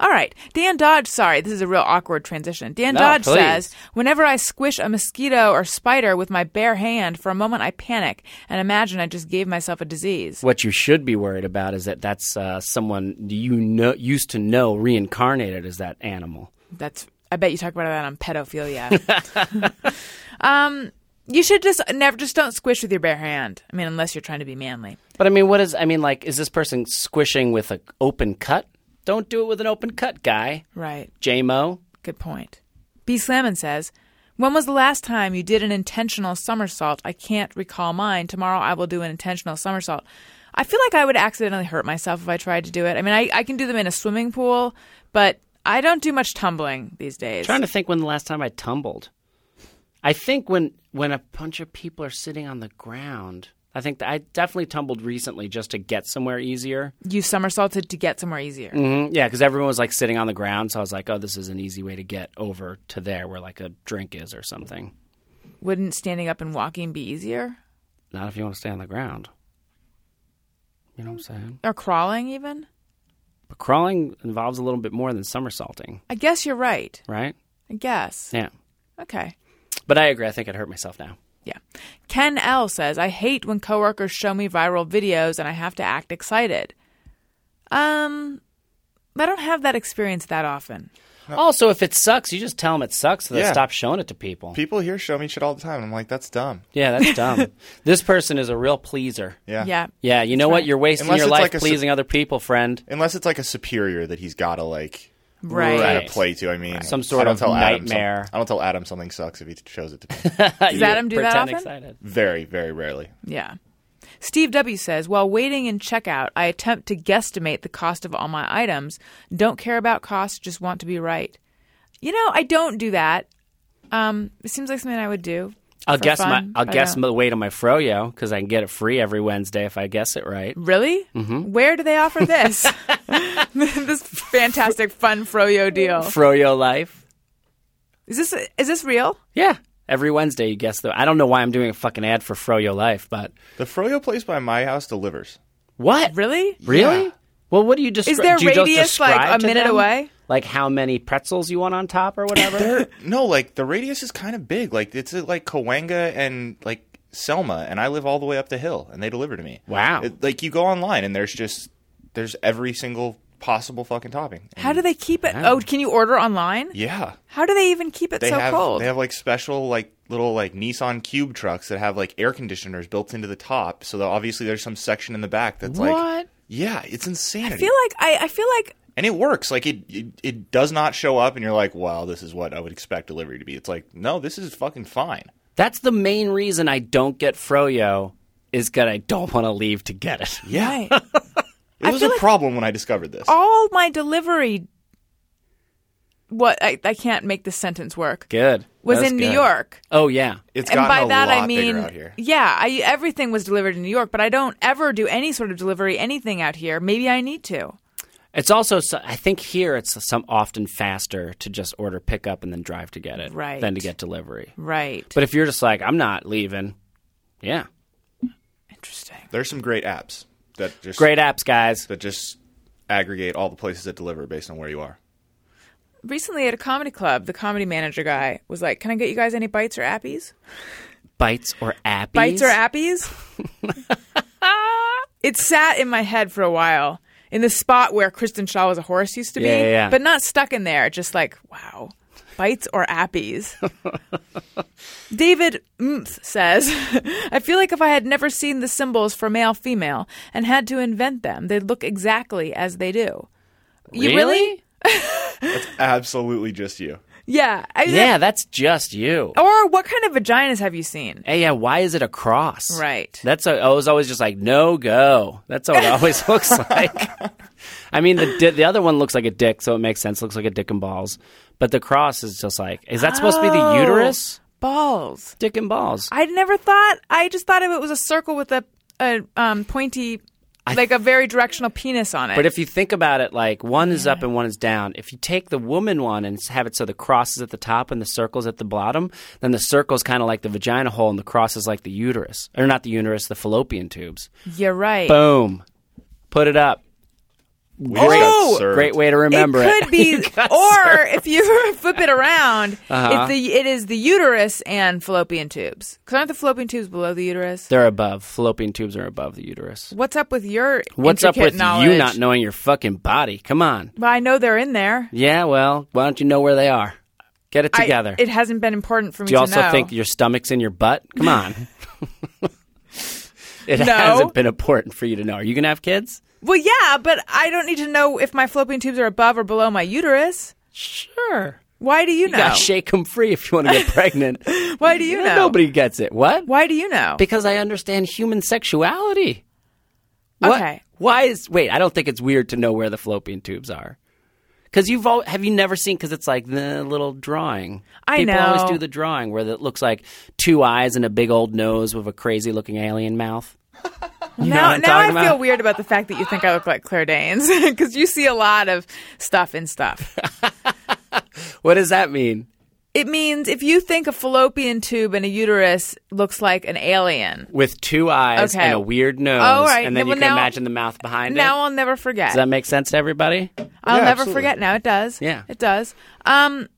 Speaker 2: All right. Dan Dodge, sorry, this is a real awkward transition. Dan
Speaker 5: No,
Speaker 2: Dodge
Speaker 5: please.
Speaker 2: says, Whenever I squish a mosquito or spider with my bare hand, for a moment I panic and imagine I just gave myself a disease.
Speaker 5: What you should be worried about is that that's uh, someone you know used to know reincarnated as that animal.
Speaker 2: That's, I bet you talk about that on pedophilia. um, you should just never, just don't squish with your bare hand. I mean, unless you're trying to be manly.
Speaker 5: But I mean, what is? I mean, like, is this person squishing with an open cut? Don't do it with an open cut, guy.
Speaker 2: Right.
Speaker 5: JMO.
Speaker 2: Good point. B. Slammin says, When was the last time you did an intentional somersault? I can't recall mine. Tomorrow I will do an intentional somersault. I feel like I would accidentally hurt myself if I tried to do it. I mean, I, I can do them in a swimming pool, but I don't do much tumbling these days.
Speaker 5: Trying to think when the last time I tumbled. I think when when a bunch of people are sitting on the ground. I think that I definitely tumbled recently just to get somewhere easier.
Speaker 2: you somersaulted to get somewhere easier.
Speaker 5: Mm-hmm. Yeah, because everyone was like sitting on the ground, so I was like, "Oh, this is an easy way to get over to there where like a drink is or something."
Speaker 2: Wouldn't standing up and walking be easier?
Speaker 5: Not if you want to stay on the ground. You know what I'm saying?
Speaker 2: Or crawling, even?
Speaker 5: But crawling involves a little bit more than somersaulting,
Speaker 2: I guess you're right.
Speaker 5: right?
Speaker 2: I guess.
Speaker 5: Yeah.
Speaker 2: Okay.
Speaker 5: But I agree. I think I'd hurt myself now.
Speaker 2: Yeah. Ken L says, I hate when coworkers show me viral videos and I have to act excited. Um, I don't have that experience that often.
Speaker 5: Also, if it sucks, you just tell them it sucks, so they
Speaker 3: Yeah.
Speaker 5: stop showing it to people.
Speaker 3: People here show me shit all the time. and I'm like, that's dumb.
Speaker 5: yeah, that's dumb. this person is a real pleaser.
Speaker 3: Yeah.
Speaker 2: Yeah.
Speaker 5: Yeah, you know what? You're wasting
Speaker 3: Unless
Speaker 5: your
Speaker 3: it's
Speaker 5: life
Speaker 3: like a su-
Speaker 5: pleasing other people, friend.
Speaker 3: Unless it's like a superior that he's got to like
Speaker 2: Right.
Speaker 3: try to play to. I mean,
Speaker 5: Some sort
Speaker 3: I don't
Speaker 5: of
Speaker 3: tell Adam some-
Speaker 5: nightmare.
Speaker 3: I don't tell Adam something sucks if he shows it to me.
Speaker 5: Does
Speaker 2: Adam do that
Speaker 5: pretend
Speaker 2: often?
Speaker 5: Excited.
Speaker 3: very, very rarely.
Speaker 2: Yeah. Steve W says, while waiting in checkout, I attempt to guesstimate the cost of all my items. Don't care about cost, just want to be right. You know, I don't do that. Um, it seems like something I would do.
Speaker 5: I'll
Speaker 2: for
Speaker 5: guess
Speaker 2: fun.
Speaker 5: my I'll
Speaker 2: I
Speaker 5: guess
Speaker 2: don't-
Speaker 5: the weight on my froyo because I can get it free every Wednesday if I guess it right.
Speaker 2: Really?
Speaker 3: Mm-hmm.
Speaker 2: Where do they offer this? this fantastic fun froyo deal.
Speaker 5: Froyo life.
Speaker 2: Is this is this real?
Speaker 5: Yeah, every Wednesday you guess the. I don't know why I'm doing a fucking ad for Froyo life, but
Speaker 3: The Froyo place by my house delivers.
Speaker 5: what
Speaker 2: Really?
Speaker 5: Really?
Speaker 3: Yeah.
Speaker 5: Well, what do you describe?
Speaker 2: Is their
Speaker 5: do you just
Speaker 2: radius, like, a
Speaker 5: describe to
Speaker 2: minute
Speaker 5: them,
Speaker 2: away?
Speaker 5: Like how many pretzels you want on top or whatever?
Speaker 3: They're- no, like the radius is kind of big. Like it's at, like Cahuenga and like Selma, and I live all the way up the hill, and they deliver to me.
Speaker 5: Wow.
Speaker 3: It- like you go online, and there's just there's every single possible fucking topping. And
Speaker 2: How do they keep it? Oh, can you order online?
Speaker 3: Mm. yeah,
Speaker 2: How do they even keep it
Speaker 3: they
Speaker 2: so
Speaker 3: have
Speaker 2: cold?
Speaker 3: they have like special like little like Nissan Cube trucks that have like air conditioners built into the top. So that obviously there's some section in the back that's like
Speaker 5: What?
Speaker 3: yeah, it's insanity.
Speaker 2: I feel like I, I feel like
Speaker 3: and it works. Like it, it, it does not show up, and you're like, "Wow, this is what I would expect delivery to be." It's like, no, this is fucking fine.
Speaker 5: That's the main reason I don't get Froyo is that I don't want to leave to get it.
Speaker 3: Yeah,
Speaker 2: right,
Speaker 3: it was a
Speaker 2: feel like- Oh,
Speaker 3: problem when I discovered this.
Speaker 2: all my delivery. What I, I can't make this sentence work.
Speaker 5: Good.
Speaker 2: Was
Speaker 5: That's
Speaker 2: in New
Speaker 5: good.
Speaker 2: York.
Speaker 5: Oh yeah.
Speaker 3: It's
Speaker 2: and
Speaker 3: gotten
Speaker 2: by
Speaker 3: a
Speaker 2: that
Speaker 3: lot
Speaker 2: I mean,
Speaker 3: bigger out here.
Speaker 2: yeah, I, everything was delivered in New York, but I don't ever do any sort of delivery anything out here. Maybe I need to.
Speaker 5: It's also so- I think here it's some often faster to just order pickup and then drive to get it
Speaker 2: Right.
Speaker 5: than to get delivery.
Speaker 2: Right.
Speaker 5: But if you're just like I'm not leaving, yeah.
Speaker 2: Interesting.
Speaker 3: There's some great apps that just
Speaker 5: Great apps, guys.
Speaker 3: that just aggregate all the places that deliver based on where you are.
Speaker 2: Recently at a comedy club, the comedy manager guy was like, "Can I get you guys any bites or appies?"
Speaker 5: Bites or appies?
Speaker 2: Bites or appies? it sat in my head for a while in the spot where Kristen Shaw was a horse used to be,
Speaker 5: Yeah, yeah, yeah.
Speaker 2: but not stuck in there. Just like, wow, bites or appies. David Mth says, I feel like if I had never seen the symbols for male female and had to invent them, they'd look exactly as they do. You really?
Speaker 5: Really?
Speaker 3: Absolutely, just you.
Speaker 2: Yeah. I,
Speaker 5: Yeah, that's just you.
Speaker 2: Or what kind of vaginas have you seen?
Speaker 5: Hey, yeah, why is it a cross?
Speaker 2: Right.
Speaker 5: That's a, I was always just like no go. That's what it always looks like. I mean, the di- the other one looks like a dick, so it makes sense. Looks like a dick and balls, but the cross is just like is that supposed to be the
Speaker 2: Oh.
Speaker 5: uterus?
Speaker 2: Balls.
Speaker 5: Dick and balls.
Speaker 2: I'd never thought. I just thought of it was a circle with a, a um, pointy like a very directional penis on it.
Speaker 5: But if you think about it, like one is up and one is down. If you take the woman one and have it so the cross is at the top and the circle's at the bottom, then the circle's kind of like the vagina hole and the cross is like the uterus, or not the uterus, the fallopian tubes.
Speaker 2: You're right.
Speaker 5: Boom, put it up.
Speaker 3: We just got served.
Speaker 5: Great way to remember it.
Speaker 2: it could be, or if you flip it around,
Speaker 5: Uh-huh.
Speaker 2: it's the it is the uterus and fallopian tubes. Because aren't the fallopian tubes below the uterus?
Speaker 5: They're above. Fallopian tubes are above the uterus.
Speaker 2: What's up with your
Speaker 5: What's up
Speaker 2: intricate
Speaker 5: with
Speaker 2: knowledge?
Speaker 5: you not knowing your fucking body? Come on.
Speaker 2: Well, I know they're in there.
Speaker 5: Yeah, well, why don't you know where they are? Get it
Speaker 2: I-
Speaker 5: together.
Speaker 2: it hasn't been important for me
Speaker 5: Do you
Speaker 2: to
Speaker 5: also
Speaker 2: know.
Speaker 5: think your stomach's in your butt? Come on. it
Speaker 2: No.
Speaker 5: hasn't been important for you to know. Are you going to have kids?
Speaker 2: well, yeah, but I don't need to know if my fallopian tubes are above or below my uterus.
Speaker 5: Sure.
Speaker 2: Why do you know?
Speaker 5: You gotta shake them free if you want to get pregnant.
Speaker 2: Why do you know?
Speaker 5: Nobody gets it. What?
Speaker 2: Why do you know?
Speaker 5: Because I understand human sexuality. What?
Speaker 2: Okay.
Speaker 5: Why is wait? I don't think it's weird to know where the fallopian tubes are. Because you've all, have you never seen? Because it's like the little drawing.
Speaker 2: I
Speaker 5: People always
Speaker 2: know.
Speaker 5: do the drawing where it looks like two eyes and a big old nose with a crazy looking alien mouth. You know
Speaker 2: now,
Speaker 5: what I'm
Speaker 2: now I
Speaker 5: talking
Speaker 2: feel
Speaker 5: about?
Speaker 2: weird about the fact that you think I look like Claire Danes because you see a lot of stuff in stuff.
Speaker 5: What does that mean?
Speaker 2: It means if you think a fallopian tube and a uterus looks like an alien,
Speaker 5: With two eyes
Speaker 2: Okay.
Speaker 5: and a weird nose,
Speaker 2: All right.
Speaker 5: and then
Speaker 2: Well,
Speaker 5: you can
Speaker 2: now-
Speaker 5: imagine the mouth behind
Speaker 2: now
Speaker 5: it.
Speaker 2: I'll never forget.
Speaker 5: Does that make sense to everybody?
Speaker 2: I'll
Speaker 3: Yeah,
Speaker 2: never
Speaker 3: absolutely.
Speaker 2: forget. Now it does.
Speaker 5: Yeah.
Speaker 2: it does. Um,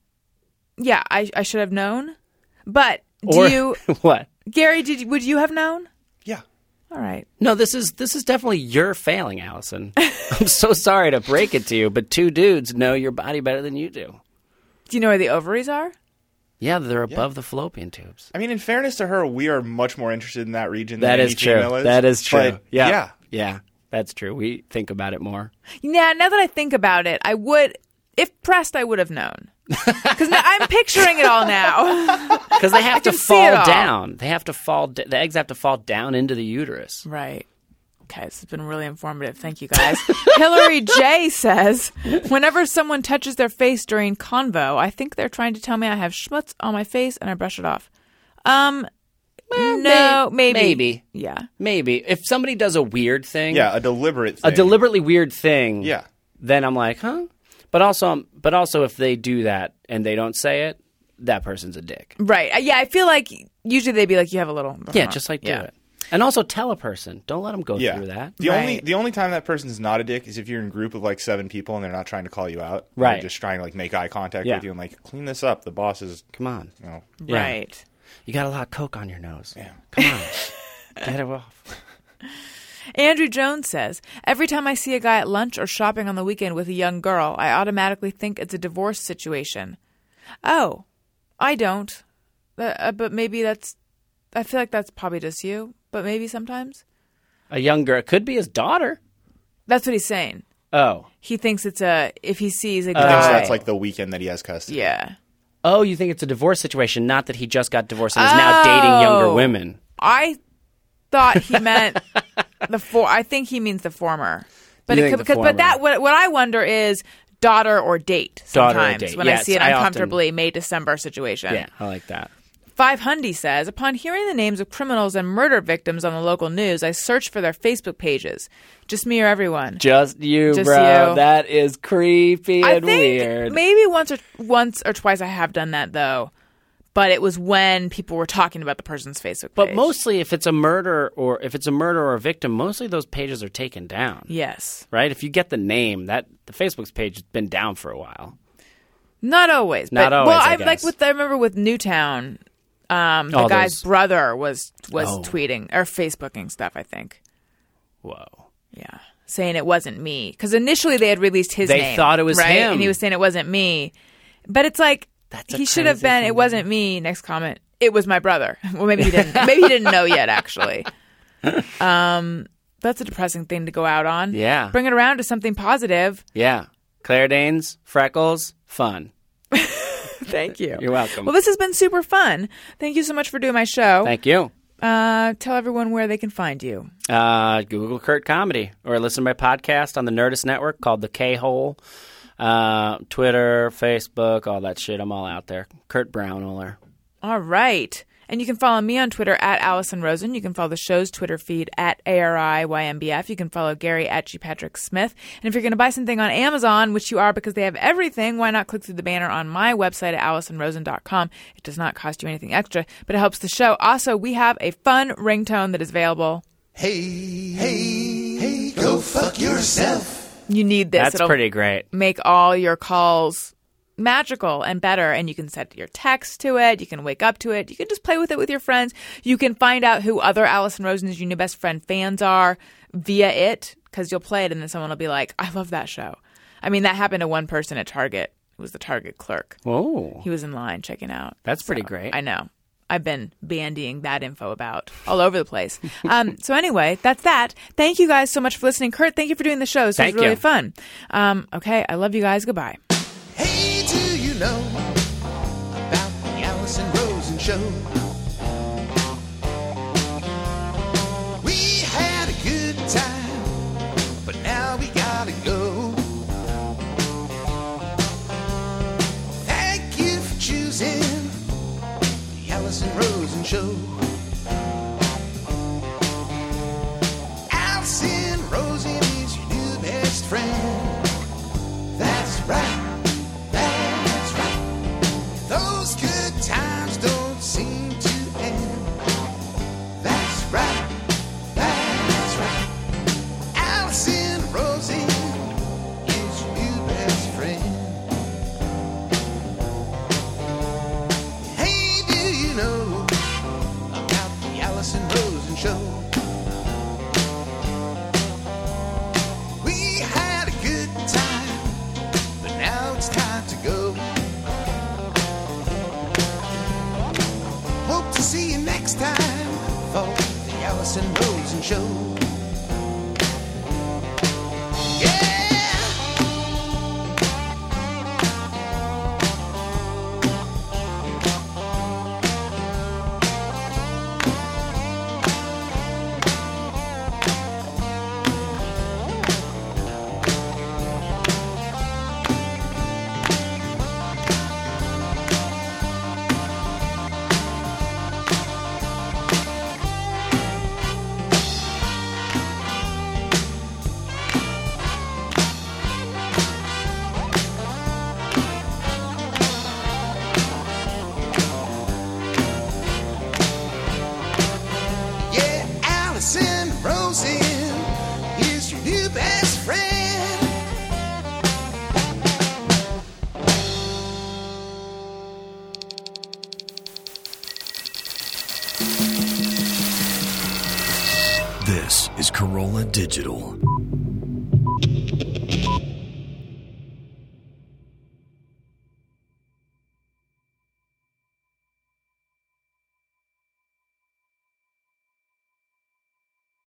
Speaker 2: yeah, I, I should have known. But do
Speaker 5: Or
Speaker 2: you,
Speaker 5: what?
Speaker 2: Gary? Did you- would you have known?
Speaker 3: Yeah.
Speaker 2: All right.
Speaker 5: No, this is this is definitely your failing, Allison. I'm so sorry to break it to you, but two dudes know your body better than you do.
Speaker 2: Do you know where the ovaries are?
Speaker 5: Yeah, they're above the fallopian tubes.
Speaker 3: I mean, in fairness to her, we are much more interested in that region
Speaker 5: That
Speaker 3: than
Speaker 5: is
Speaker 3: any
Speaker 5: true.
Speaker 3: female is.
Speaker 5: That is true.
Speaker 3: But,
Speaker 5: yeah.
Speaker 3: Yeah.
Speaker 5: Yeah. That's true. We think about it more.
Speaker 2: Yeah. Now that I think about it, I would, if pressed, I would have known. Because I'm picturing it all now.
Speaker 5: Because they have to
Speaker 2: can see it
Speaker 5: fall
Speaker 2: all.
Speaker 5: down. They have to fall d- the eggs have to fall down into the uterus.
Speaker 2: Right. Okay, this has been really informative. Thank you guys. Hillary J says, whenever someone touches their face during convo, I think they're trying to tell me I have schmutz on my face and I brush it off. Um, no,
Speaker 5: may-
Speaker 2: maybe.
Speaker 5: maybe.
Speaker 2: Yeah.
Speaker 5: Maybe. If somebing does a weird thing,
Speaker 3: Yeah, a deliberate
Speaker 5: a
Speaker 3: thing.
Speaker 5: deliberately weird thing,
Speaker 3: Yeah.
Speaker 5: then I'm like, huh? But also but also if they do that and they don't say it, that person's a dick.
Speaker 2: Right. Uh, Yeah, I feel like usually they'd be like, you have a little.
Speaker 5: Yeah, just like do
Speaker 2: Yeah.
Speaker 5: it. And also tell a person. Don't let them go
Speaker 3: Yeah.
Speaker 5: through that.
Speaker 3: The only
Speaker 2: Right.
Speaker 3: the only time that person's not a dick is if you're in a group of like seven people and they're not trying to call you out. They're
Speaker 5: Right.
Speaker 3: just trying to like make eye contact
Speaker 5: Yeah.
Speaker 3: with you and like clean this up. The boss is
Speaker 5: Come on.
Speaker 3: you know
Speaker 5: Yeah.
Speaker 2: Right.
Speaker 5: You got a lot of coke on your nose. Come on. Get it off.
Speaker 2: Andrew Jones says, Every time I see a guy at lunch or shopping on the weekend with a young girl, I automatically think it's a divorce situation. Oh, I don't. Uh, uh, but maybe that's. I feel like that's probably just you, but maybe sometimes.
Speaker 5: A young girl. It could be his daughter.
Speaker 2: That's what he's saying.
Speaker 5: Oh.
Speaker 2: He thinks it's a. If he sees a
Speaker 3: I think
Speaker 2: guy.
Speaker 3: that's like the weekend that he has custody.
Speaker 2: yeah.
Speaker 5: Oh, you think it's a divorce situation, not that he just got divorced and is now dating younger
Speaker 2: Oh.
Speaker 5: women.
Speaker 2: I thought he meant the for. I think he means the former. But
Speaker 5: You
Speaker 2: it
Speaker 5: think
Speaker 2: could,
Speaker 5: the
Speaker 2: because- but that what, what I wonder is daughter or date.
Speaker 5: Daughter or
Speaker 2: Sometimes
Speaker 5: date.
Speaker 2: when I
Speaker 5: Yes,
Speaker 2: see an
Speaker 5: I often-
Speaker 2: uncomfortably May December situation.
Speaker 5: Yeah, I like that.
Speaker 2: Five Hundy says, upon hearing the names of criminals and murder victims on the local news, I searched for their Facebook pages. Just me or everyone.
Speaker 5: Just you,
Speaker 2: Just
Speaker 5: bro.
Speaker 2: you.
Speaker 5: That is creepy
Speaker 2: I
Speaker 5: and
Speaker 2: think
Speaker 5: weird.
Speaker 2: maybe once or once or twice I have done that though, but it was when people were talking about the person's Facebook.
Speaker 5: but
Speaker 2: page.
Speaker 5: mostly if it's a murder or if it's a murder or a victim, mostly those pages are taken down.
Speaker 2: yes,
Speaker 5: Right? If you get the name, that the Facebook's page has been down for a while.
Speaker 2: not always.
Speaker 5: Not
Speaker 2: but,
Speaker 5: always,
Speaker 2: Well,
Speaker 5: I
Speaker 2: like
Speaker 5: guess.
Speaker 2: with I remember with Newtown, um, the
Speaker 5: All
Speaker 2: guy's
Speaker 5: those-
Speaker 2: brother was was
Speaker 5: Oh.
Speaker 2: tweeting or Facebooking stuff. I think,
Speaker 5: Whoa.
Speaker 2: yeah, saying it wasn't me because initially they had released his.
Speaker 5: They
Speaker 2: name,
Speaker 5: thought it was
Speaker 2: right?
Speaker 5: him.
Speaker 2: and he was saying it wasn't me. But it's like
Speaker 5: That's a
Speaker 2: he should have
Speaker 5: crazy
Speaker 2: been.
Speaker 5: thing
Speaker 2: It wasn't me. Next comment. It was my brother. Well, maybe he didn't. maybe he didn't know yet. Actually, um, that's a depressing thing to go out on.
Speaker 5: Yeah.
Speaker 2: bring it around to something positive.
Speaker 5: Yeah. Claire Danes, freckles, fun.
Speaker 2: Thank you.
Speaker 5: You're welcome.
Speaker 2: Well, this has been super fun. Thank you so much for doing my show.
Speaker 5: Thank you.
Speaker 2: uh, tell everyone where they can find you.
Speaker 5: Uh, Google Kurt Comedy or listen to my podcast on the Nerdist Network called The K Hole. Uh, Twitter, Facebook, all that shit. I'm all out there. Kurt Brownoler.
Speaker 2: All right. And you can follow me on Twitter at Allison Rosen. You can follow the show's Twitter feed at ARIYMBF. You can follow Gary at G. Patrick Smith. And if you're going to buy something on Amazon, which you are because they have everything, why not click through the banner on my website at AllisonRosen.com? It does not cost you anything extra, but it helps the show. Also, we have a fun ringtone that is available.
Speaker 4: Hey, hey, hey, go fuck yourself.
Speaker 2: You need this.
Speaker 5: That's
Speaker 2: It'll-
Speaker 5: pretty great.
Speaker 2: make all your calls magical and better and you can set your text to it you can wake up to it you can just play with it with your friends you can find out who other allison rosen's your new best friend fans are via it because you'll play it and then someone will be like i love that show i mean that happened to one person at target it was the target clerk
Speaker 5: Whoa.
Speaker 2: he was in line checking out
Speaker 5: That's pretty great.
Speaker 2: I know. I've been bandying that info about all over the place. Um, so anyway, that's that. Thank you guys so much for listening. Kurt, thank you for doing the show. This
Speaker 5: Thank
Speaker 2: was really
Speaker 5: you.
Speaker 2: fun. Um, okay, I love you guys. Goodbye.
Speaker 4: Hey, do you know about the Allison Rosen show? We had a good time, but now we gotta go. Thank you for choosing the Allison Rosen show. Allison Rosen is your new best friend. That's right. That's right. Those good times don't seem to end. That's right. That's right. Allison Rosie is your new best friend. Hey, do you know about the Allison Rosen show? We had a good time but now it's time to go. Hope to see you next time for the Allison Rosen Show. Yeah! Yeah, Allison Rosen is your new best friend.
Speaker 1: This is Corolla Digital.